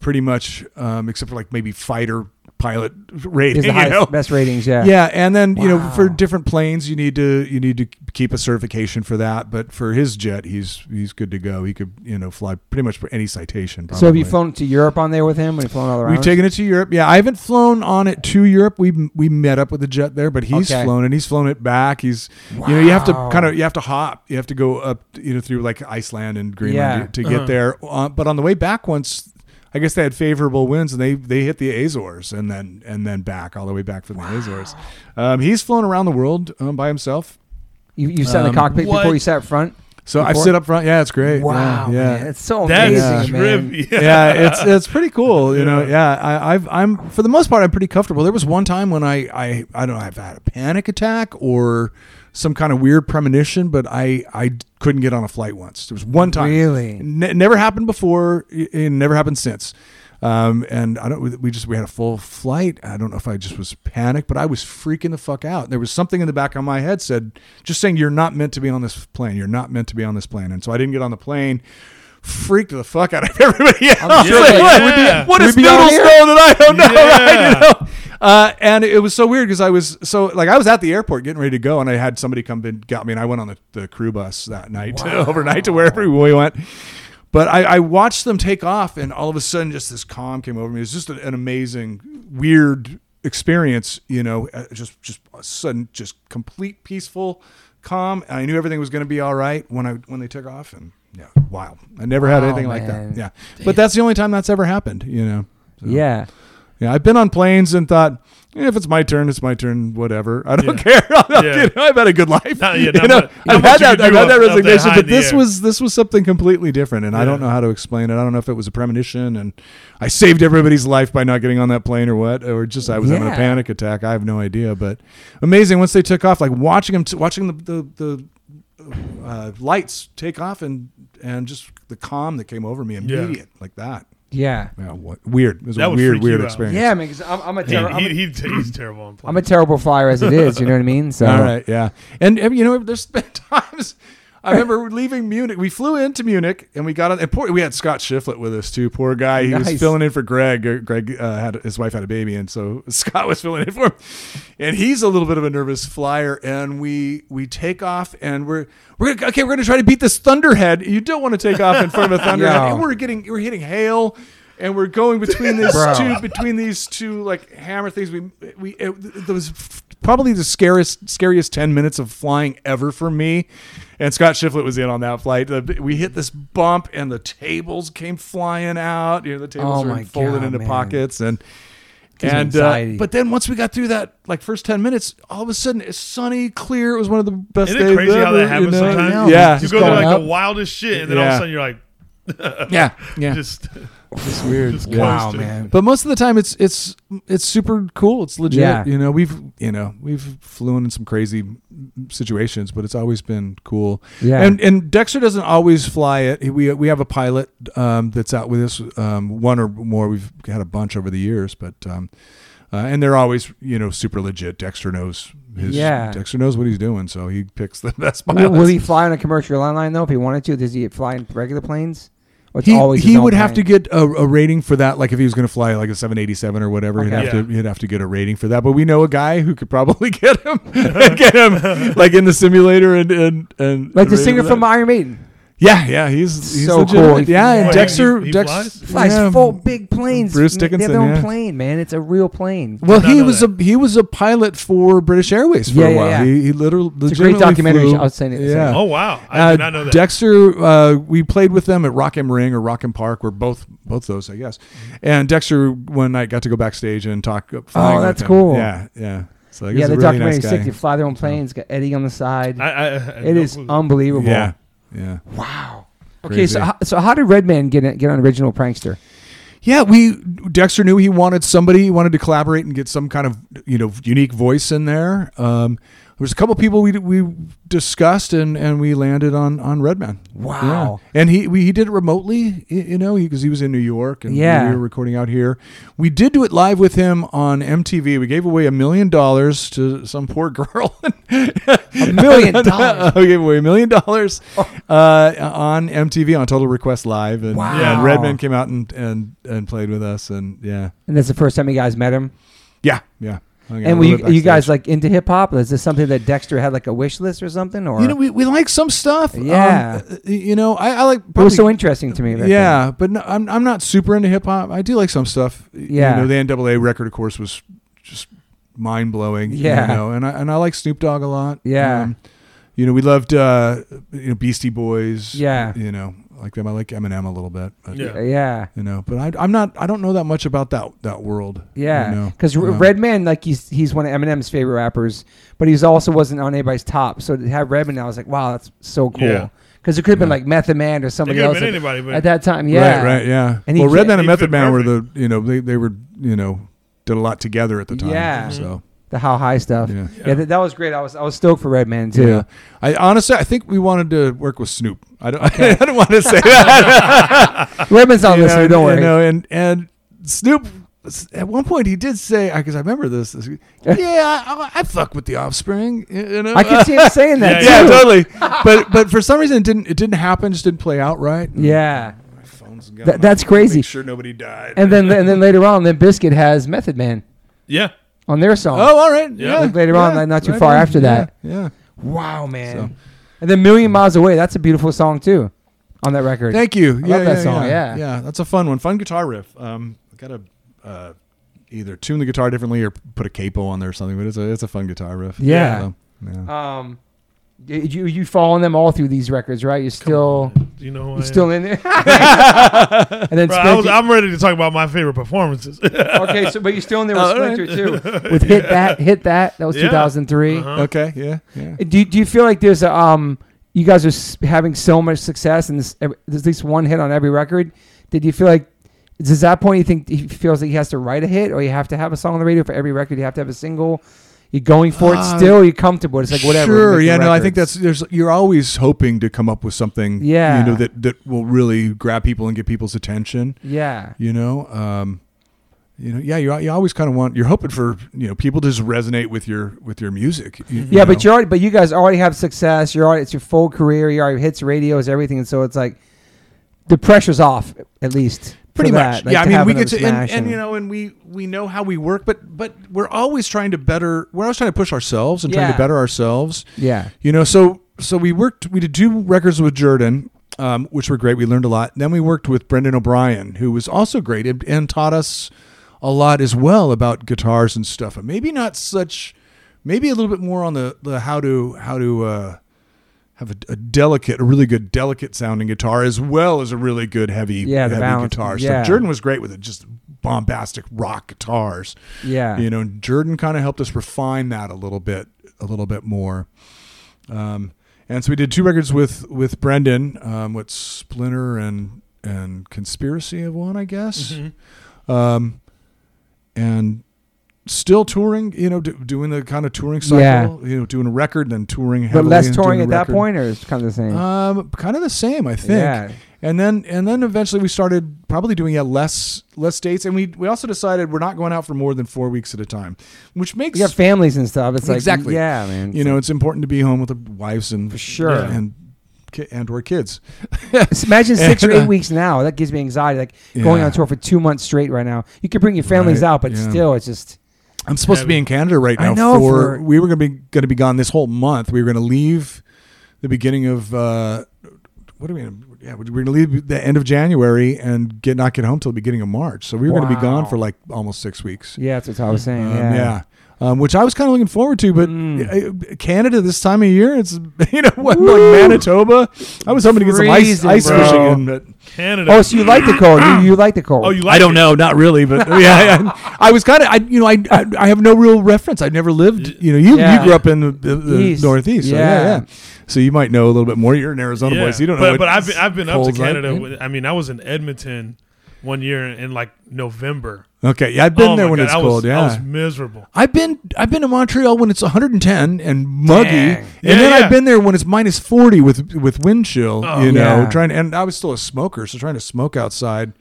S2: pretty much, um, except for like maybe fighter pilot rating.
S1: Is the
S2: you
S1: highest
S2: know?
S1: best ratings? Yeah.
S2: Yeah, and then you know for
S1: Wow.
S2: different planes you need to you need to keep a certification for that. But for his jet, he's he's good to go. He could you know fly pretty much for any citation. Probably.
S1: So have you flown to Europe on there with him? Have you flown all around?
S2: We've taken it to Europe. Yeah, I haven't flown on it to Europe. We we met up with the jet there, but he's
S1: Okay.
S2: flown and he's flown it back. He's you know you have to
S1: Wow.
S2: kind of you have to hop. You have to go up you know through like Iceland and Greenland
S1: Yeah.
S2: to, to get there. Uh, but on the way back once. I guess they had favorable winds, and they, they hit the Azores, and then and then back all the way back from the Azores. Um, he's flown around the world um, by himself,
S1: You, you sat in
S2: Um,
S1: the cockpit
S3: what?
S1: before you sat up front.
S2: so I've
S1: Before-
S2: sit up front. Yeah, it's great.
S1: Wow.
S2: yeah, yeah.
S1: Man, it's so
S3: That's
S1: amazing,
S2: Yeah.
S1: man.
S3: trippy.
S2: yeah, it's it's pretty cool, you know. Yeah, I, I've I'm for the most part I'm pretty comfortable. There was one time when I I I don't know I've had a panic attack or some kind of weird premonition, but I I couldn't get on a flight once. There was one time,
S1: Really?
S2: ne- never happened before, i- it never happened since. Um, and I don't. We just we had a full flight. I don't know if I just was panicked, but I was freaking the fuck out. There was something in the back of my head said, just saying, "You're not meant to be on this plane. You're not meant to be on this plane." And so I didn't get on the plane. Freaked the fuck out of everybody else.
S1: I'm sure
S2: Like,
S1: they-
S2: what?
S3: we'd be-
S2: What
S1: we'd
S2: does
S1: be on
S2: Noodles
S1: here.
S2: know that I don't know?
S3: Yeah.
S2: Right? You know? Uh, and it was so weird because I was so like I was at the airport getting ready to go, and I had somebody come and got me, and I went on the, the crew bus that night overnight to wherever we went. But I, I watched them take off, and all of a sudden, just this calm came over me. It was just an amazing, weird experience, you know, uh, just just a sudden, just complete peaceful calm. I knew everything was going to be all right when I when they took off, and yeah, wow, I never had
S1: Wow,
S2: anything like
S1: man.
S2: that. Yeah, but that's the only time that's ever happened, you know. So.
S1: Yeah.
S2: Yeah, I've been on planes and thought, eh, if it's my turn, it's my turn. Whatever, I don't care. I'll-
S3: Yeah.
S2: you know, I've had a good life.
S3: Not- yeah,
S2: You
S3: not
S2: know,
S3: much- not
S2: I've
S3: much
S2: had that.
S3: you can
S2: I've
S3: do
S2: had that
S3: up- up that
S2: resignation,
S3: high
S2: but
S3: in the
S2: this
S3: air.
S2: was this was something completely different, and I don't
S3: Yeah.
S2: know how to explain it. I don't know if it was a premonition, and I saved everybody's life by not getting on that plane, or what, or just I was having a
S1: Yeah.
S2: panic attack. I have no idea, but amazing. Once they took off, like watching them, t- watching the the, the uh, lights take off, and and just the calm that came over me,
S3: Yeah.
S2: immediate like that.
S1: Yeah.
S2: Yeah, what, weird. It was
S3: That
S2: a
S3: would
S2: weird,
S3: freak you
S2: weird
S3: out.
S2: experience.
S1: Yeah, man. i I'm, I'm a
S3: He,
S1: terror. I'm,
S3: he,
S1: a-
S3: he- he's terrible on planes.
S1: I'm a terrible flyer as it is. You know what I mean? So
S2: All right, yeah. And, and, you know, there's been times I remember leaving Munich. We flew into Munich and we got on. And poor, we had Scott Shiflett with us too. Poor guy. He
S1: Nice.
S2: was filling in for Greg. Greg uh, had his wife had a baby, and so Scott was filling in for him. And he's a little bit of a nervous flyer. And we we take off and we're we're gonna, okay. We're going to try to beat this thunderhead. You don't want to take off in front of a thunderhead.
S1: Yeah.
S2: And we're getting we're hitting hail. And we're going between these
S1: Bro.
S2: two, between these two like hammer things. We we it, it was probably the scariest scariest ten minutes of flying ever for me. And Scott Shiflett was in on that flight. The- we hit this bump, and the tables came flying out. You know, the
S1: Oh
S2: tables
S1: my
S2: were folded
S1: God,
S2: into
S1: man.
S2: pockets, and
S1: Gives me
S2: and
S1: anxiety.
S2: uh, but then once we got through that like first ten minutes, all of a sudden it's sunny, clear. It was one of the best
S3: Isn't
S2: days
S3: it crazy
S2: ever.
S3: how that happens
S2: you know?
S3: sometimes?
S1: Yeah.
S2: Yeah,
S3: You
S1: Just
S3: go through
S1: going
S3: like
S1: up.
S3: the wildest shit, and then all of
S2: Yeah.
S3: a sudden you're like,
S2: yeah, yeah. Uh,
S3: just
S2: it's weird.
S3: just
S2: Yeah.
S1: Wow,
S3: coasting.
S1: man.
S2: But most of the time, it's it's it's super cool. It's legit.
S1: Yeah.
S2: You know, we've you know we've flown in some crazy situations, but it's always been cool.
S1: Yeah.
S2: And and Dexter doesn't always fly it. We we have a pilot um, that's out with us, um, one or more. We've had a bunch over the years, but um, uh, and they're always you know super legit. Dexter knows his.
S1: Yeah.
S2: Dexter knows what he's doing, so he picks the best
S1: Will,
S2: pilots.
S1: will he fly on a commercial airline though? If he wanted to, does he fly in regular planes? Or it's
S2: he,
S1: always his
S2: he
S1: own
S2: would have to
S1: plane?
S2: get a, a rating for that. Like if he was going to fly like a 787 or whatever, he'd
S1: Okay.
S2: have
S3: Yeah.
S2: to he'd have to get a rating for that. But we know a guy who could probably get him get him like in the simulator and and
S1: like
S2: and and rate
S1: the singer
S2: him
S1: from
S2: that.
S1: Iron Maiden.
S2: yeah yeah he's he's
S1: So
S2: so
S1: cool. He-
S2: yeah
S1: Wait,
S2: and Dexter
S3: he- he
S2: Dexter
S3: flies?
S1: Flies
S2: yeah.
S1: full big planes.
S2: Bruce
S1: man. They
S2: Dickinson,
S1: have their own
S2: yeah.
S1: plane, man. It's a real plane.
S2: Well,
S3: Did not
S2: he
S3: know
S2: was
S3: that.
S2: a he was a pilot for British Airways for
S1: Yeah,
S2: a
S1: yeah,
S2: while.
S1: yeah.
S2: He, he literally
S1: a great
S2: legitimately
S1: documentary.
S2: flew-
S1: I'll send it- send it.
S2: Yeah.
S3: oh wow, I
S2: Uh,
S3: did not know that.
S2: Dexter, uh, we played with them at Rockham Ring or Rockham Park. We're both both those, I guess.
S3: Mm-hmm.
S2: And Dexter one night got to go backstage and talk. uh, flying with
S1: Oh, that's
S2: him.
S1: cool.
S2: Yeah, yeah. So
S1: yeah, the
S2: the really
S1: documentary
S2: nice guy.
S1: sick. They fly their own planes. Got Eddie on the side.
S3: I, I, I had
S1: it
S3: no
S1: is
S3: clue.
S2: um,
S1: unbelievable.
S2: Yeah, yeah,
S1: Wow. Okay,
S2: Crazy.
S1: so ho- so how did Redman get in, get on original prankster?
S2: yeah. We Dexter knew he wanted somebody. He wanted to collaborate and get some kind of you know unique voice in there. Um, there was a couple people we we discussed and and we landed on on Redman.
S1: Wow.
S2: Yeah. And he we, he did it remotely, y- you know, because he, was in New York and we-
S1: Yeah.
S2: we were recording out here. We did do it live with him on MTV. We gave away a million dollars to some poor girl. a
S1: million dollars?
S2: we gave away a million dollars uh, on MTV on Total Request Live. And,
S1: Wow.
S2: and Redman came out and, and, and played with us. And yeah.
S1: And that's the first time you guys met him.
S2: Yeah. Yeah. Hung out
S1: and
S2: a
S1: were
S2: little
S1: you,
S2: bit
S1: you
S2: backstage.
S1: guys like into hip hop? Is this something that Dexter had like a wish list or something? Or
S2: You know, we, we like some stuff. Um,
S1: Yeah.
S2: uh, you know, I, I like.
S1: it was
S2: probably-
S1: so interesting to me. back
S2: yeah, but no, I'm I'm not super into hip hop. I do like some stuff.
S1: Yeah.
S2: you know, the NAA record, of course, was just mind blowing.
S1: Yeah.
S2: you know, and I and I like Snoop Dogg a lot. Um,
S1: Yeah.
S2: you know, we loved uh, you know Beastie Boys.
S1: Yeah.
S2: you know, like them. I like Eminem a little bit. But,
S3: Yeah.
S1: then. yeah,
S2: you know, but I, I'm not. I don't know that much about that that world. you
S1: yeah.
S2: know. Um,
S1: Because
S2: Yeah.
S1: Redman, like he's he's one of Eminem's favorite rappers, but he's also wasn't on anybody's top. So to have Redman, I was like, wow, that's so
S3: Yeah.
S1: cool. Because it could have been
S2: Yeah.
S1: like Method Man or
S3: It
S1: somebody
S3: could have
S1: else
S3: been
S1: at,
S3: anybody, but
S1: at that time. Yeah,
S2: Right, right, yeah.
S1: And he
S2: well,
S1: can't-
S2: Redman and
S3: He'd
S2: Method
S3: fit
S2: Man were the, you know, they, they were, you know, did a lot together at the time.
S1: Yeah.
S2: So,
S1: The how high stuff. Yeah,
S2: Yeah.
S3: Yeah.
S1: that, that was great. I was I was stoked for Redman too.
S2: Yeah. I honestly, I think we wanted to work with Snoop. I don't, I don't want to say that.
S1: Redman's not
S2: You know,
S1: listening. Don't
S2: you
S1: worry.
S2: know, and and Snoop. At one point, he did say, because I remember this. this- yeah, I, I fuck with the Offspring. You know,
S1: I could see him saying that.
S2: yeah,
S1: too.
S2: totally. But but for some reason, it didn't it didn't happen. Just didn't play out right.
S1: Yeah.
S2: My phone's
S1: Th-
S2: gone.
S1: that's
S2: Make
S1: crazy.
S2: sure nobody died.
S1: And then and then later on, then Biscuit has Method Man
S3: yeah,
S1: on their song.
S2: oh, all right.
S3: Yeah.
S2: Yeah.
S1: Like later on,
S2: yeah,
S1: like not too far
S2: on.
S1: after that.
S2: Yeah. yeah.
S1: Wow, man.
S2: So-
S1: And then Million Miles Away, that's a beautiful song too on that record.
S2: Thank you.
S1: I love that song, yeah.
S2: yeah. that's a fun one. Fun guitar riff. Um, I gotta uh, either tune the guitar differently or put a capo on there or something. But it's a it's a fun guitar riff.
S1: Yeah.
S2: So, yeah.
S1: Um did you you following them all through these records, right? You're still
S3: Do you know, who I
S1: you're
S3: am?
S1: still in there. and then
S3: Bro, I was,
S1: Splinter-
S3: I'm ready to talk about my favorite performances.
S1: okay, so but you're still in there with
S2: Oh, all right.
S1: Splinter too. With Hit That, Hit That. That was
S3: Yeah.
S1: 2003.
S3: Uh-huh.
S2: Okay. Yeah. Yeah.
S1: Do, do you feel like there's a, um you guys are s- having so much success and this, every, there's at least one hit on every record? Did you feel like does that point you think he feels like he has to write a hit or you have to have a song on the radio for every record? You have to have a single. You're going for it
S2: Uh,
S1: still. You're comfortable. It's like whatever.
S2: Sure.
S1: make the
S2: Yeah. No, I think
S1: records.
S2: that's there's you're always hoping to come up with something.
S1: Yeah.
S2: You know that that will really grab people and get people's attention.
S1: yeah.
S2: You know. Um, you know, yeah, you, you always kind of want you're hoping for you know people to just resonate with your with your music. you- you
S1: Yeah, but
S2: know.
S1: you already, but you guys already have success. You're already, it's your full career. You already hits radios, everything, and so it's like the pressure's off at least. for
S2: pretty
S1: that,
S2: much.
S1: like,
S2: yeah, I
S1: to
S2: mean,
S1: have
S2: we
S1: another
S2: get to and,
S1: smash
S2: and you know, and we we know how we work, but but we're always trying to better. We're always trying to push ourselves and trying
S1: Yeah.
S2: to better ourselves.
S1: yeah,
S2: You know, so so we worked. We did two records with Jordan, um, which were great. We learned a lot. Then we worked with Brendan O'Brien, who was also great and, and taught us a lot as well about guitars and stuff. And maybe not such. Maybe a little bit more on the, the how to how to uh, have a, a delicate, a really good delicate sounding guitar as well as a really good heavy
S1: Yeah, the
S2: heavy
S1: balance,
S2: guitar.
S1: yeah.
S2: So Jordan was great with it, just bombastic rock guitars
S1: yeah,
S2: you know jordan kind of helped us refine that a little bit a little bit more um, and so we did two records with with brendan um, with splinter and and conspiracy of one i guess
S3: Mhm.
S1: Mm-hmm.
S2: um, and still touring you know do, doing the kind of touring cycle
S1: Yeah.
S2: you know doing a record then touring
S1: but
S2: heavily
S1: less
S2: and doing
S1: touring
S2: a
S1: at that
S2: record.
S1: point, or it's kind of the same.
S2: um, kind of the same i think
S1: yeah,
S2: and then and then eventually we started probably doing yeah less less dates, and we we also decided we're not going out for more than four weeks at a time, which makes
S1: you got families and stuff. It's like
S2: Exactly.
S1: yeah, man.
S2: you know it's important to be home with the wives and
S1: for sure.
S3: Yeah.
S2: and ki- and or kids.
S1: Just Imagine six or
S2: And,
S1: eight
S2: uh,
S1: weeks now. That gives me anxiety. Like
S2: Yeah.
S1: going on tour for two months straight right now. You could bring your families
S2: Right,
S1: out, but
S2: yeah.
S1: still, it's just
S2: I'm supposed to be in Canada right
S1: I
S2: now.
S1: know,
S2: for,
S1: for-
S2: we were gonna be gonna be gone this whole month. We were gonna leave the beginning of uh, what do we? Yeah, we we're gonna leave the end of January and get not get home till the beginning of March. So we were gonna be gone
S1: Wow.
S2: for like almost six weeks.
S1: yeah. That's what I was saying.
S2: Um,
S1: yeah.
S2: yeah. Um, which I was kind of looking forward to, but
S1: Mm.
S2: uh, Canada this time of year, it's you know what,
S1: Woo.
S2: like Manitoba. I was hoping to get some ice,
S1: Freezing,
S2: ice
S1: bro.
S2: fishing in, but
S3: Canada.
S1: Oh, so you like the cold? You, you like the cold?
S3: Oh, you like?
S2: I don't
S3: it?
S2: know, not really, but yeah, I, I was kind of, I you know, I, I I have no real reference. I've never lived, you know, you,
S1: Yeah.
S2: you grew up in the, the, the
S1: East.
S2: Northeast, so yeah.
S1: Yeah.
S2: yeah, so you might know a little bit more. You're an Arizona boy, so you don't
S3: but,
S2: know. what
S3: But I've been, I've been up to
S2: cold's like,
S3: Canada.
S2: yeah.
S3: with- I mean, I was in Edmonton one year in like November.
S2: okay, yeah, I've been
S3: Oh
S2: there
S3: my
S2: when
S3: God,
S2: it's
S3: I was-
S2: cold. Yeah,
S3: I was miserable.
S2: I've been I've been to Montreal when it's 110 and muggy,
S1: Dang.
S2: and
S3: Yeah,
S2: then
S3: yeah.
S2: I've been there when it's minus 40 with with wind chill.
S3: Oh.
S2: you know,
S1: Yeah.
S2: trying and I was still a smoker, so trying to smoke outside.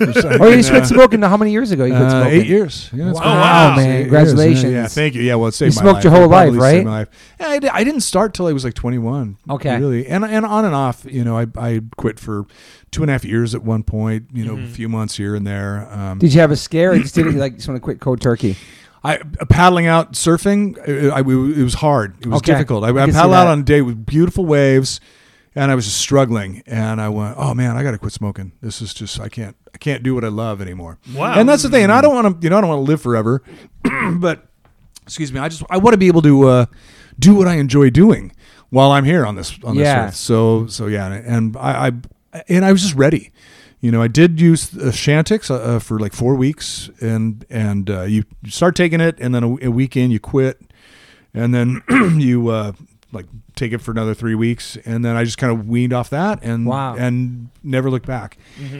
S1: Oh, you quit smoking. How many years ago you quit
S2: Uh,
S1: smoking?
S2: eight years. Yeah, it's
S1: Wow,
S2: been-
S3: wow.
S1: man.
S2: Eight years.
S1: Congratulations.
S2: Yeah, yeah, thank you. Yeah, well, it saved
S1: You
S2: my
S1: smoked
S2: life.
S1: your whole
S2: It probably
S1: life,
S2: saved
S1: right?
S2: my life. Yeah, I, di- I didn't start till I was like 21.
S1: Okay.
S2: Really, and and on and off. You know, I I quit for two and a half years at one point. You know, a
S3: Mm-hmm.
S2: few months here and there. Um,
S1: Did you have a scare? Or just did it like just want to quit cold turkey?
S2: I uh, paddling out surfing. uh, I, I- it was hard. It was
S1: Okay.
S2: difficult. I,
S1: I
S2: I
S1: can see
S2: paddled out
S1: that.
S2: on a day with beautiful waves, and I was just struggling. And I went, "Oh man, I got to quit smoking. This is just I can't I can't do what I love anymore."
S3: Wow.
S2: And that's the thing. And
S1: Mm.
S2: I don't want to you know I don't want to live forever, but excuse me. I just I want to be able to uh, do what I enjoy doing while I'm here on this on
S1: Yeah.
S2: this earth. So so yeah, and I, I and I was just ready. You know, I did use uh, Shantix uh, uh, for like four weeks, and and uh, you you start taking it, and then a, a week in you quit, and then you uh, like take it for another three weeks, and then I just kind of weaned off that, and
S1: Wow. Mm-hmm.
S2: and never looked back.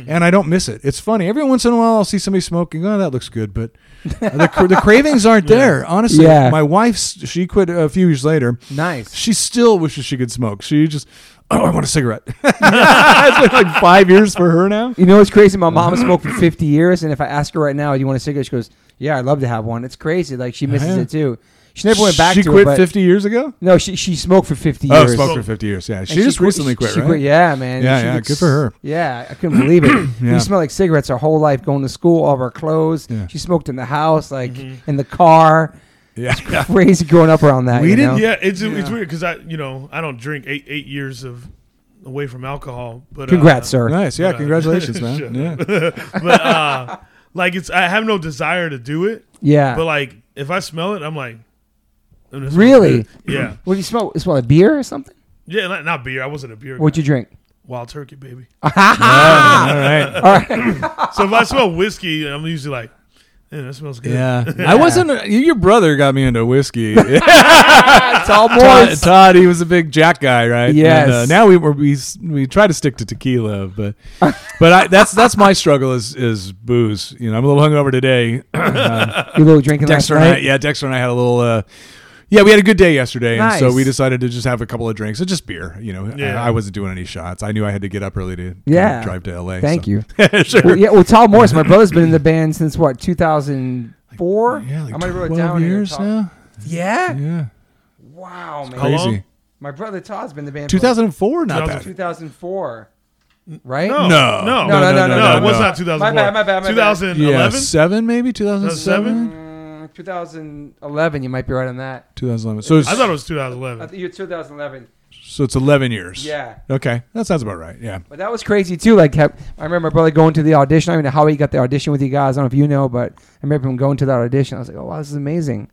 S2: And I don't miss it. It's funny. Every once in a while, I'll see somebody smoking. Oh, that looks good, but the, cra- the cravings aren't there. Honestly,
S1: Yeah.
S2: my wife's she quit a few years later.
S1: Nice.
S2: She still wishes she could smoke. She just, oh, I want a cigarette. it's been like five years for her now.
S1: You know what's crazy? My mom smoked for 50 years, and if I ask her right now, "Do you want a cigarette?" She goes, "Yeah, I'd love to have one." It's crazy. Like she misses
S2: Yeah.
S1: it too. She never went back
S2: She
S1: to
S2: quit
S1: it. But
S2: 50 years ago.
S1: no, she she smoked for 50
S2: Oh,
S1: years.
S2: smoked
S1: And
S2: for 50 years. Yeah, she, just
S1: quit-
S2: recently quit,
S1: she
S2: right?
S1: Yeah, man.
S2: Yeah,
S1: She
S2: yeah,
S1: could
S2: good for
S1: s-
S2: her.
S1: Yeah, I couldn't believe it.
S2: Yeah.
S1: We smelled like cigarettes our whole life, going to school, all of our clothes.
S2: Yeah.
S1: She smoked in the house, like in the car.
S2: Yeah, yeah.
S1: Crazy growing up around that.
S2: We
S1: you know?
S2: didn't
S3: Yeah, it's it's
S2: Yeah.
S3: weird because I you know I don't drink eight eight years of away from alcohol. But uh,
S1: Congrats, sir.
S2: Nice. Yeah,
S3: Right.
S2: congratulations, man.
S3: Sure.
S2: Yeah.
S3: But uh, like it's I have no desire to do it.
S1: Yeah.
S3: But like if I smell it, I'm like, "Oh, this smells
S1: Really?
S3: good." Yeah,
S1: What do you smell? Smell like beer or something?
S3: yeah. Not, not beer. I wasn't a beer.
S1: What'd
S3: guy.
S1: you Ah. drink?
S3: Wild turkey, baby.
S2: All right.
S1: All right.
S3: so if I smell whiskey, I'm usually like, yeah, that smells good.
S2: Yeah. I wasn't. a- your brother got me into whiskey.
S1: it's all
S2: Todd,
S1: boys.
S2: Todd, he was a big Jack guy, right?
S1: Yes.
S2: And, uh, now we were we s- we try to stick to tequila, but but I, that's that's my struggle is is booze. You know, I'm a little hungover today. Um,
S1: You little drinking
S2: Dexter
S1: last
S2: and I,
S1: night.
S2: yeah, Dexter and I had a little. Uh, Yeah, we had a good day yesterday, and
S1: Nice.
S2: so we decided to just have a couple of drinks and just beer. You know,
S3: Yeah.
S2: I, I wasn't doing any shots. I knew I had to get up early to
S1: Yeah.
S2: drive to LA.
S1: Thank
S2: so.
S1: you.
S2: you. sure.
S1: Well, yeah, well, Tal Morris, my brother's been in the band since what, 2004?
S2: Yeah, like
S1: I might have wrote it
S2: 12
S1: down here,
S2: years
S1: Tal.
S2: now.
S1: Yeah?
S2: Yeah,
S1: Wow, man.
S3: How long?
S2: crazy.
S1: My brother Todd's been in the band for, like,
S2: 2004, not
S1: since
S2: bad.
S1: 2004. Right?
S3: No,
S2: No.
S3: no,
S1: No, no, no, no,
S3: No, it was
S1: no.
S3: not 2004.
S1: My bad, my bad, my bad.
S3: 2011.
S2: Yeah, seven maybe 2007.
S1: 2007? 2011, you might be right on that.
S2: 2011. So it's,
S3: I thought it was
S1: I
S3: 2011.
S1: think you're 2011.
S2: so it's 11 years.
S1: Yeah.
S2: Okay, that sounds about right. Yeah.
S1: But that was crazy too. Like ha- I remember my brother going to the audition. I don't even know how he got the audition with you guys. I don't know if you know, but I remember him going to that audition. I was like, oh wow, this is amazing.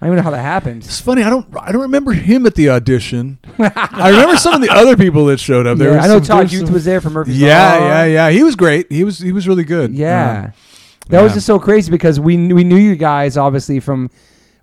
S1: I don't even know how that happened.
S2: It's funny. I don't. I don't remember him at the audition. I remember some of the other people that showed up. There.
S1: Yeah,
S2: was
S1: I know
S2: some- there
S1: Todd
S2: was
S1: Youth
S2: some-
S1: was there for Murphy's
S2: Yeah,
S1: Law.
S2: yeah, yeah. He was great. He was. He was really good.
S1: Yeah.
S2: Um,
S1: that was
S2: yeah.
S1: just so crazy because we kn- we knew you guys obviously from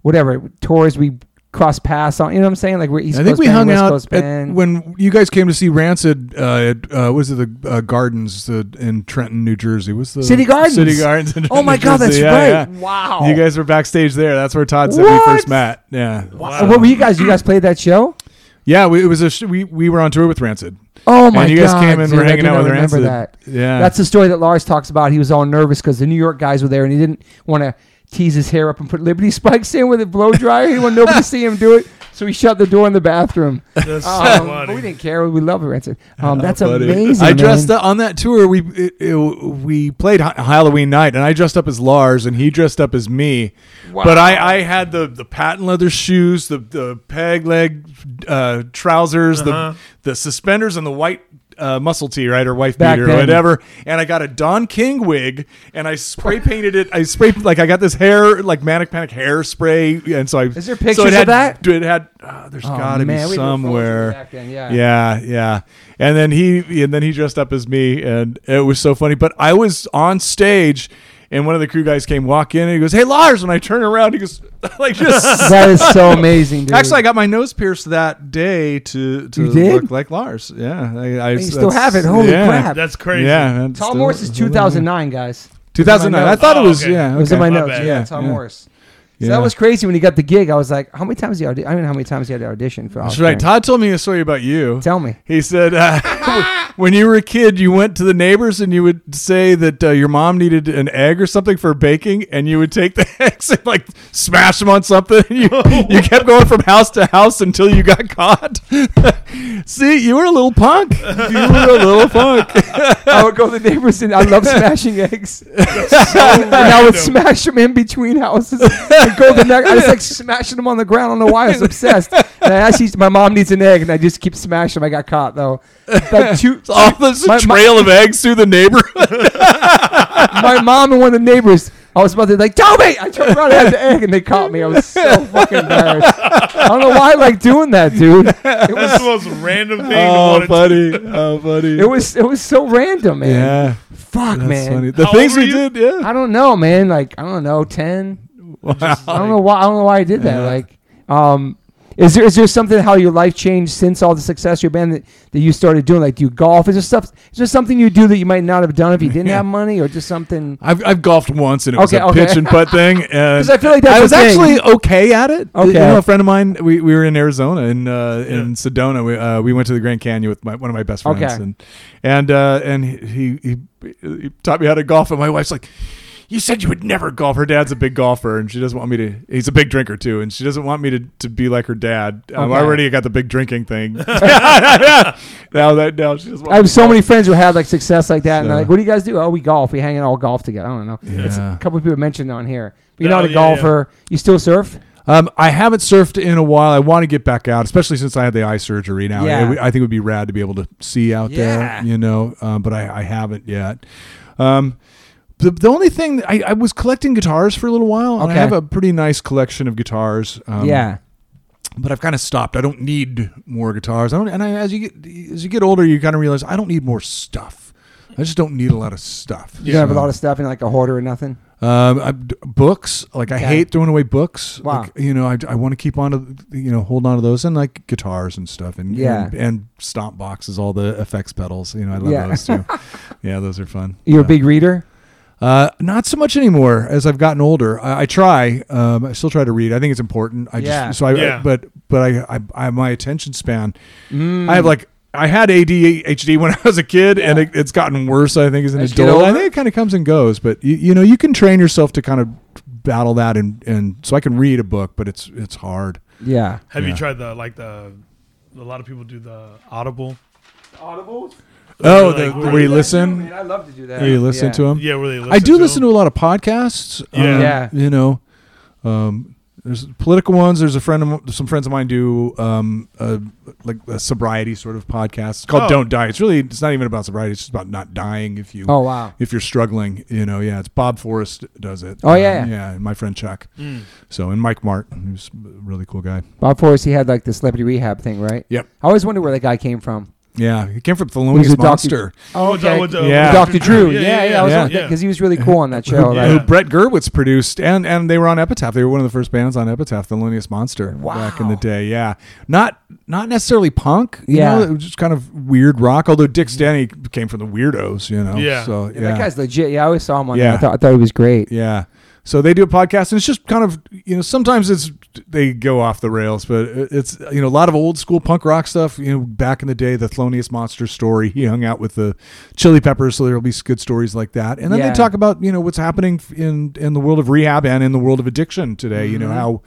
S1: whatever tours we crossed paths on. You know what I'm saying? Like we're East
S2: I think
S1: Coast
S2: we
S1: band,
S2: hung
S1: West
S2: out
S1: Coast
S2: at-
S1: band.
S2: when you guys came to see Rancid. Uh, at, uh, was it the uh, Gardens uh, in Trenton, New Jersey? Was the
S1: City Gardens.
S2: City Gardens. in
S1: oh my
S2: Trenton,
S1: god,
S2: New
S1: that's
S2: Jersey. Yeah,
S1: right! Wow.
S2: yeah. You guys were backstage there. That's where Todd said
S1: What?
S2: we first met. Yeah.
S1: Wow. What were you guys? You guys
S2: uh,
S1: played that show?
S2: Yeah. We, it was a sh- we we were on tour with Rancid.
S1: Oh my god!
S2: and you guys came and
S1: dude,
S2: were
S1: I
S2: hanging
S1: do
S2: out
S1: not
S2: with
S1: remember
S2: Rancid.
S1: that.
S2: Yeah.
S1: That's the story that Lars talks about. He was all nervous because the New York guys were there and he didn't want to tease his hair up and put Liberty spikes in with a blow dryer. He wanted nobody to see him do it, so he shut the door in the bathroom.
S3: That's so
S1: Um, but
S3: funny.
S1: we didn't care. We love Rancid. Um, that's
S2: Buddy.
S1: amazing.
S2: I dressed
S1: man.
S2: up on that tour. We it, it- we played Ha- Halloween night, and I dressed up as Lars, and he dressed up as me. But I, I had the, the patent leather shoes, the the peg leg uh, trousers,
S3: Uh-huh.
S2: the the suspenders, and the white. Uh, muscle tee, right, or wife
S1: Back
S2: beater,
S1: then.
S2: or whatever. And I got a Don King wig, and I spray painted it. I spray like I got this hair, like manic panic hairspray, and so I
S1: Is there
S2: so
S1: pictures
S2: it
S1: of
S2: had-
S1: that?
S2: It had. Uh, there's
S1: Oh,
S2: got to be
S1: man, we were frozen
S2: somewhere.
S1: back then, yeah.
S2: Yeah, yeah. And then he and then he dressed up as me and it was so funny. But I was on stage and one of the crew guys came walk in and he goes, Hey Lars, when I turn around, he goes like just
S1: That is so amazing, dude.
S2: Actually, I got my nose pierced that day to, to
S1: You did?
S2: look like Lars. Yeah, I, I
S1: you still have it.
S2: that's-
S1: Holy
S2: yeah.
S1: crap!
S3: That's crazy.
S2: Yeah, that's
S1: Tom
S2: still-
S1: Morris is 2009, guys.
S2: 2009. I thought
S3: Oh,
S2: it was.
S3: okay.
S2: Yeah,
S1: It was
S2: okay.
S1: in my
S3: My
S1: notes.
S3: bad.
S1: Yeah,
S2: Yeah,
S1: Tom
S2: yeah.
S1: Morris. So
S2: Yeah.
S1: that was crazy when he got the gig. I was like, how many times he audi- I don't know how many times he had to audition for.
S2: That's
S1: Offspring.
S2: right. Todd told me a story about you.
S1: Tell me.
S2: He said, uh, when you were a kid, you went to the neighbors and you would say that uh, your mom needed an egg or something for baking, and you would take the eggs and like smash them on something. And you, you kept going from house to house until you got caught. See, you were a little punk. You were a little punk.
S1: I would go to the neighbors and I love smashing eggs. and I would
S3: random.
S1: smash them in between houses and go the next. I was like smashing them on the ground. I don't know why I was obsessed. And I actually, my mom needs an egg, and I just keep smashing them. I got caught though. Like two,
S2: All this
S1: My- my-
S2: trail of eggs through the neighborhood.
S1: my mom and one of the neighbors. I was about to like Toby. I turned around and had the egg, and they caught me. I was so fucking embarrassed. I don't know why I like doing that, dude. It
S3: That's the
S1: was
S3: most random thing.
S2: Oh,
S3: to want to
S2: buddy. Oh, buddy.
S1: it was it was so random, man.
S2: Yeah.
S1: Fuck,
S2: That's
S1: man.
S2: funny. The
S3: How
S2: things
S3: old were
S2: we
S3: you?
S2: did, yeah.
S1: I don't know, man. Like I don't know, ten. I don't
S2: Wow.
S1: know why. I don't know why I did that.
S2: Yeah.
S1: Like, um, is there is there something how your life changed since all the success of your band that, that you started doing? Like, do you golf? Is there stuff? Is there something you do that you might not have done if you didn't
S2: Yeah.
S1: have money, or just something?
S2: I've, I've golfed once and it
S1: Okay,
S2: was a
S1: okay.
S2: pitch and putt thing. And
S1: 'Cause I feel like that's
S2: I
S1: the
S2: was
S1: thing.
S2: actually okay at it.
S1: Okay.
S2: You know, a friend of mine, we, we were in Arizona in uh, in Sedona. We, uh, we went to the Grand Canyon with my, one of my best friends,
S1: Okay.
S2: and and uh, and he, he he taught me how to golf. And my wife's like, "You said you would never golf." Her dad's a big golfer, and she doesn't want me to. He's a big drinker too, and she doesn't want me to, to be like her dad. Um,
S1: Okay.
S2: I already got the big drinking thing. now that now she doesn't. Want
S1: I have so many friends who had like success like that, and they're
S2: So-
S1: like, "What do you guys do? Oh, we golf. We hang out all golf together. I don't know. It's
S2: Yeah.
S1: a couple of people mentioned on here. But you're
S3: Oh,
S1: not a
S3: yeah, yeah.
S1: golfer. You still surf?
S2: Um, I haven't surfed in a while. I want to get back out, especially since I had the eye surgery now.
S1: Yeah.
S2: I, I think it would be rad to be able to see out
S1: Yeah.
S2: there, you know, um, but I, I haven't yet. Um, the, the only thing that I, I was collecting guitars for a little while. and
S1: Okay.
S2: I have a pretty nice collection of guitars. Um,
S1: yeah.
S2: But I've kind of stopped. I don't need more guitars. I don't. And I, as you get as you get older, you kind of realize I don't need more stuff. I just don't need a lot of stuff.
S1: You don't have a lot of stuff and like a hoarder or nothing.
S2: Um, I, d- books like I
S1: Okay.
S2: hate throwing away books.
S1: Wow.
S2: Like, you know, I, I want to keep on to you know hold on to those and like guitars and stuff and
S1: Yeah.
S2: and, and stomp boxes, all the effects pedals. You know, I love
S1: Yeah.
S2: those too. yeah, those are fun.
S1: You're
S2: Yeah.
S1: a big reader.
S2: Uh, not so much anymore as I've gotten older. I, I try. Um, I still try to read. I think it's important. I
S1: Yeah.
S2: just so I,
S3: Yeah.
S2: but but I, I I my attention span.
S1: Mm.
S2: I have like I had ADHD when I was a kid, and it, it's gotten worse. I think as an
S1: As you get
S2: adult, I
S1: older?
S2: think it kind of comes and goes. But you, you know, you can train yourself to kind of battle that, and and so I can read a book, but it's it's hard.
S1: Yeah.
S3: Have
S2: Yeah.
S3: you tried the like the? A lot of people do the Audible.
S1: Audibles.
S2: Oh,
S3: Like,
S2: the,
S3: where
S2: where you
S3: you
S2: listen,
S1: I love to do that.
S2: where you listen to them.
S3: Yeah, where they. Listen
S2: Um, I do
S3: to
S2: listen to a lot of podcasts.
S3: Yeah.
S2: um,
S1: Yeah.
S2: you know, um, there's political ones. There's a friend, of, m- some friends of mine do um, a, like a sobriety sort of podcast. It's called
S3: Oh.
S2: "Don't Die." It's really, it's not even about sobriety. It's just about not dying if you,
S1: Oh wow.
S2: if you're struggling. You know, yeah. It's Bob Forrest does it. Um,
S1: Oh, yeah.
S2: yeah. And my friend Chuck.
S3: Mm.
S2: So and Mike Martin, who's a really cool guy.
S1: Bob Forrest, he had like the celebrity rehab thing, right?
S2: Yep.
S1: I always wonder where that guy came from.
S2: Yeah, he came from
S1: He's a
S2: Thelonious
S1: docu-
S2: Monster,
S1: Oh,
S3: with the- with the-
S2: uh, Yeah.
S1: Dr. Drew. Yeah, yeah. I was
S2: yeah.
S1: yeah, because he was really cool on that show.
S2: who,
S1: like-
S2: who Brett Gerwitz produced, and and they were on Epitaph. They were one of the first bands on Epitaph, Thelonious Monster, back in the
S1: Wow.
S2: day. Yeah, not not necessarily punk. You
S1: Yeah.
S2: know? it was just kind of weird rock. Although Dick Stanley came from the Weirdos, you know.
S3: Yeah.
S2: so
S1: Yeah,
S2: yeah,
S1: That guy's legit. Yeah, I always saw him on.
S2: Yeah.
S1: Yeah. I thought I thought he was great.
S2: yeah. So they do a podcast, and it's just kind of you know sometimes it's they go off the rails, but it- it's you know a lot of old school punk rock stuff. You know, back in the day, the Thelonious Monster story. He hung out with the Chili Peppers, so there'll be good stories like that. And then
S1: Yeah.
S2: they talk about you know what's happening in in the world of rehab and in the world of addiction today. You know
S1: Mm-hmm.
S2: how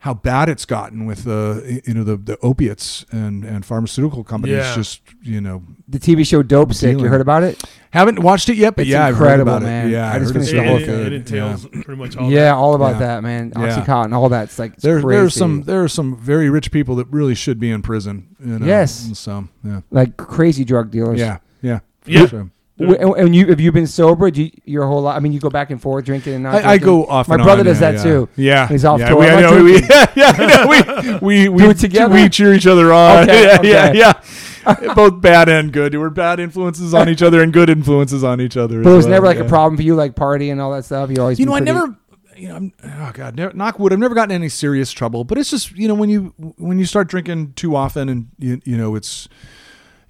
S2: how bad it's gotten with the you know the the opiates and and pharmaceutical companies.
S3: Yeah.
S2: Just you know
S1: The TV show Dope Sick. You
S2: Dealing.
S1: heard about it?
S2: haven't watched it yet, but
S1: It's
S2: yeah, I've heard
S1: incredible,
S2: about
S1: man.
S2: it. Yeah,
S1: I just
S2: heard
S1: finished
S2: it's so
S1: it.
S3: It, it,
S2: good.
S3: it
S2: Yeah.
S3: entails pretty much all.
S1: yeah, all about
S2: Yeah.
S1: that, man.
S2: Yeah.
S1: Oxycontin, all that. It's like it's
S2: there,
S1: crazy.
S2: there are some there are some very rich people that really should be in prison. You know?
S1: Yes.
S2: And So yeah,
S1: like crazy drug dealers.
S2: yeah, yeah, for
S3: Yeah.
S2: sure.
S1: W- and- and you have you been sober? Do you, your whole life? I mean, you go back and forth drinking and not.
S2: I, I
S1: drinking?
S2: go off.
S1: My
S2: and
S1: brother
S2: on,
S1: does
S2: yeah,
S1: that
S2: yeah.
S1: too.
S2: Yeah,
S1: He's off
S2: yeah,
S1: tour.
S2: We,
S1: I'm
S2: I
S1: not
S2: know, we,
S1: drinking.
S2: yeah, yeah, I know, we we we
S1: Do it together?
S2: We cheer each other on.
S1: Okay,
S2: yeah,
S1: okay.
S2: yeah, yeah. Both bad and good. We're bad influences on each other and good influences on each other.
S1: But
S2: as
S1: it was
S2: well,
S1: never like
S2: yeah.
S1: a problem for you, like party and all that stuff. You always.
S2: You
S1: been
S2: know, I
S1: pretty-
S2: never. You know, I'm, oh god, never, knock wood. I've never gotten in any serious trouble, but it's just you know when you when you start drinking too often, and you, you know it's.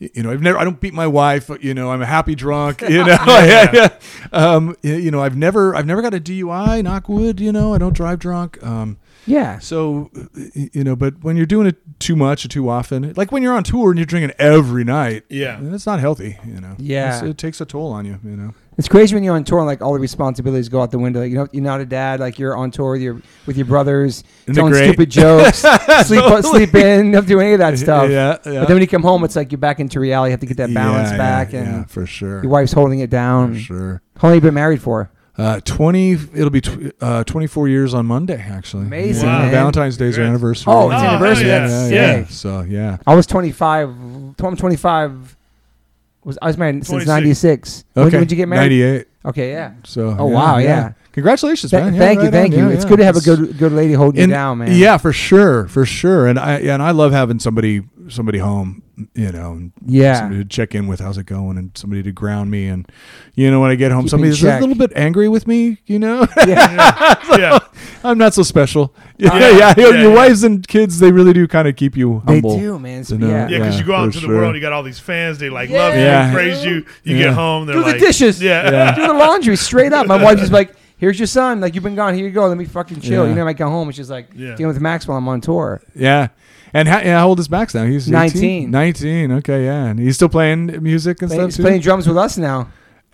S2: You know, I've never. I don't beat my wife. You know, I'm a happy drunk. You know, yeah, yeah. Um, y- you know, I've never, I've never got a DUI. Knock wood. You know, I don't drive drunk. Um,
S1: Yeah.
S2: so y- you know, but when you're doing it too much or too often, like when you're on tour and you're drinking every night,
S3: Yeah.
S2: it's not healthy. You know,
S1: Yeah.
S2: It's- it takes a toll on you. You know,
S1: It's crazy when you're on tour and like all the responsibilities go out the window. Like, you know, you're not a dad. Like you're on tour with your with your brothers,
S2: Isn't it
S1: telling
S2: great?
S1: stupid jokes, sleep sleep in, not doing any of that stuff.
S2: Yeah, yeah.
S1: But then when you come home, it's like you're back into reality. You have to get that balance
S2: Yeah,
S1: back,
S2: yeah,
S1: and
S2: yeah, for sure.
S1: your wife's holding it down.
S2: For sure.
S1: How long you been married for?
S2: Uh, twenty. It'll be tw- uh, twenty-four years on Monday. Actually,
S1: Amazing,
S2: Yeah.
S1: man.
S2: Valentine's Day's our
S3: Congrats.
S2: anniversary.
S1: Oh,
S3: it's Oh, anniversary,
S2: Yeah,
S3: that's
S2: yeah, yeah.
S1: sick.
S2: So yeah.
S1: I was 25. I'm 25. Was I was married since
S3: 26.
S1: '96. When,
S2: Okay.
S1: when did you get married?
S2: Ninety-eight.
S1: Okay, yeah.
S2: So.
S1: Oh, wow, yeah.
S2: Congratulations,
S1: Th-
S2: man. Yeah,
S1: thank you,
S2: right
S1: thank
S2: on.
S1: you.
S2: Yeah,
S1: it's
S2: yeah.
S1: good to have a
S2: It's-
S1: good good lady holding
S2: and-
S1: you down, man.
S2: Yeah, for sure, for sure. And I and I love having somebody somebody home. You know, and
S1: yeah.
S2: somebody to check in with how's it going and somebody to ground me and you know when i get home
S1: Keep in
S2: somebody's a
S1: check.
S2: little bit angry with me you know
S3: Yeah.
S2: i'm not so special yeah
S3: Oh, Yeah.
S2: yeah,
S3: Yeah,
S2: your
S3: yeah.
S2: wives and kids they really do kind of keep you
S1: They
S2: humble
S1: do, man. So,
S2: know,
S1: yeah.
S3: Yeah, because
S2: Yeah,
S3: you go out
S2: for
S3: into the
S2: sure.
S3: world, you got all these fans. They like love you,
S2: Yeah.
S3: they praise you. You
S2: Yeah.
S3: get home, they're
S1: Do the
S3: like,
S1: dishes.
S3: Yeah,
S2: Yeah.
S1: Do the laundry straight up. My wife's just like, "Here's your son. Like you've been gone. Here you go. Let me fucking chill."
S2: Yeah.
S1: You know, I go home. It's just like
S3: Yeah.
S1: dealing with Max while I'm on tour.
S2: Yeah. And how, yeah, how old is Max now? He's 18?
S1: 19.
S2: 19. Okay, yeah. And he's still playing music and
S1: Playing,
S2: stuff too?
S1: playing drums with us now.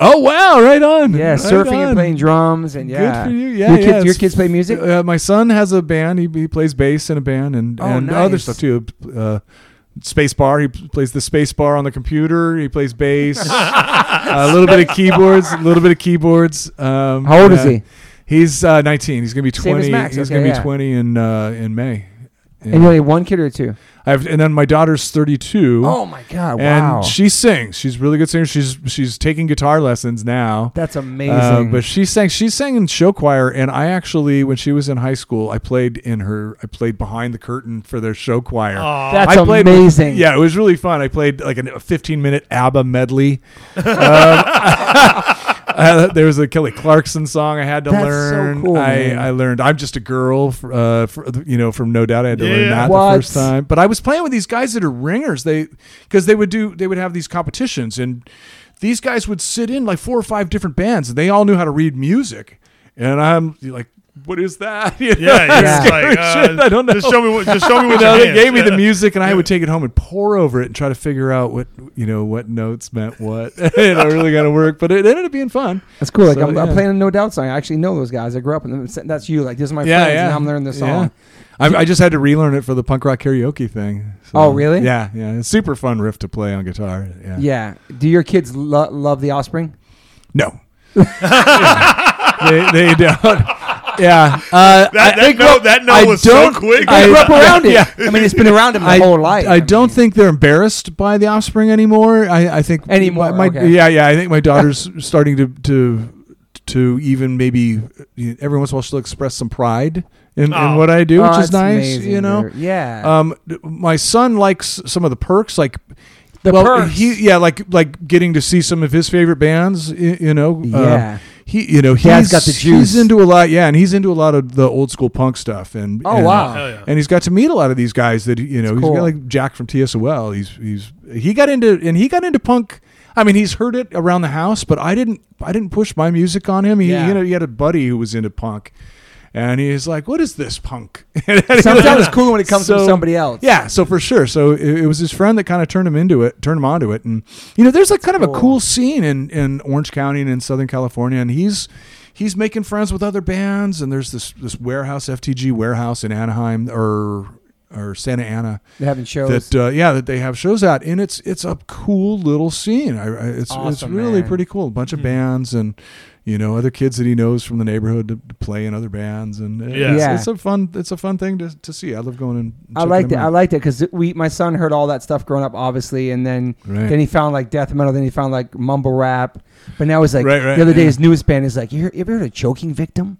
S2: oh, wow. Right on.
S1: Yeah,
S2: right
S1: surfing
S2: on.
S1: and playing drums and yeah.
S2: Good for you. Yeah,
S1: your
S2: yeah,
S1: kids, your
S2: it's-
S1: kids play music.
S2: Uh, my son has a band. He, he plays bass in a band and,
S1: Oh,
S2: and other
S1: nice.
S2: stuff too. Uh, space bar. He p- plays the space bar on the computer. He plays bass. Uh, a little bit of keyboards. A little bit of keyboards. Um,
S1: How old is
S2: yeah.
S1: he?
S2: He's uh, 19. He's going to be 20.
S1: Same as Max.
S2: He's
S1: Okay,
S2: going to be
S1: yeah.
S2: 20 in uh, in May. Yeah.
S1: And you only have one kid or two?
S2: I've, and then my daughter's 32.
S1: Oh my god!
S2: and
S1: Wow,
S2: she sings. She's a really good singer. She's she's taking guitar lessons now.
S1: that's amazing.
S2: Uh, but she sang. She sang in show choir, and I actually, when she was in high school, I played in her. I played behind the curtain for their show choir.
S3: Aw.
S1: That's
S2: I played,
S1: amazing.
S2: Yeah, it was really fun. I played like a 15 minute ABBA medley. um, uh, there was a Kelly Clarkson song I had to
S1: That's so
S2: learn.
S1: cool,
S2: I,
S1: man.
S2: I learned I'm just a girl, f- uh, fr- you know, from No Doubt. I had to learn
S3: Yeah.
S2: that
S1: What?
S2: the first time. But I was playing with these guys that are ringers. They because they would do they would have these competitions and these guys would sit in like four or five different bands and they all knew how to read music. And I'm like, what is that? You know,
S3: Yeah, yeah.
S1: Yeah.
S3: it's Like, uh,
S2: Shit, I don't know.
S3: Just show me what. Just show me what.
S2: You know,
S3: your
S2: they
S3: hands-
S2: gave me the
S3: yeah.
S2: music, and I would take it home and pour over it and try to figure out what you know what notes meant what. and I really got to work, but it ended up being fun.
S1: That's cool. Like
S2: So,
S1: I'm, I'm
S2: yeah.
S1: playing a No Doubt song. I actually know those guys. I grew up with them. So That's you. Like this is my
S2: Yeah,
S1: friends.
S2: yeah.
S1: And I'm learning this song.
S2: Yeah. I, I just had to relearn it for the punk rock karaoke thing. So,
S1: Oh, really?
S2: Yeah, yeah. It's super fun riff to play on guitar. Yeah.
S1: Yeah. Do your kids lo- love The Offspring?
S2: No. they, they don't. Yeah. Uh,
S3: That- that
S2: they grew
S3: note-
S2: up-
S3: that note
S2: I
S3: was so
S2: don't-
S3: quick.
S1: I
S2: I-
S1: grew up around it.
S2: yeah.
S1: I mean, it's been around them my
S2: I,
S1: whole life.
S2: I don't
S1: mean,
S2: think they're embarrassed by the offspring anymore. I, I think
S1: Anymore,
S2: My, my-
S1: okay.
S2: Yeah, yeah. I think my daughter's starting to to to even maybe you know, every once in a while she'll express some pride in, in
S3: Oh.
S2: what I do,
S1: Oh,
S2: which
S1: that's
S2: is nice.
S1: amazing,
S2: you know.
S1: dude. Yeah.
S2: Um, d- my son likes some of the perks, like
S1: The
S2: well,
S1: perks.
S2: He, yeah, like like getting to see some of his favorite bands. y- You, know, Um,
S1: Yeah.
S2: he, you know,
S1: Dad's
S2: he's
S1: got the juice.
S2: He's into a lot, yeah, and he's into a lot of the old school punk stuff. And
S1: Oh,
S2: and- uh,
S1: wow.
S3: Hell yeah.
S2: And he's got to meet a lot of these guys that you know.
S1: That's
S2: He's
S1: cool.
S2: got like Jack from TSOL. He's he's he got into and he got into punk. I mean, he's heard it around the house, but I didn't. I didn't push my music on him. He,
S1: Yeah.
S2: you know, he had a buddy who was into punk, and he's like, "What is this punk?"
S1: Sometimes it's cool when it comes from
S2: So-
S1: somebody else.
S2: yeah, so for sure. So it, it was his friend that kind of turned him into it, turned him onto it, and you know, there's like kind of
S1: cool.
S2: a cool scene in in Orange County and in Southern California, and he's he's making friends with other bands, and there's this this warehouse FTG warehouse in Anaheim or or Santa Ana
S1: They're having shows.
S2: that uh, yeah that they have shows at, and it's it's a cool little scene. I, I, it's it's
S1: Awesome,
S2: really
S1: man. Mm-hmm.
S2: pretty cool. A bunch of bands and. You know, other kids that he knows from the neighborhood to to play in other bands, and it's,
S1: Yeah.
S2: it's a fun, it's a fun thing to, to see. I love going and.
S1: I
S2: checking
S1: liked it.
S2: them
S1: I
S2: out.
S1: liked it because we, my son heard all that stuff growing up, obviously, and then
S2: Right.
S1: then he found like death metal, then he found like mumble rap, but now he's like
S2: Right, right,
S1: the other day
S2: yeah.
S1: his newest band is like, you, hear, you ever heard of Choking Victim?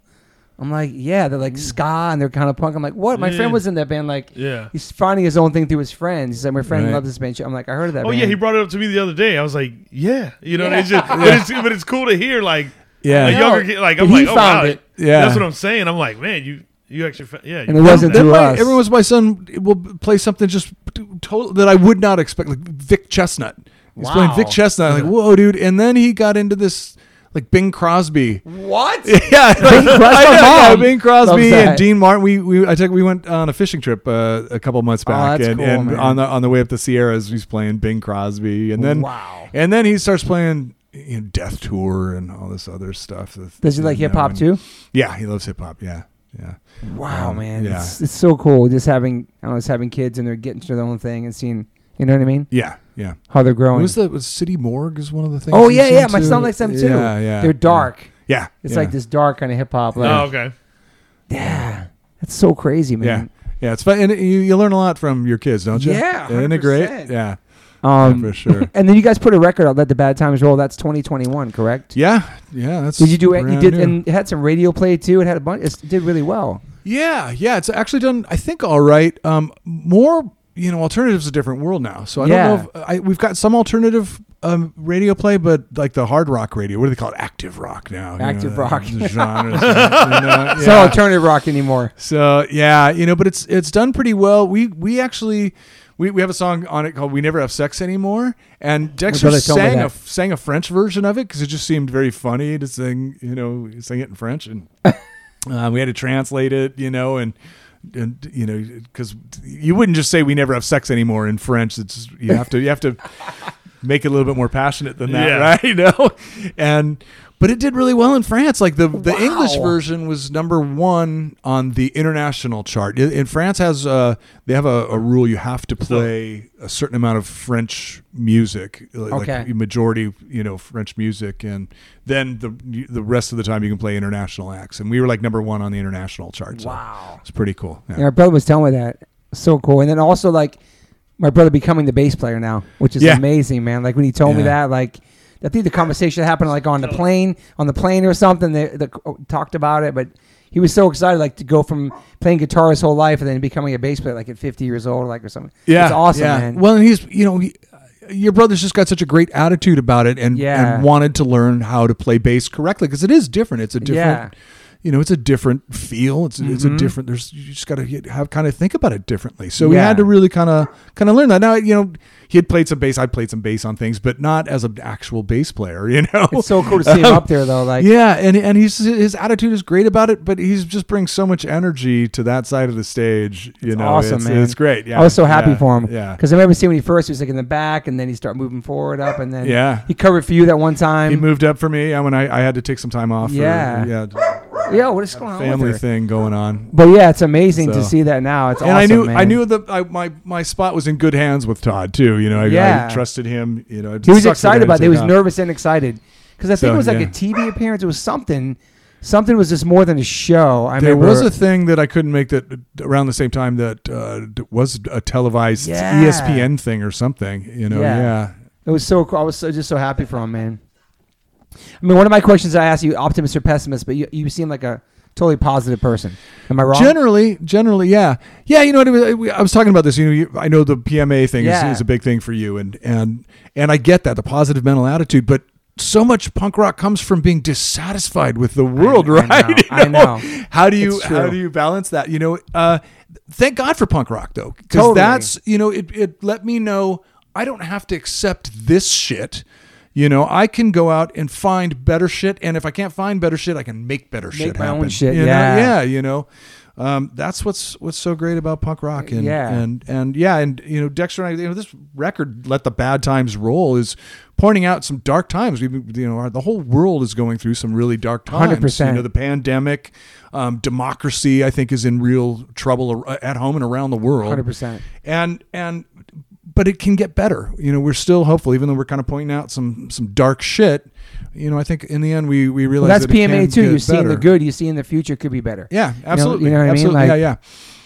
S1: I'm like, yeah, they're
S2: Mm.
S1: like ska and they're kind of punk. I'm like, what? My
S3: Yeah.
S1: friend was in that band. Like,
S3: Yeah.
S1: he's finding his own thing through his friends. He's like, my friend
S2: Right.
S1: loves this band. I'm like, I heard of that.
S3: Oh
S1: band.
S3: yeah, he brought it up to me the other day. I was like, yeah, you know, it's just, but, it's, but it's cool to hear like
S2: Yeah.
S3: a
S1: No,
S3: younger kid. Like
S1: but
S3: I'm
S1: he
S3: like, oh
S1: found
S3: wow,
S1: it.
S2: Yeah.
S3: that's what I'm saying. I'm like, man, you you actually, fa- yeah,
S1: And
S3: you
S1: it wasn't
S2: Then
S1: to
S2: my-
S1: us.
S2: Every once in a while, son will play something just total that I would not expect, like Vic Chestnut. He's playing
S1: Wow.
S2: Vic Chestnut. I'm Like, whoa, dude! And then he got into this, like Bing Crosby.
S1: what?
S2: Yeah, like, Bing Crosby,
S1: mom
S2: Bing Crosby
S1: loves that.
S2: and Dean Martin. We, we I took we went on a fishing trip uh, a couple months back,
S1: Oh, that's
S2: and,
S1: cool,
S2: and
S1: man.
S2: on the on the way up the Sierras, he's playing Bing Crosby, and then
S1: Wow.
S2: and then he starts playing you know, Death Tour and all this other stuff. that-
S1: Does he like
S2: you know,
S1: hip hop
S2: and-
S1: too?
S2: Yeah, he loves hip hop. Yeah, yeah.
S1: Wow,
S2: Um,
S1: man,
S2: yeah.
S1: it's, it's so cool. Just having, I don't know, just having kids and they're getting to their own thing and seeing, you know what I mean?
S2: Yeah, yeah.
S1: How they're growing.
S2: What was the was City Morgue is one of the things.
S1: Oh
S2: you
S1: yeah, yeah.
S2: listened
S1: My
S2: to?
S1: son likes them too.
S2: Yeah, yeah.
S1: They're dark.
S2: Yeah,
S1: It's
S2: yeah.
S1: like this dark kind of hip hop. Like,
S3: oh okay,
S1: yeah, that's so crazy,
S2: Yeah,
S1: man.
S2: yeah. It's fun, and you, you learn a lot from your kids, don't you?
S1: Yeah,
S2: isn't it great?
S1: 100%.
S2: Yeah,
S1: Um,
S2: yeah, for sure.
S1: and then you guys put a record out, "Let the Bad Times Roll." That's 2021, correct?
S2: yeah, yeah. That's
S1: Did you do it? You
S2: brand
S1: did,
S2: new.
S1: and it had some radio play too. It had a bunch. It did really well.
S2: Yeah, yeah. It's actually done, I think, all right. Um, more, you know, alternatives a different world now. So I
S1: Yeah.
S2: don't know if I, we've got some alternative um, radio play, but like the hard rock radio. What do they call it? Active rock now. you
S1: Active
S2: the-
S1: rock.
S2: the genres, you know,
S1: It's
S2: yeah.
S1: not alternative rock anymore.
S2: So yeah, you know, but it's it's done pretty well. We we actually we, we have a song on it called "We Never Have Sex Anymore," and Dexter
S1: brother told me
S2: sang a
S1: that.
S2: sang a French version of it because it just seemed very funny to sing, you know, sing it in French, and uh, we had to translate it, you know, and. And you know, because you wouldn't just say we never have sex anymore in French. It's you have to you have to make it a little bit more passionate than that,
S3: Yeah.
S2: right? You know, and but it did really well in France. Like the the English
S1: Wow.
S2: version was number one on the international chart. I- In France, has uh, they have a, a rule you have to play a certain amount of French music, li- like
S1: Okay.
S2: majority, you know, French music, and then the the rest of the time you can play international acts. And we were like number one on the international chart. So
S1: Wow.
S2: it's pretty cool. Yeah.
S1: And my brother was telling me that. So cool. And then also like my brother becoming the bass player now, which is
S2: Yeah.
S1: amazing, man. Like when he told me
S2: Yeah.
S1: that, like I think the conversation happened like on the plane, on the plane or something. They, they talked about it, but he was so excited, like to go from playing guitar his whole life and then becoming a bass player, like at 50 years old, like or something. it's awesome, man.
S2: Well, and he's you know. He, your brother's just got such a great attitude about it and,
S1: Yeah.
S2: and wanted to learn how to play bass correctly because it is different. It's a different, you know, it's a different feel. It's it's a
S1: Mhm.
S2: different. There's you just got to have kind of think about it differently. So we
S1: Yeah.
S2: had to really kind of kind of learn that. Now you know he had played some bass. I played some bass on things, but not as an actual bass player. You know,
S1: It's so cool to see him
S2: Um,
S1: up there though. Like
S2: yeah, and and he's his attitude is great about it, but he's just brings so much energy to that side of the stage. You know,
S1: awesome,
S2: it's,
S1: man.
S2: it's great. Yeah,
S1: I was so happy
S2: yeah,
S1: for him.
S2: Yeah,
S1: Because I remember seeing when he first he was like in the back, and then he started moving forward up, and then
S2: yeah.
S1: he covered for you that one
S2: He
S1: time.
S2: moved up for me yeah, when I, I had to take some time off. for-
S1: Yeah.
S2: yeah,
S1: Yo, what is going on?
S2: family
S1: with her?
S2: thing going on.
S1: But yeah, it's amazing to
S2: So-
S1: see that now. It's
S2: and
S1: awesome,
S2: I knew
S1: man.
S2: I knew that I, my my spot was in good hands with Todd too. You know, I,
S1: Yeah.
S2: I trusted him. You know, it
S1: he was
S2: sucks that I had
S1: excited
S2: to
S1: about it. He
S2: take
S1: was
S2: off.
S1: nervous and excited because I think
S2: So,
S1: it was like
S2: yeah.
S1: a TV appearance. It was something. Something was just more than a show. I
S2: There
S1: remember
S2: was a thing that I couldn't make that around the same time that uh, d- was a televised E
S1: Yeah.
S2: ESPN thing or something. You know,
S1: Yeah.
S2: yeah.
S1: It was so cool. I was so, just so happy for him, man. I mean, one of my questions I asked you, optimist or pessimist, but you, you seem like a totally positive person. Am I wrong?
S2: Generally, generally, yeah, yeah. You know, what I, mean? I- I was talking about this. You know, you, I know the PMA thing
S1: Yeah.
S2: is, is a big thing for you, and and and I get that the positive mental attitude, but so much punk rock comes from being dissatisfied with the world,
S1: I
S2: right?
S1: know,
S2: You
S1: I know.
S2: How do you
S1: It's true.
S2: how do you balance that? You know, uh, thank God for punk rock though, because
S1: Totally.
S2: that's you know it it let me know I don't have to accept this shit. You know, I can go out and find better shit, and if I can't find better shit, I can make better shit
S1: my own
S2: happen.
S1: shit,
S2: You know?
S1: yeah.
S2: yeah yeah, you know, um, that's what's what's so great about punk rock, and
S1: Yeah.
S2: and and yeah, and you know, Dexter and I, you know, this record, "Let the Bad Times Roll," is pointing out some dark times. We, you know, our, the whole world is going through some really dark times.
S1: 100%.
S2: You know, the pandemic, um, democracy, I think, is in real trouble ar- uh, at home and around the world.
S1: 100%.
S2: And and but it can get better. You know, we're still hopeful, even though we're kind of pointing out some some dark shit. You know, I think in the end we we realize
S1: Well, that's
S2: that it can
S1: PMA too.
S2: get
S1: You see in the
S2: better.
S1: good, you see in the future could be better.
S2: Yeah,
S1: know-
S2: absolutely.
S1: you know what I mean?
S2: absolutely.
S1: Like-
S2: yeah, yeah.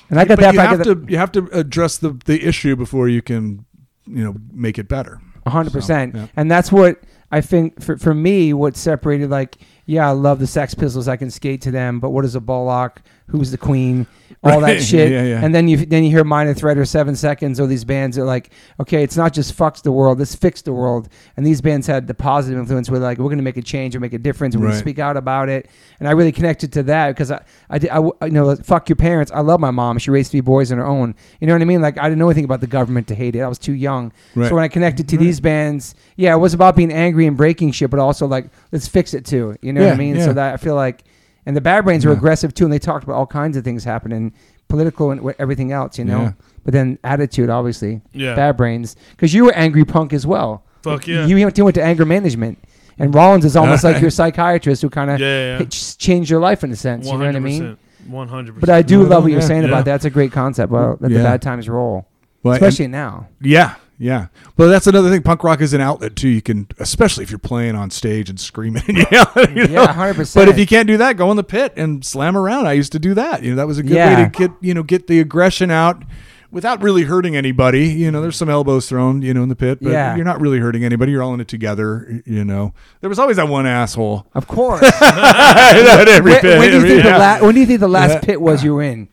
S1: And I got
S2: but
S1: that.
S2: you
S1: but I
S2: have
S1: got that-
S2: to you have to address the the issue before you can you know make it better.
S1: A hundred percent.
S2: So, yeah.
S1: And that's what I think for, for me, what separated like, yeah, I love the Sex Pistols. I can skate to them, but what is a Bullock? Who's the Queen? All
S2: Right.
S1: that shit.
S2: Yeah, yeah.
S1: And then you then you hear Minor Threat or Seven Seconds or these bands are like, okay, it's not just fucks the world, this fixed the world. And these bands had the positive influence where like we're gonna make a change or make a difference. We're gonna
S2: Right.
S1: speak out about it. And I really connected to that because I I, did, I w- you know fuck your parents. I love my mom. She raised three boys on her own. You know what I mean? Like I didn't know anything about the government to hate it. I was too young.
S2: Right.
S1: So when I connected to these bands, yeah, it was about being angry and breaking shit, but also like let's fix it too. You know what I
S2: Yeah,
S1: mean?
S2: yeah.
S1: So that I feel like, and the Bad Brains were
S2: Yeah.
S1: aggressive too, and they talked about all kinds of things happening, political and wh- everything else. You know,
S2: Yeah.
S1: but then attitude, obviously,
S3: Yeah.
S1: Bad Brains, because you were angry punk as well.
S3: Fuck yeah.
S1: You went you went to anger management, and Rollins is almost like your psychiatrist who kind of
S3: yeah, yeah.
S1: changed your life in a sense. You know what I mean?
S3: One hundred
S1: But I do
S2: Right
S1: love what
S2: on,
S1: you're
S2: yeah.
S1: saying
S3: Yeah.
S1: about that. That's a great concept. Well, let the
S2: Yeah.
S1: bad times roll,
S2: Well, and-
S1: especially now.
S2: yeah, yeah. But that's another thing. Punk rock is an outlet too. You can, especially if you're playing on stage and screaming. and yelling, you know?
S1: Yeah, hundred percent.
S2: But if you can't do that, go in the pit and slam around. I used to do that. You know, that was a good
S1: Yeah.
S2: way to get you know get the aggression out without really hurting anybody. You know, there's some elbows thrown. You know, in the pit, but
S1: Yeah.
S2: you're not really hurting anybody. You're all in it together. You know, there was always that one asshole.
S1: Of course.
S2: At every
S1: when,
S2: pit,
S1: when do you
S2: every-
S1: think
S2: yeah.
S1: the la- when do you think the last
S2: Yeah.
S1: pit was you were in?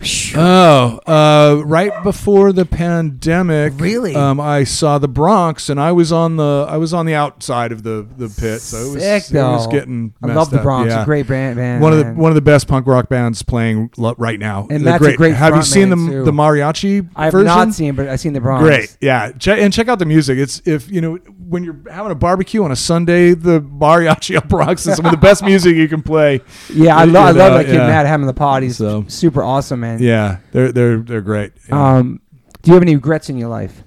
S1: Phew.
S2: Oh, uh, right before the pandemic,
S1: Really?
S2: Um, I saw the Bronx, and I was on the I was on the outside of the the pit, so it was,
S1: Sick,
S2: it was
S1: though.
S2: getting.
S1: I
S2: messed
S1: love the
S2: up,
S1: Bronx.
S2: yeah.
S1: A great band, man.
S2: one of the
S1: man.
S2: one of the best punk rock bands playing lo- right now.
S1: And
S2: They're
S1: that's a great
S2: Have you
S1: frontman,
S2: seen the
S1: too.
S2: the mariachi
S1: I've
S2: version?
S1: not seen, but I've seen the Bronx.
S2: Great, yeah. Che- and check out the music. It's if you know when you're having a barbecue on a Sunday, the mariachi El Bronx is some of the best music you can play.
S1: Yeah, I,
S2: You
S1: lo- I love
S2: know,
S1: that kid
S2: yeah.
S1: Matt having the potties.
S2: So-
S1: Super awesome, man.
S2: Yeah, they're they're they're great. Yeah.
S1: Um, do you have any regrets in your life?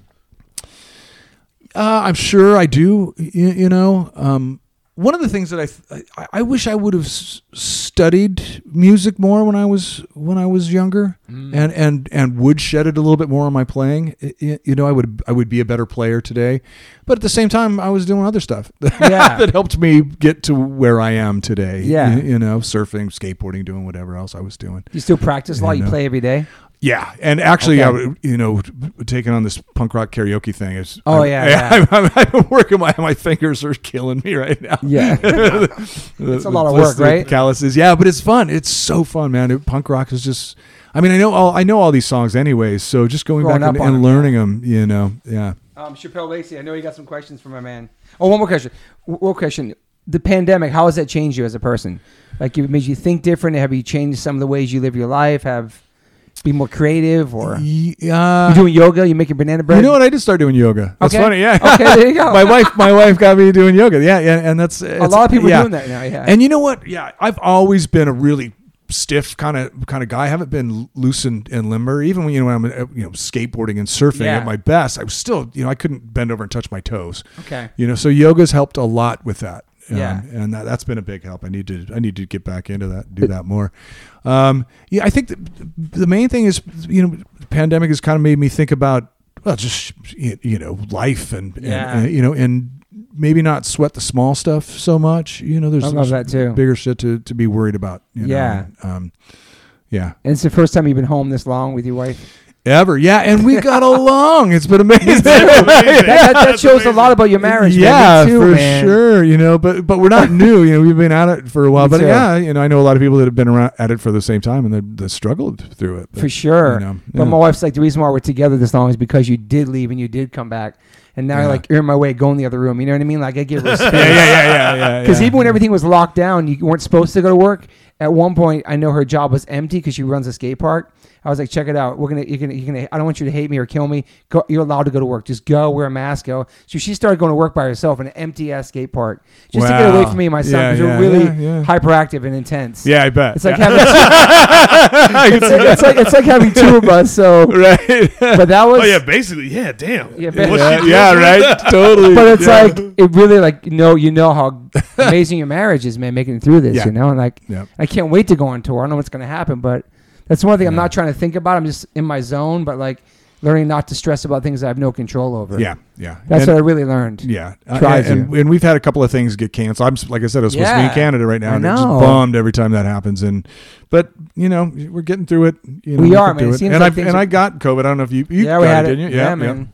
S2: Uh, I'm sure I do. You, you know, um, one of the things that I th- I, I wish I would have s- studied music more when I was when I was younger,
S1: Mm.
S2: and and and would shed it a little bit more on my playing. I- I- you know, I would I would be a better player today, but at the same time, I was doing other stuff
S1: Yeah.
S2: that helped me get to where I am today.
S1: Yeah.
S2: you, you know, surfing, skateboarding, doing whatever else I was doing.
S1: You still practice a lot.
S2: Yeah,
S1: You
S2: no.
S1: play every day.
S2: Yeah, and actually,
S1: Okay.
S2: I would- you know, taking on this punk rock karaoke thing is.
S1: Oh,
S2: I-
S1: yeah,
S2: I,
S1: yeah.
S2: I'm- I'm, I'm, working. My my fingers are killing me right now.
S1: Yeah.
S2: It's
S1: a lot of work, right?
S2: Calluses. Yeah, but it's fun. It's so fun, man. It- punk rock is just. I mean, I know all I know all these songs anyways. So just going
S1: Growing
S2: back and,
S1: up on
S2: and
S1: them,
S2: learning them, you know, yeah.
S1: um, Chappelle Lacey, I know you got some questions for my man. Oh, one more question. W- One question. The pandemic, how has that changed you as a person? Like it made you think different. Have you changed some of the ways you live your life? Have be more creative or
S2: Yeah.
S1: you doing yoga? You making banana bread?
S2: uh, You know what? I did start doing yoga. That's
S1: Okay.
S2: funny. Yeah.
S1: Okay, there you go.
S2: my wife, my wife got me doing yoga. Yeah, yeah, and that's
S1: a lot of people are doing that now. Yeah.
S2: And you know what? Yeah, I've always been a really stiff kind of kind of guy. I haven't been loose and, and limber. Even when you know when I'm uh, you know skateboarding and surfing
S1: Yeah.
S2: at my best, I was still you know I couldn't bend over and touch my toes.
S1: okay.
S2: You know, so yoga's helped a lot with that. Um,
S1: Yeah.
S2: and that, that's been a big help. I need to I need to get back into that, do that more. Um, yeah, I think the, the main thing is you know, the pandemic has kind of made me think about well, just y- you know, life and, and-
S1: Yeah.
S2: and, you know, and maybe not sweat the small stuff so much. You know, there's,
S1: I love that
S2: there's
S1: too.
S2: bigger shit to, to be worried about. You know,
S1: Yeah.
S2: and, um, yeah.
S1: And it's the first time you've been home this long with your wife.
S2: Ever. Yeah. And we got along. It's been amazing.
S3: That's
S1: That, that,
S3: amazing.
S1: that
S3: That's
S1: shows a
S3: amazing.
S1: lot about your marriage.
S2: Yeah,
S1: man. Me too,
S2: for
S1: man.
S2: sure. You know, but but we're not new. You know, we've been at it for a while.
S1: Me
S2: But
S1: too.
S2: yeah, you know, I know a lot of people that have been around at it for the same time and they, they struggled through it. But,
S1: For sure.
S2: You know,
S1: But
S2: yeah.
S1: my wife's like, the reason why we're together this long is because you did leave and you did come back. And now
S2: Yeah.
S1: like you're in my way, go in the other room. You know what I mean? Like I give her
S2: yeah,
S1: space.
S2: yeah, yeah, yeah, yeah.
S1: Because
S2: yeah.
S1: even when everything was locked down, you weren't supposed to go to work. At one point, I know her job was empty because she runs a skate park. I was like, check it out. We're gonna, you're gonna, you're gonna. I don't want you to hate me or kill me. Go, you're allowed to go to work. Just go. Wear a mask. Go. So she started going to work by herself in an empty ass skate park just to get
S2: Wow.
S1: away from me and my son
S2: Yeah,
S1: because
S2: yeah,
S1: we're really
S2: yeah, yeah.
S1: hyperactive and intense.
S2: yeah, I bet.
S1: It's like
S2: yeah.
S1: having it's, like, it's like it's like having two of us. So,
S2: right.
S1: but that was
S3: Oh yeah, basically, yeah. Damn.
S1: Yeah, ba-
S3: What she
S2: yeah, yeah,
S3: did was-
S2: right. Totally.
S1: but it's
S2: yeah.
S1: like it really like you know you know how amazing your marriage is, man, making it through this,
S2: Yeah.
S1: you know, and like
S2: Yep.
S1: I can't wait to go on tour. I don't know what's gonna happen, but that's one thing I'm
S2: Yeah.
S1: not trying to think about. I'm just in my zone, but like learning not to stress about things I have no control over.
S2: Yeah, yeah.
S1: that's
S2: and,
S1: what I really learned.
S2: yeah, Uh,
S1: drives
S2: and, and, and we've had a couple of things get canceled. I'm s- like I said, I was supposed to be
S1: Yeah.
S2: in Canada right now,
S1: I
S2: and I'm just
S1: know.
S2: bummed every time that happens. And but you know, we're getting through it. You know,
S1: We are,
S2: can
S1: man.
S2: do
S1: It seems
S2: and
S1: like
S2: I
S1: things
S2: and
S1: are-
S2: I got COVID. I don't know if you you
S1: Yeah,
S2: got
S1: we had
S2: it,
S1: it.
S2: didn't you?
S1: Yeah, man.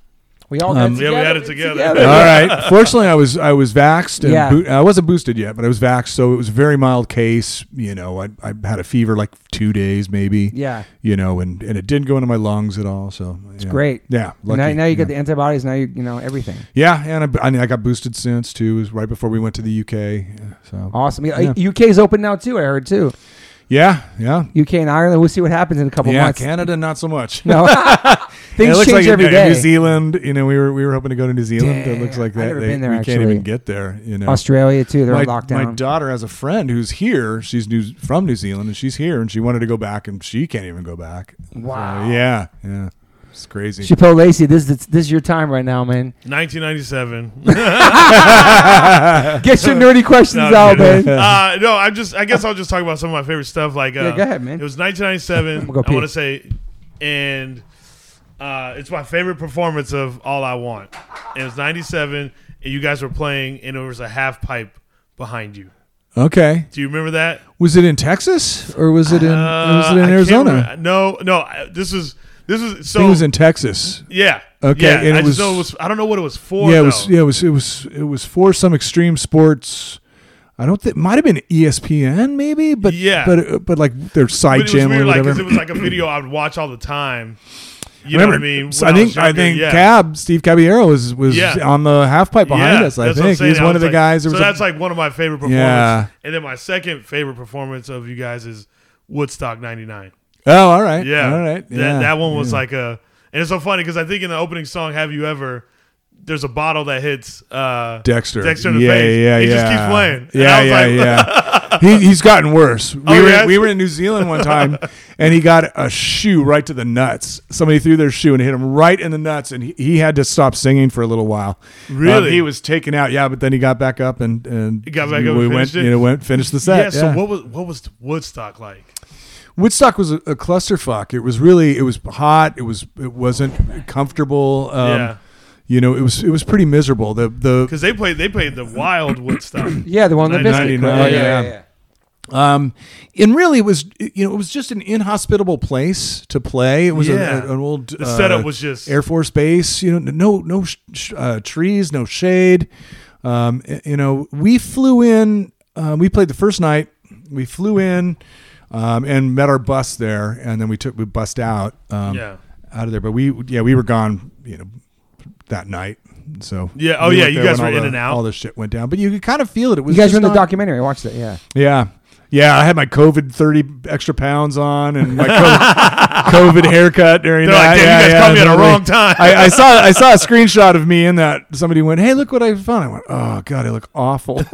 S1: We all got
S2: Um,
S1: it
S3: Yeah, we had it
S1: together.
S3: together.
S2: All right. Fortunately, I was I was vaxxed and
S1: Yeah.
S2: boot, I wasn't boosted yet, but I was vaxxed, so it was a very mild case. You know, I, I had a fever like two days maybe.
S1: Yeah.
S2: You know, and, and it didn't go into my lungs at all. So it's
S1: great.
S2: Yeah.
S1: And
S2: Lucky.
S1: Now, now you
S2: yeah.
S1: got the antibodies. Now you you know everything.
S2: Yeah, and I, I, mean, I got boosted since too. It was right before we went to the UK. yeah, So
S1: Awesome. Yeah,
S2: Yeah.
S1: UK is open now too. I heard too.
S2: yeah, yeah,
S1: UK and Ireland. We'll see what happens in a couple
S2: yeah.
S1: months.
S2: Canada, not so much.
S1: No,
S2: it
S1: things
S2: looks
S1: change
S2: like
S1: every
S2: uh,
S1: day.
S2: New Zealand. You know, we were we were hoping to go to New Zealand. It looks
S1: Damn,
S2: like
S1: I've
S2: that
S1: never
S2: they-
S1: been there,
S2: we can't
S1: actually.
S2: even get there. You know,
S1: Australia too. They're
S2: my,
S1: on lockdown.
S2: my daughter has a friend who's here. She's new from New Zealand, and she's here, and she wanted to go back, and she can't even go back. So,
S1: Wow.
S2: yeah, yeah, it's crazy.
S1: Chappelle Lacey, this is this is your time right now, man.
S3: 1997.
S1: Get your nerdy questions
S3: No,
S1: out,
S3: I'm
S1: man.
S3: kidding. uh, no, I just I guess I'll just talk about some of my favorite stuff. Like, uh,
S1: Yeah, go ahead, man.
S3: It was 1997.
S1: gonna go
S3: I
S1: pee.
S3: want to say, and uh, it's my favorite performance of All I Want. It was 97, and you guys were playing, and there was a half pipe behind you.
S2: Okay,
S3: Do you remember that?
S2: was it in Texas or was it in was
S3: Uh,
S2: it
S3: I
S2: in
S3: can't
S2: Arizona?
S3: remember. No, no. I- This is this is
S2: I
S3: so.
S2: think it was in Texas.
S3: yeah.
S2: Okay,
S3: Yeah,
S2: and it
S3: I just
S2: was-
S3: know it was. I don't know what it was for.
S2: yeah, it
S3: though.
S2: was. Yeah, it was. It was. It was for some extreme sports. I don't think might have been E ESPN maybe, but
S3: Yeah.
S2: but but like their side
S3: But it was
S2: channel or
S3: weird, like,
S2: whatever.
S3: 'cause it was like a video I would watch all the time. You
S2: Remember,
S3: know what I mean?
S2: so I
S3: When
S2: think
S3: was
S2: I
S3: younger,
S2: think
S3: yeah.
S2: Cab Steve Caballero was was
S3: Yeah.
S2: on the half pipe behind
S3: Yeah,
S2: us. I
S3: that's what I'm
S2: think he
S3: saying.
S2: was
S3: I
S2: one of the
S3: like-
S2: guys. There
S3: So
S2: was a-
S3: that's like one of my favorite performances.
S2: Yeah.
S3: And then my second favorite performance of you guys is Woodstock '99.
S2: oh, all right,
S3: Yeah,
S2: all right,
S3: That,
S2: yeah,
S3: that one was
S2: yeah.
S3: like a, and it's so funny because I think in the opening song "Have You Ever," there's a bottle that hits uh,
S2: Dexter.
S3: Dexter in the
S2: yeah,
S3: face.
S2: Yeah,
S3: He
S2: yeah,
S3: just keeps playing. And
S2: Yeah,
S3: I was
S2: yeah, yeah. he, he's gotten worse. We,
S3: Oh,
S2: were,
S3: yes?
S2: we were in New Zealand one time, and he got a shoe right to the nuts. Somebody threw their shoe and hit him right in the nuts, and he, he had to stop singing for a little while. Um,
S3: Really?
S2: he was taken out. Yeah, but then he got back up and and
S3: He got back up
S2: We went,
S3: and finished it?
S2: you know, went finished the
S3: Yeah.
S2: set.
S3: So what was what was Woodstock like?
S2: Woodstock was a, a clusterfuck. It was really it was hot. It was it wasn't comfortable. Um,
S3: yeah.
S2: You know, it was it was pretty miserable. The the
S3: Because they played they played the wild Woodstock.
S1: Yeah, the one that biscuit.
S2: 99,
S1: Oh, yeah, yeah,
S2: yeah.
S1: yeah.
S2: Um, and really, it was you know it was just an inhospitable place to play. It was a-
S3: Yeah.
S2: a- an old uh,
S3: The setup was just-
S2: Air Force Base. You know, no no sh- sh- uh, trees, no shade. Um, y- you know, we flew in. Um, we played the first night. We flew in um, and met our bus there, and then we took we bussed out um,
S3: Yeah.
S2: out of there. But we yeah we were gone. You know, that night. So
S3: Yeah, oh
S2: we
S3: yeah,
S2: weren't
S3: you
S2: there
S3: guys
S2: when
S3: were
S2: all
S3: in
S2: the-
S3: and out.
S2: All this shit went down, but you could kind of feel it. It was
S1: You guys
S2: just
S1: were in the
S2: not-
S1: documentary. I watched that. Yeah.
S2: yeah. Yeah, I had my COVID thirty extra pounds on and my COVID, COVID haircut during
S3: They're
S2: that.
S3: like, "Damn, you
S2: yeah,
S3: guys
S2: yeah,
S3: caught me at a
S2: totally.
S3: wrong time.
S2: I, I saw I saw a screenshot of me in that. Somebody went, "Hey, look what I found." I went, "Oh God, I look awful."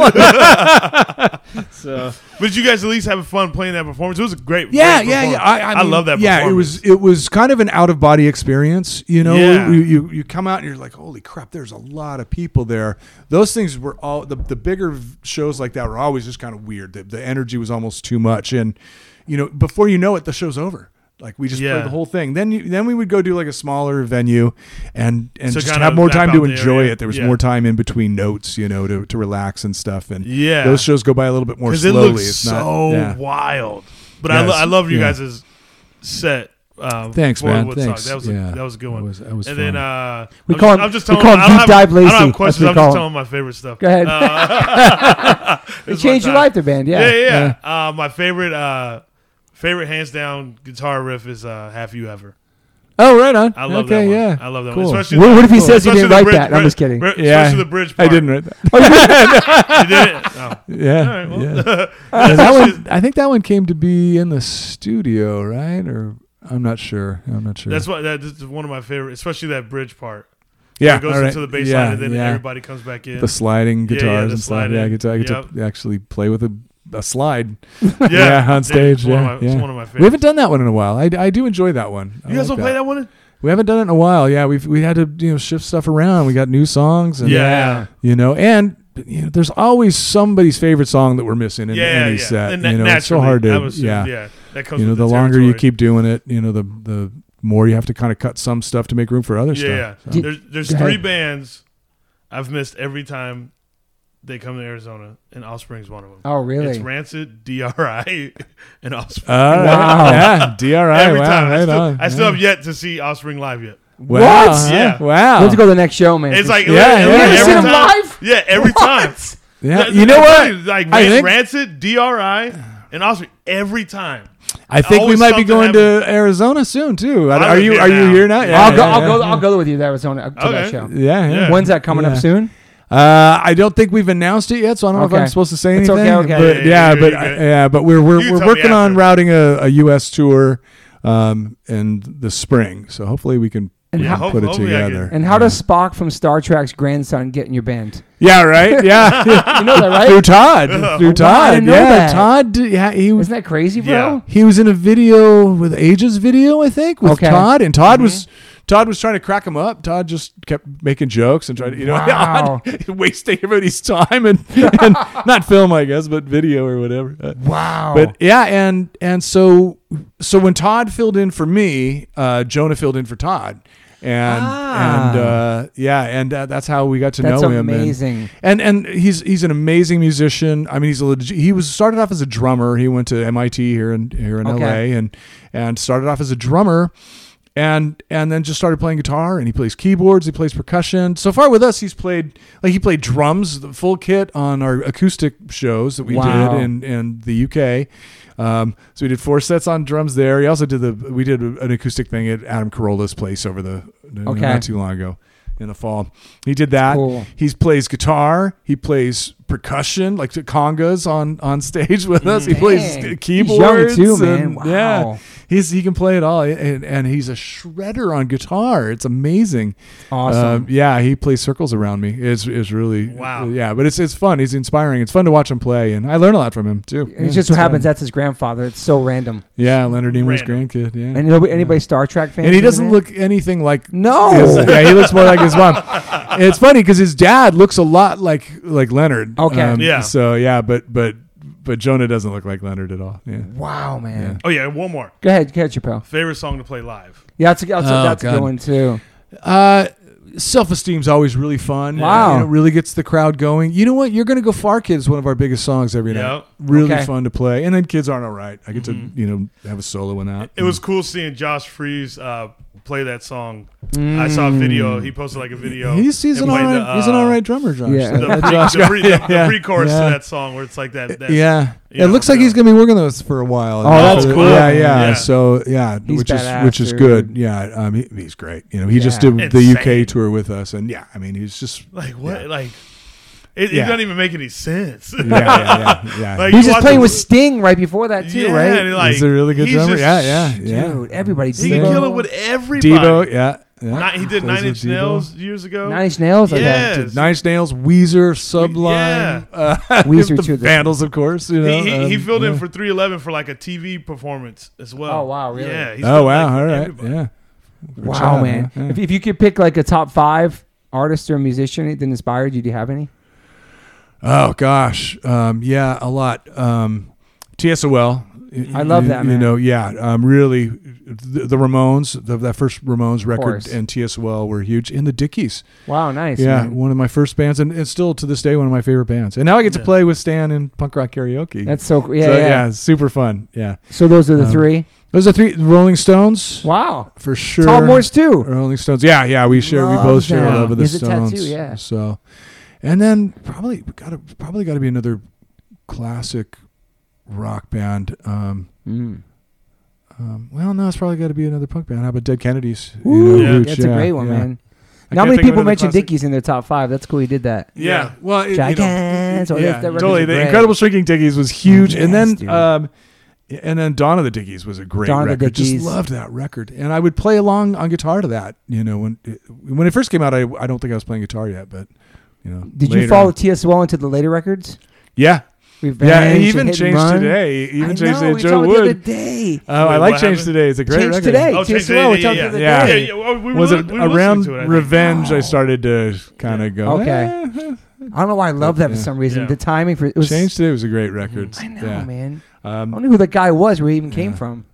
S2: so
S3: But you guys at least having fun playing that performance. It was a great.
S2: yeah,
S3: great
S2: yeah, yeah.
S3: performance.
S2: I, I, mean,
S3: love that.
S2: Yeah, it was it was kind of an out of body experience. You know,
S3: Yeah.
S2: you, you you come out and you're like, holy crap, there's a lot of people there. Those things were all the the bigger v- shows like that were always just kind of weird. The, the energy was almost too much, and you know, before you know it, the show's over. Like we just
S3: Yeah.
S2: played the whole thing. Then you, then we would go do like a smaller venue, and and
S3: So
S2: just
S3: kind
S2: have
S3: of
S2: more
S3: map
S2: time
S3: out
S2: to
S3: the
S2: enjoy
S3: area.
S2: it. There was
S3: Yeah.
S2: more time in between notes, you know, to, to relax and stuff. And
S3: Yeah.
S2: those shows go by a little bit more
S3: because it
S2: slowly.
S3: looks
S2: it's not-
S3: so
S2: yeah.
S3: wild. But
S2: Yeah,
S3: I, lo-
S2: it's-
S3: I love you
S2: yeah.
S3: guys' set. Um,
S2: Thanks,
S3: for
S2: man.
S3: Woodstock.
S2: Thanks.
S3: That was a,
S2: yeah.
S3: that was a good one.
S2: That was, that was
S3: and
S2: fun.
S3: then uh,
S1: We
S3: I'm
S1: call
S3: just,
S1: him-
S3: I'm just
S1: we
S3: telling
S1: call him
S3: I don't
S1: Deep
S3: have,
S1: Dive Lacey.
S3: I don't have
S1: That's
S3: questions.
S1: what we
S3: I'm just
S1: call him.
S3: telling my favorite stuff.
S1: Go ahead.
S3: Uh,
S1: It
S3: this one
S1: changed your
S3: time.
S1: life, the band. Yeah.
S3: yeah, yeah. Uh, my favorite, uh, favorite hands down guitar riff is uh, "Have You Ever."
S2: Oh, right on.
S3: I love
S2: okay,
S3: that one.
S2: yeah.
S3: I love that
S2: Cool.
S3: one. Especially
S1: What,
S3: the-
S1: what if he says he
S3: especially
S1: didn't
S3: the
S1: writ
S3: bridge-
S1: that? I'm just kidding.
S3: bri-
S2: Yeah.
S3: Especially the bridge
S2: I
S3: part.
S2: didn't write that.
S3: You didn't. Oh.
S2: Yeah.
S3: All right, well.
S2: yeah. Yeah, that one, I think that one came to be in the studio, right? Or I'm not sure. I'm not sure.
S3: That's why that is one of my favorite, especially that bridge part.
S2: yeah.
S3: it goes
S2: all right.
S3: into the bass
S2: yeah,
S3: line and then
S2: yeah.
S3: everybody comes back in.
S2: The sliding
S3: Yeah, yeah,
S2: guitars
S3: the
S2: and stuff. Yeah, I
S3: sliding.
S2: get to, I get to actually play with a, a slide. yeah, on
S3: dude,
S2: stage,
S3: It's one,
S2: yeah,
S3: of my, it's
S2: yeah.
S3: one of my
S2: We haven't
S3: favorites.
S2: done that one in a while. I, I do enjoy that one. I
S3: You guys
S2: like
S3: don't play that one?
S2: We haven't done it in a while. Yeah, we've we had to you know shift stuff around. We got new songs. And
S3: Yeah.
S2: you know, and you know, there's always somebody's favorite song that we're missing in
S3: yeah,
S2: any
S3: yeah.
S2: set.
S3: And
S2: you
S3: na-
S2: know, it's so
S3: naturally,
S2: hard to
S3: I would assume,
S2: yeah.
S3: That comes.
S2: You know,
S3: with
S2: the,
S3: the
S2: longer you
S3: territory.
S2: keep doing it, you know, the the more you have to kind of cut some stuff to make room for other
S3: yeah, yeah.
S2: stuff.
S1: Did-
S3: There's there's
S1: Go
S3: three
S1: ahead.
S3: bands I've missed every time they come to Arizona, and Offspring's one of them.
S1: Oh, really?
S3: It's Rancid, DRI, and Offspring.
S2: All right.
S1: Wow.
S2: Yeah. DRI.
S3: every
S2: wow.
S3: time.
S2: Right
S3: I still,
S2: on.
S3: I still
S2: yeah.
S3: have yet to see Offspring live yet.
S2: Wow.
S1: What?
S2: huh?
S3: Yeah.
S2: Wow.
S1: Let's go to the next show, man.
S3: It's like
S2: Yeah,
S3: literally
S2: yeah. You
S3: every
S2: haven't seen
S3: time,
S1: 'em live?
S3: Yeah, every
S1: What?
S3: time.
S2: Yeah.
S3: That-
S2: You know
S3: I'm
S2: what?
S3: telling you, Like
S2: I
S3: Ran-
S2: think-
S3: Rancid, DRI, and Offspring every time.
S2: I think we
S3: always
S2: might be
S3: something
S2: going to Arizona soon too. Are,
S3: I'm
S2: are you
S3: here
S2: are you
S3: now.
S2: here now?
S1: I'll go.
S2: yeah,
S1: I'll
S2: yeah,
S1: go.
S2: yeah.
S1: I'll go with you to Arizona to that
S3: Okay.
S1: show.
S2: Yeah, yeah.
S3: Yeah.
S1: When's that coming up
S2: Yeah.
S1: soon?
S2: Uh, I don't think we've announced it yet, so I don't know if
S1: Okay.
S2: I'm supposed to say
S1: It's
S2: anything.
S1: okay, okay.
S2: But, yeah,
S3: Yeah,
S2: but
S3: you're good.
S2: yeah, but we're
S3: You
S2: we're,
S3: can
S2: we're
S3: tell me
S2: working on
S3: after.
S2: routing a, a U.S. tour um, in the spring, so hopefully we can
S1: And
S2: we
S1: how-
S2: can put it
S3: Hopefully I can-
S2: together.
S1: And how does Spock from Star Trek's grandson get in your band?
S2: yeah, right, yeah,
S1: You know that,
S2: through
S1: right?
S2: Todd, through
S1: I
S2: Todd,
S1: didn't know
S2: yeah,
S1: that.
S2: Todd, did- yeah, he was
S1: Isn't that crazy, bro?
S3: Yeah.
S2: he was in a video with Ages video, I think, with
S1: Okay. Mm-hmm.
S2: Todd, and Todd was. Todd was trying to crack him up. Todd just kept making jokes and trying to, you know,
S1: Wow.
S2: wasting everybody's time and, and not film, I guess, but video or whatever. Uh,
S1: Wow.
S2: But yeah, and and so so when Todd filled in for me, uh, Jonah filled in for Todd, and
S1: Ah.
S2: and uh, yeah, and uh, that's how we got to
S1: That's
S2: know him. and-
S1: amazing.
S2: And, and he's he's an amazing musician. I mean, he's a legit, he was started off as a drummer. He went to MIT here in here in
S1: Okay.
S2: LA, and and started off as a drummer. And, and then just started playing guitar and he plays keyboards he plays percussion so far with us he's played like he played drums the full kit on our acoustic shows that we
S1: Wow.
S2: did in in the UK. Um, so we did four sets on drums there. He also did the we did an acoustic thing at Adam Carolla's place over the
S1: Okay.
S2: not too long ago in the fall. He did that.
S1: Cool.
S2: He plays guitar. He plays percussion like the congas on on stage with us. He plays
S1: Dang. He's young
S2: keyboards.
S1: too, man.
S2: and-
S1: Wow.
S2: Yeah, he's he can play it all, and, and he's a shredder on guitar. It's amazing.
S1: awesome.
S2: Um, yeah, he plays circles around me. It's it's really
S3: Wow.
S2: Yeah, but it's it's fun. He's inspiring. It's fun to watch him play, and I learn a lot from him too.
S1: it
S2: Yeah,
S1: just so
S2: it's
S1: happens
S2: fun.
S1: that's his grandfather. It's so random.
S2: yeah, Leonard Nimoy's
S3: Random.
S2: grandkid. Yeah,
S1: And nobody, anybody Star Trek fan?
S2: and he doesn't look anything like
S1: No.
S2: his-
S3: Oh.
S2: yeah, he looks more like his mom. And it's funny because his dad looks a lot like like Leonard. Um,
S1: Okay.
S3: Yeah.
S2: So yeah, but but but Jonah doesn't look like Leonard at all. Yeah.
S1: Wow, man.
S3: Oh yeah, and one more
S1: Go ahead, catch your pal.
S3: favorite song to play live.
S1: Yeah, that's a, that's, a,
S2: Oh,
S1: that's a
S2: God.
S1: good one too.
S2: Uh, Self esteem's always really fun.
S1: Wow.
S2: You know, it really gets the crowd going. You know what? You're going to go far, kids. One of our biggest songs every night.
S3: Yep. Mm-hmm.
S2: Really
S1: Okay.
S2: fun to play. And then kids aren't all right. I get to you know have a solo in that.
S3: It was cool seeing Josh Freeze uh, play that song. I saw a video. He posted like a video.
S2: He's he's an
S3: and
S2: all
S3: played
S2: right
S3: the,
S2: he's an
S3: uh,
S2: all right drummer, Josh.
S1: Yeah.
S3: The,
S2: That-
S3: pre,
S2: Josh
S3: the,
S2: guy.
S3: pre, the,
S2: Yeah.
S3: chorus
S2: Yeah.
S3: to that song where it's like that. that
S2: yeah.
S3: you
S2: it
S3: know,
S2: looks like
S3: yeah.
S2: he's gonna be working on this for a while.
S1: Oh, that's
S2: So,
S1: cool.
S2: Yeah, yeah,
S3: Yeah.
S2: So yeah,
S1: He's
S2: which is
S1: badass,
S2: which is
S1: dude.
S2: good. Yeah, um, he- he's great. You know, he just
S1: Yeah.
S2: did the
S3: Insane.
S2: UK tour with us, and yeah, I mean, he's just
S3: Like what? Like It, it
S2: Yeah.
S3: doesn't even make any sense.
S2: Yeah, yeah, yeah. yeah.
S3: Like,
S1: He was
S3: you
S1: just
S3: watch
S1: playing
S3: the-
S1: with Sting right before that too,
S3: yeah,
S1: right?
S3: and, like,
S2: He's a really good
S3: he's
S2: drummer.
S3: just-
S2: yeah, yeah, yeah.
S1: Dude, everybody.
S3: He can
S2: Sting.
S3: kill it with everybody.
S2: Devo, yeah, yeah.
S3: Ni- he
S2: Plays
S3: did Nine
S2: with
S3: Inch
S2: Devo.
S3: Nails years ago.
S1: Nine Inch Nails. Okay.
S3: Yes.
S2: Did Nine Inch Nails, Weezer, Sublime,
S3: Yeah.
S2: uh,
S1: Weezer
S2: the
S1: too, the-
S2: Vandals, of course. You know,
S3: he, he, he
S2: um,
S3: filled in
S2: yeah.
S3: for 311 for like a TV performance as well.
S1: Oh, wow, really?
S3: Yeah. he's
S2: Oh
S3: done, like,
S2: wow! All right,
S3: everybody.
S2: yeah. Good
S1: Wow,
S2: job,
S1: man.
S2: yeah, yeah.
S1: If, if you could pick like a top five artist or musician that inspired you, do you have any?
S2: Oh gosh, um, yeah, a lot. Um, TSOL.
S1: I love that,
S2: You
S1: man.
S2: know, yeah, um, really, the, the Ramones, the, that first Ramones record,
S1: course.
S2: and TSOL were huge. And the Dickies,
S1: Wow, nice.
S2: yeah,
S1: man.
S2: one of my first bands, and, and still to this day one of my favorite bands. And now I get to
S3: Yeah.
S2: play with Stan in punk rock karaoke.
S1: That's so cool. Yeah,
S2: So,
S1: yeah.
S2: it's super fun. Yeah,
S1: So those are the
S2: Um,
S1: three.
S2: those are three Rolling Stones
S1: Wow.
S2: for sure. Uh,
S1: Tom Morse too.
S2: Rolling Stones. Yeah, yeah, we share.
S1: Love
S2: we both share
S1: them.
S2: a love of the
S1: He's a tattoo,
S2: Stones.
S1: yeah.
S2: So, and then probably got to probably got to be another classic rock band. Um,
S1: Mm.
S2: um, well, no, it's probably got to be another punk band. How about Dead Kennedys? You
S1: Ooh,
S2: know,
S3: Yeah.
S2: huge,
S1: that's a
S2: yeah,
S1: great one,
S2: yeah.
S1: man.
S2: I
S1: Not
S2: can't
S1: many
S2: think of
S1: people
S2: another
S1: mention
S2: classic-
S1: Dickies in their top five. That's cool. He did that.
S2: Yeah.
S3: Yeah.
S2: Well, it, you know,
S1: Jackass, or
S2: yeah,
S1: that- that record's
S2: totally. The
S1: great.
S2: Incredible Shrinking Dickies was huge,
S1: Yes,
S2: and then
S1: dude.
S2: um, and then Dawn of the Dickies was a great
S1: Dawn of the
S2: record. Just
S1: Dickies.
S2: loved that record, and I would play along on guitar to that. You know, when it, when it first came out, I I don't think I was playing guitar yet, but you know,
S1: Did
S2: later
S1: you follow
S2: on.
S1: TSOL into the later records?
S2: Yeah,
S1: Revenge,
S2: yeah. It
S1: and
S2: even
S1: Hit and
S2: changed
S1: Run?
S2: today. Even
S1: I
S2: changed
S1: know,
S2: today.
S1: we
S2: Joe
S1: talked The other
S2: Wood.
S1: day.
S2: Oh, I
S3: Wait,
S2: like
S3: what
S2: Change
S3: happened?
S2: today. It's a great
S1: Change
S2: record.
S1: today.
S3: Oh,
S1: Hey,
S3: Change
S1: TSOL, we
S3: the
S1: talked
S3: Day,
S1: to the
S3: yeah,
S2: day.
S3: yeah, yeah, we were
S2: Was
S3: li-
S2: it
S3: we were listening
S2: around
S3: to it, I think.
S2: Revenge? I
S1: Wow.
S2: started to kind of go.
S1: Okay.
S2: "Eh,
S1: I don't know why I love that for
S2: Yeah.
S1: some reason.
S3: Yeah.
S1: The timing for it was.
S2: Change today was a great record.
S1: I know,
S2: yeah.
S1: man. I
S2: Um,
S1: don't know who the guy was, where he even came
S2: Yeah.
S1: from.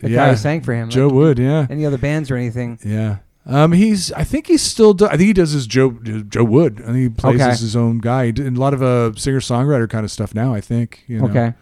S1: The guy
S2: yeah.
S1: who sang for him.
S2: Joe
S1: like,
S2: Wood. Yeah.
S1: Any other bands or anything?
S2: Yeah. Um, he's. I think he's still. Do, I think he does his Joe Joe Wood. I think he plays
S1: Okay.
S2: as his own guy. He did a lot of uh, singer songwriter kind of stuff now. I think. You know.
S1: Okay.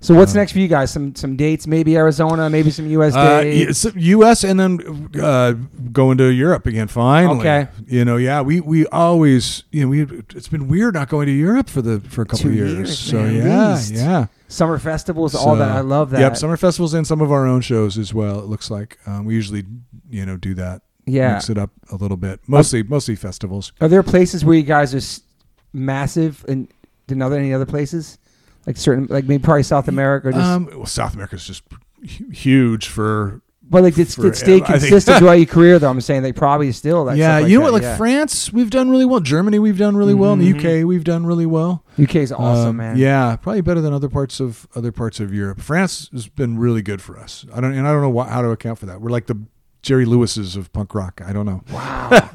S1: So what's
S2: Uh,
S1: next for you guys? Some some dates, maybe Arizona, maybe some U.S.
S2: Uh,
S1: dates.
S2: yeah, so U.S. and then uh, going to Europe again. Finally.
S1: Okay.
S2: You know. Yeah. We we always. You know. We. It's been weird not going to Europe for the for a couple
S1: Two
S2: of years.
S1: years,
S2: So
S1: man, at
S2: yeah.
S1: least.
S2: Yeah.
S1: Summer festivals, all
S2: So,
S1: that. I love that.
S2: Yep. Summer festivals and some of our own shows as well. It looks like um, we usually you know do that.
S1: yeah.
S2: Mix it up a little bit. Mostly mostly festivals.
S1: Are there places where you guys are s- massive and than other any other places? Like certain, like maybe probably South America. Or just,
S2: um, well, South America's just hu- huge for
S1: but like, did,
S2: for-
S1: did stay
S2: I think-
S1: consistent throughout your career? Though I'm saying they probably still. Like,
S2: yeah.
S1: stuff
S2: you know what?
S1: that,
S2: Like France, we've done really well. Germany, we've done really well. In
S3: Mhm.
S2: the UK, we've done really well.
S1: yeah. UK is awesome,
S2: Um,
S1: man.
S2: Yeah, probably better than other parts of other parts of Europe. France has been really good for us. I don't and I don't know wha- how to account for that. We're like the Jerry Lewis's of punk rock. I don't know.
S1: Wow,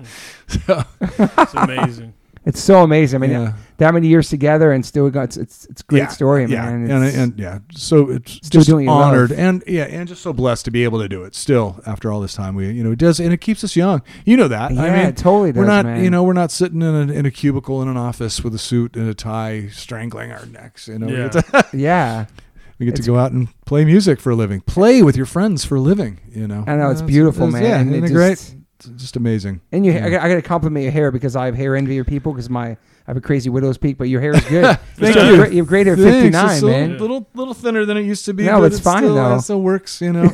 S2: So,
S3: It's amazing.
S1: it's so amazing. I mean,
S2: yeah,
S1: that many years together and still got it's it's, it's a great
S2: Yeah,
S1: story,
S2: yeah,
S1: man.
S2: and,
S1: It's-
S2: and yeah, so it's
S1: Still
S2: just
S1: doing what you love.
S2: honored and yeah, and just so blessed to be able to do it still after all this time. We you know it does and it keeps us young. You know that.
S1: yeah,
S2: I mean,
S1: it totally. Does,
S2: we're not
S1: man.
S2: you know we're not sitting in a, in a cubicle in an office with a suit and a tie strangling our necks you know we
S3: Yeah.
S2: get to,
S1: Yeah,
S2: we get to
S1: It's-
S2: go out and play music for a living play with your friends for a living you know
S1: I know it's
S2: Uh,
S1: beautiful, man.
S2: it's- yeah
S1: and
S2: isn't
S1: it
S2: it
S1: just-
S2: great it's just amazing
S1: And you, I,
S2: Yeah.
S1: gotta- I got to compliment your hair because I have hair envy of people because my I have a crazy widow's peak, but your hair is good.
S2: Thank
S1: you.
S2: you.
S1: Great, you have great hair, at
S2: Thanks.
S1: fifty nine,
S2: It's a
S1: man.
S2: little, little little thinner than it used to be
S1: No,
S2: but
S1: it's
S2: it
S1: fine,
S2: still,
S1: though.
S2: it still works you know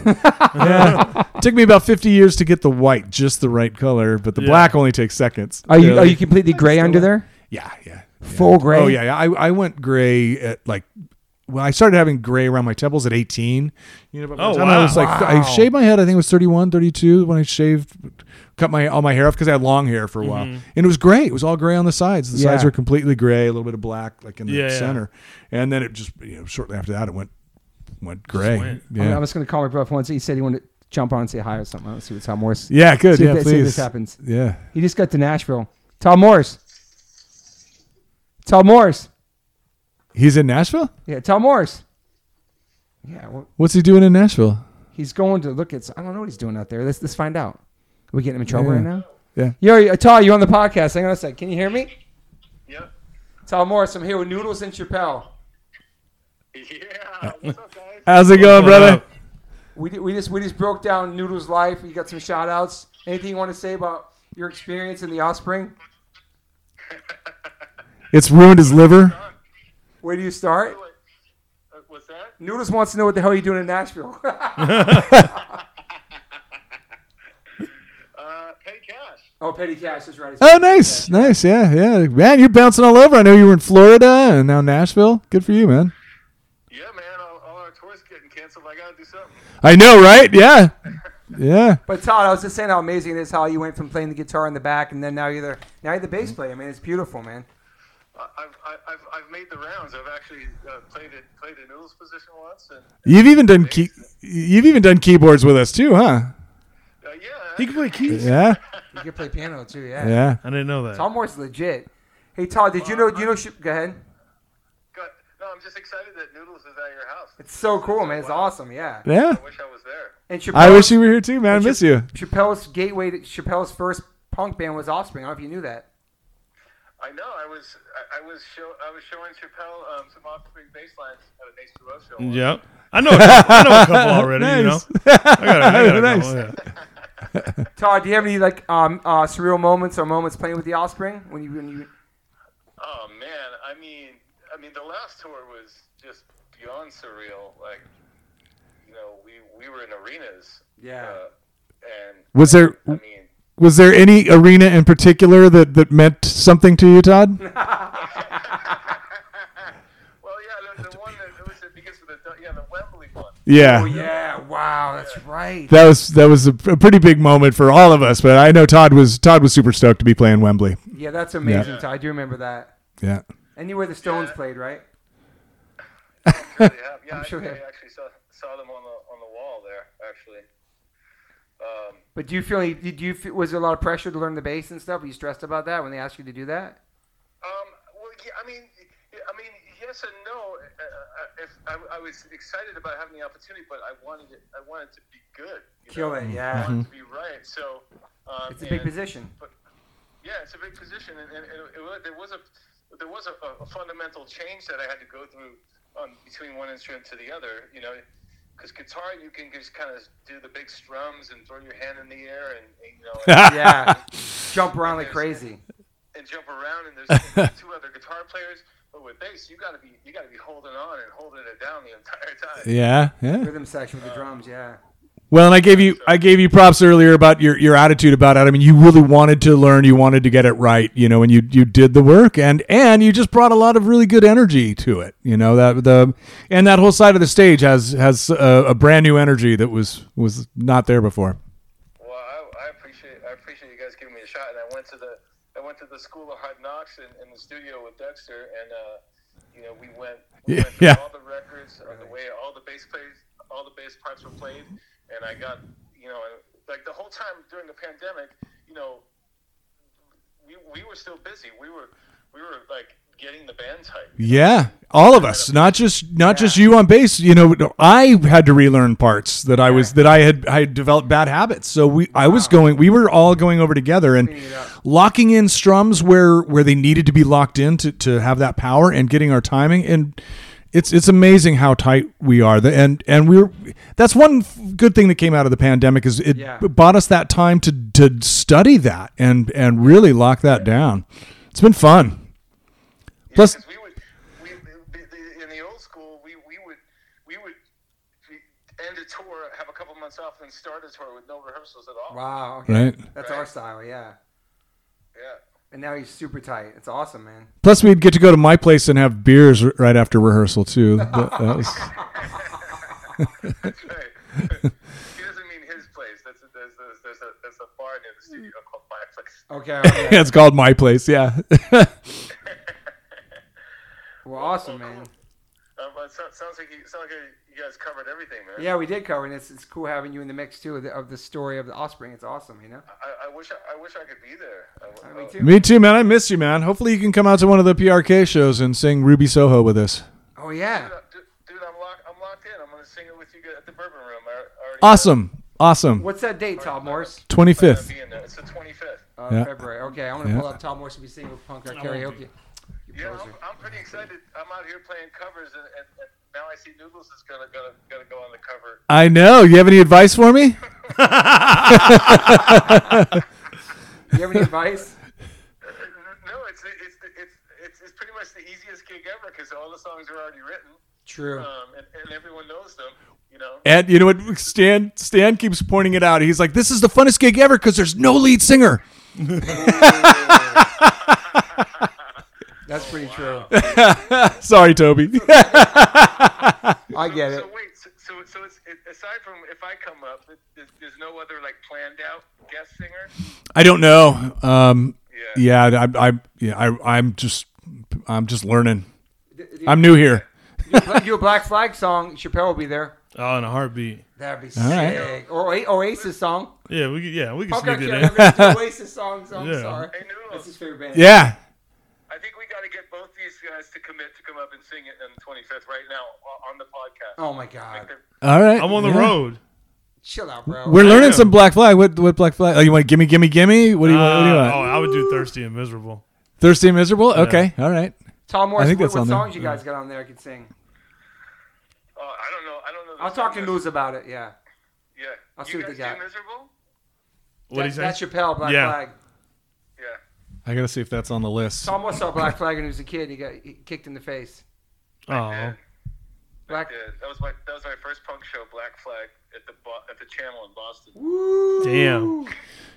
S2: yeah. took me about 50 years to get the white just the right color but the
S3: Yeah.
S2: black only takes seconds
S1: Are you
S2: Yeah,
S1: are you completely gray
S2: still
S1: under
S2: like-
S1: there?
S2: yeah yeah yeah.
S1: Full gray.
S2: Oh yeah, yeah. I I went gray at like well, I started having gray around my temples at 18. You know, but by the
S3: Oh,
S2: time I
S3: wow.
S2: was like
S1: Wow.
S2: I shaved my head, I think it was 31, 32 when I shaved cut my all my hair off cuz I had long hair for a while.
S3: Mhm.
S2: And it was gray. It was all gray on the sides. The sides
S1: Mm-hmm. Yeah.
S2: were completely gray, a little bit of black like in the
S3: Yeah, yeah.
S2: center. And then it just you know shortly after that it went went gray.
S3: went.
S1: I'm,
S2: Yeah.
S1: I'm just gonna call my brother once. He said he wanted to jump on and say hi or something. Let's see what Tom Morris.
S2: yeah, good.
S1: see if
S2: Yeah,
S1: that- see if this
S2: please.
S1: happens.
S2: Yeah.
S1: He just got to Nashville. Tom Morris. Tom Morris.
S2: He's in Nashville?
S1: Yeah, Tom Morris. Yeah, well,
S2: What's he doing in Nashville?
S1: he's going to look at. I don't know what he's doing out there. Let's let's find out. Are we getting him in trouble
S2: Yeah.
S1: right now?
S2: Yeah.
S1: Yo, Tal, you're on the podcast. Hang on a sec. Can you hear me?
S4: Yep.
S1: Tal Morris, I'm here with Noodles and Chappelle.
S4: Yeah. What's up, guys?
S2: How's it going, brother?
S1: We, di- we just we just broke down Noodles' life. We got some shout outs. Anything you want to say about your experience in the Offspring?
S2: It's ruined his liver.
S1: Where do you start?
S4: Uh, What's that?
S1: Noodles wants to know what the hell you're doing in Nashville.
S4: Uh, petty cash. Uh,
S1: oh, Petty Cash is right.
S2: Oh, nice. nice, nice. Yeah, yeah. Man, you're bouncing all over. I know you were in Florida and now Nashville. Good for you, man.
S4: Yeah, man, all, all our tours getting canceled. I gotta do something.
S2: I know, right? Yeah, yeah.
S1: But Todd, I was just saying how amazing it is how you went from playing the guitar in the back and then now you're the now you're the bass
S2: Mm-hmm.
S1: player. I mean, it's beautiful, man.
S4: I- I've, I- I've, I've made the rounds. I've actually uh, played it played a noodles position once, and
S2: You've even done key- you've even done keyboards with us too, huh?
S4: uh, yeah,
S3: He can play keys.
S2: Yeah,
S1: You can play piano too, yeah.
S2: yeah.
S3: I didn't know that.
S1: Tommore's legit. Hey Todd, did you know? You know? Sh- go ahead.
S4: got, no, I'm just excited that noodles is at your house.
S1: It's so cool, man. It's awesome, yeah.
S2: Yeah.
S4: I wish I was there.
S1: And Chappelle,
S2: I wish you were here too, man. I miss you.
S1: Chappelle's gateway. To, Chappelle's first punk band was Offspring. I don't know if you knew that.
S4: I know. I was I, I was show I was showing Chappelle um, some offspring bass lines at an H2O show. once.
S3: Yep. I know, a couple, I know a couple already. You know,
S2: Nice.
S3: I got, I got a
S2: Nice.
S3: couple, yeah.
S1: Todd, do you have any like um, uh, surreal moments or moments playing with the Offspring when you when you?
S4: Oh man, I mean, I mean, the last tour was just beyond surreal. Like, you know, we we were in arenas.
S1: Yeah.
S4: Uh, and
S2: Was there
S4: I mean,
S2: was there any arena in particular that that meant something to you, Todd?
S4: well, yeah, the, the one that it was the- because of the yeah the Wembley one.
S1: Oh
S2: Yeah.
S1: yeah! Wow, that's right.
S2: That was that was a, a pretty big moment for all of us, but I know Todd was Todd was super stoked to be playing Wembley.
S1: Yeah, that's amazing, Todd. I do remember that.
S2: Yeah.
S1: And you were the Stones played, right?
S4: They have- yeah, i
S1: sure
S4: I,
S1: they have.
S4: actually saw, saw them on the on the wall there actually. Um,
S1: But do you feel? any- Did you? Feel, was there a lot of pressure to learn the bass and stuff? Were you stressed about that when they asked you to do that?
S4: Um, well, yeah, I mean, yeah, I mean, yes and no. Uh, uh, If I, I was excited about having the opportunity, but I wanted it. I wanted it to be good. You
S1: Kill
S4: know?
S1: it, yeah. Mm-hmm.
S4: I wanted to be right. So um,
S1: It's a big
S4: and-
S1: position.
S4: But, yeah, it's a big position, and, and, and it, wa- there was a there was a, a fundamental change that I had to go through um, between one instrument to the other. You know, because guitar you can just kind of do the big strums and throw your hand in the air and, and you know. and-
S1: Yeah, jump around like crazy.
S4: and jump around and there's two other guitar players but with bass you gotta be you gotta be holding on and holding it down the entire time
S2: Yeah. Yeah.
S1: Rhythm section with the drums, yeah.
S2: Well, and I gave you I gave you props earlier about your, your attitude about it. I mean, you really wanted to learn, you wanted to get it right, you know, and you you did the work, and and you just brought a lot of really good energy to it, you know that the and that whole side of the stage has has a, a brand new energy that was was not there before.
S4: well I, I appreciate i appreciate you guys giving me a shot and i went to the i went to the school of hard knocks in, in the studio with dexter and uh you know we went we went through
S2: Yeah.
S4: all the records or the way all the bass plays all the bass parts were played and i got you know and, like the whole time during the pandemic you know we, we were still busy we were we were like getting the band type
S2: Yeah, all of us, not just not just you on bass. You know, I had to relearn parts that I was that I had I had developed bad habits. So we I was going, we were all going over together and
S1: Cleaning it up.
S2: locking in strums where where they needed to be locked in to to have that power and getting our timing and. It's, it's amazing how tight we are, The- and and we're that's one f- good thing that came out of the pandemic is it
S1: Yeah.
S2: bought us that time to to study that and and really lock that down. It's been fun. Plus,
S4: Because we would, we, the- the- in the old school, we, we would, we would end a tour, have a couple months off, and start a tour with no rehearsals at all.
S1: Wow. Okay.
S2: right?
S1: That's our style, yeah.
S4: Yeah.
S1: And now he's super tight. It's awesome, man.
S2: Plus, we'd get to go to my place and have beers r- right after rehearsal too. That- that was-
S4: That's right. he doesn't mean his place. That's a, there's, there's, there's, a, there's a bar near the studio
S2: Mm.
S4: called My Place.
S1: Okay. okay.
S2: it's called my place. Yeah,
S1: well, awesome, man.
S4: Um, but so, sounds like you, sounds like you guys covered everything, man.
S1: Yeah, we did cover, and it's, it's cool having you in the mix too of the, of the story of the offspring. It's awesome, you know.
S4: I, I wish I, I wish I could be there. I, w- uh,
S1: I mean,
S4: I-
S1: too.
S2: me too, man. I miss you, man. Hopefully, you can come out to one of the PRK shows and sing Ruby Soho with us.
S1: Oh yeah.
S4: dude, I- dude, dude, I'm locked. I'm locked in. I'm gonna sing it with you guys at the Bourbon Room. I, I already
S2: Awesome, awesome.
S1: What's that date, Todd Morris?
S2: Twenty
S4: I'm gonna
S2: fifth.
S4: be in there. It's the 25th.
S1: Uh,
S2: Yeah.
S1: February. Okay, I'm gonna
S2: Yeah.
S1: pull up Todd Morris to be singing with punk rock
S3: I won't
S1: karaoke. You
S4: Yeah,
S1: poser.
S4: I'm, I'm pretty excited. I'm out here playing covers, and, and, and now I see Noodles is gonna gonna gonna go on the cover.
S2: I know. You have any advice for me?
S1: You have any advice?
S4: No, it's it's it's it's, it's pretty much the easiest gig ever because all the songs are already written,
S1: True.
S4: um, and, and everyone knows them. You know.
S2: And you know what? Stan Stan keeps pointing it out. He's like, "This is the funnest gig ever because there's no lead singer."
S1: That's pretty true.
S2: Sorry, Toby.
S1: I get it.
S4: So wait, so so, so it's, it, aside from if I come up, it, there's, there's no other like planned out guest singer.
S2: I don't know. Um,
S4: Yeah.
S2: yeah, I, I, yeah, I, I'm just, I'm just learning. I'm new here.
S1: If you do a Black Flag song, Chappelle will be there.
S3: Oh, in a heartbeat.
S1: That'd be
S2: All right.
S1: sick. Or Or Oasis song.
S3: Yeah, we could, yeah we can
S1: Fuck, I
S3: sneak it
S1: can't.
S3: in.
S1: I'm gonna do Oasis songs. I'm
S3: Yeah.
S1: sorry.
S4: Hey, Noodles.
S1: That's his favorite band.
S2: Yeah,
S4: I think we got to get both these guys to commit to come up and sing it on the 25th right now o- on the podcast.
S1: Oh my god.
S2: all right.
S3: I'm on the
S2: Yeah.
S3: road.
S1: Chill out, bro.
S2: We're learning
S3: Yeah.
S2: some Black Flag. What, what Black Flag? Oh, you want gimme, gimme, gimme? What do you want? What do you
S3: Uh,
S2: want?
S3: Oh, I would do thirsty and miserable.
S2: Thirsty and miserable. Okay, all right.
S1: Tom Morris,
S2: I think
S1: what,
S2: that's
S1: what
S2: on there.
S1: songs you guys got on there I could sing?
S4: Oh, I don't know. I don't know. the
S1: I'll talk to
S4: song.
S1: News about it, yeah.
S4: Yeah.
S1: I'll see
S4: you
S1: what they
S4: guys
S1: got.
S4: Do miserable?
S3: What do you
S1: That-
S3: say?
S1: That's Chappelle, Black
S3: Yeah.
S1: Flag.
S4: Yeah.
S2: I gotta see if that's on the list.
S1: Tom Morris saw Black Flag when he was a kid and he got he kicked in the face.
S3: Oh,
S1: Black
S4: Yeah, that was my that was my first punk show, Black Flag, at the Bo- at the Channel in Boston.
S1: Woo!
S3: Damn.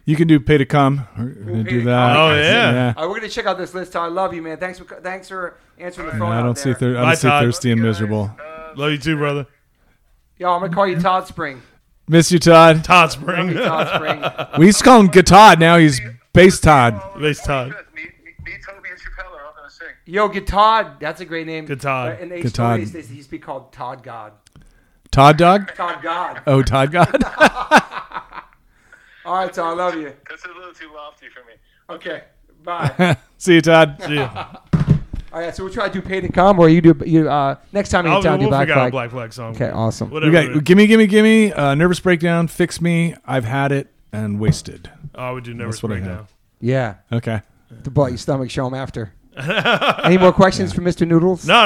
S2: You can do pay to come. We're gonna
S1: Pay
S2: do
S1: to
S2: that.
S3: come. Oh, yeah.
S1: All right, we're gonna check out this list. Todd. I love you, man. Thanks for co- thanks for answering the
S2: No,
S1: phone.
S2: I
S1: out
S2: don't see.
S1: there.
S2: Thir- I
S3: Bye,
S2: don't see
S3: Todd.
S2: thirsty and miserable.
S4: Uh,
S3: love you too, brother.
S1: Yo, I'm gonna call you Todd Spring.
S2: Miss you, Todd.
S3: Todd Spring.
S1: Todd Spring.
S2: We used to call him Gatod. Now he's Bass Todd.
S3: Bass Todd.
S4: Me, me, me, Toby, and Chappelle are all gonna sing.
S1: Yo, get Todd. That's a great name.
S3: Get Todd.
S1: Uh, In the
S2: Get
S1: 80s,
S2: Todd.
S1: they used to be called Todd God.
S2: Todd Dog.
S1: Todd God.
S2: Oh, Todd God.
S1: All right, Todd. I love you.
S4: That's a little too lofty for me.
S1: Okay. Bye.
S2: see you, Todd.
S3: Yeah.
S1: All right, so we'll try to do pay to come, or you do you uh, next time
S3: I'll,
S1: you town do
S3: we'll
S1: Black
S3: figure out a
S1: Flag.
S3: Black Flag song.
S1: Okay, awesome.
S2: We
S3: Whatever.
S2: got
S3: it is.
S2: gimme, gimme, gimme. Uh, nervous breakdown. Fix me. I've had it and wasted.
S3: Oh, I would do Never
S2: That's what I
S3: Break Down.
S2: have.
S1: Yeah,
S2: Okay.
S1: the blow out your stomach. Show them after. Any more questions for Mr. Noodles?
S3: No,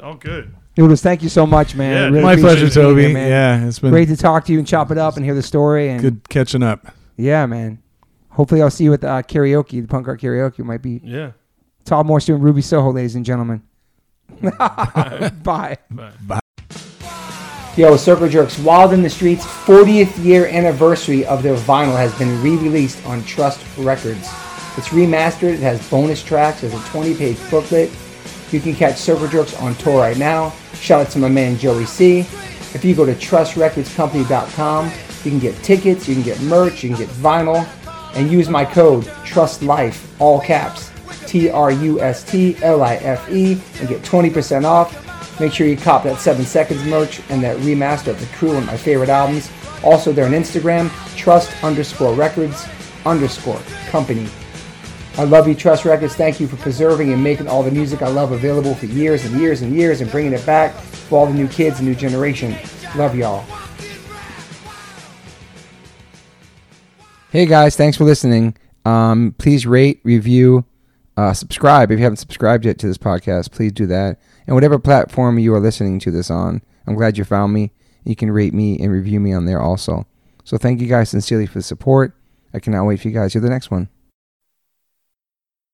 S3: no. All good.
S1: Noodles, thank you so much, man.
S3: Yeah,
S1: I
S3: dude.
S2: My
S1: appreciate
S2: pleasure,
S1: you being
S2: Toby.
S1: here, man.
S2: yeah, it's been
S1: Great to talk to you and chop it up and hear the story. And
S2: good catching up.
S1: yeah, man. Hopefully, I'll see you at the, uh, karaoke. The punk rock karaoke might be
S3: Yeah.
S1: Todd Morse doing Ruby Soho, ladies and gentlemen. Bye.
S2: Bye.
S1: Yo, Circle Jerks, Wild in the Streets 40th year anniversary of their vinyl has been re released on Trust Records. It's remastered, it has bonus tracks, there's a 20 page booklet. You can catch Circle Jerks on tour right now. Shout out to my man Joey C. If you go to trustrecordscompany.com, you can get tickets, you can get merch, you can get vinyl, and use my code TRUSTLIFE, all caps, T R U S T L I F E, and get 20% off. Make sure you cop that 7 Seconds merch and that remaster of The Crew, one of my favorite albums. Also, they're on Instagram, trust underscore records underscore company. I love you, Trust Records. Thank you for preserving and making all the music I love available for years and years and years and bringing it back for all the new kids and new generation. Love y'all. Hey guys, thanks for listening. Um, please rate, review, uh, subscribe. If you haven't subscribed yet to this podcast, please do that. And whatever platform you are listening to this on, I'm glad you found me. You can rate me and review me on there also. So thank you guys sincerely for the support. I cannot wait for you guys to hear the next one.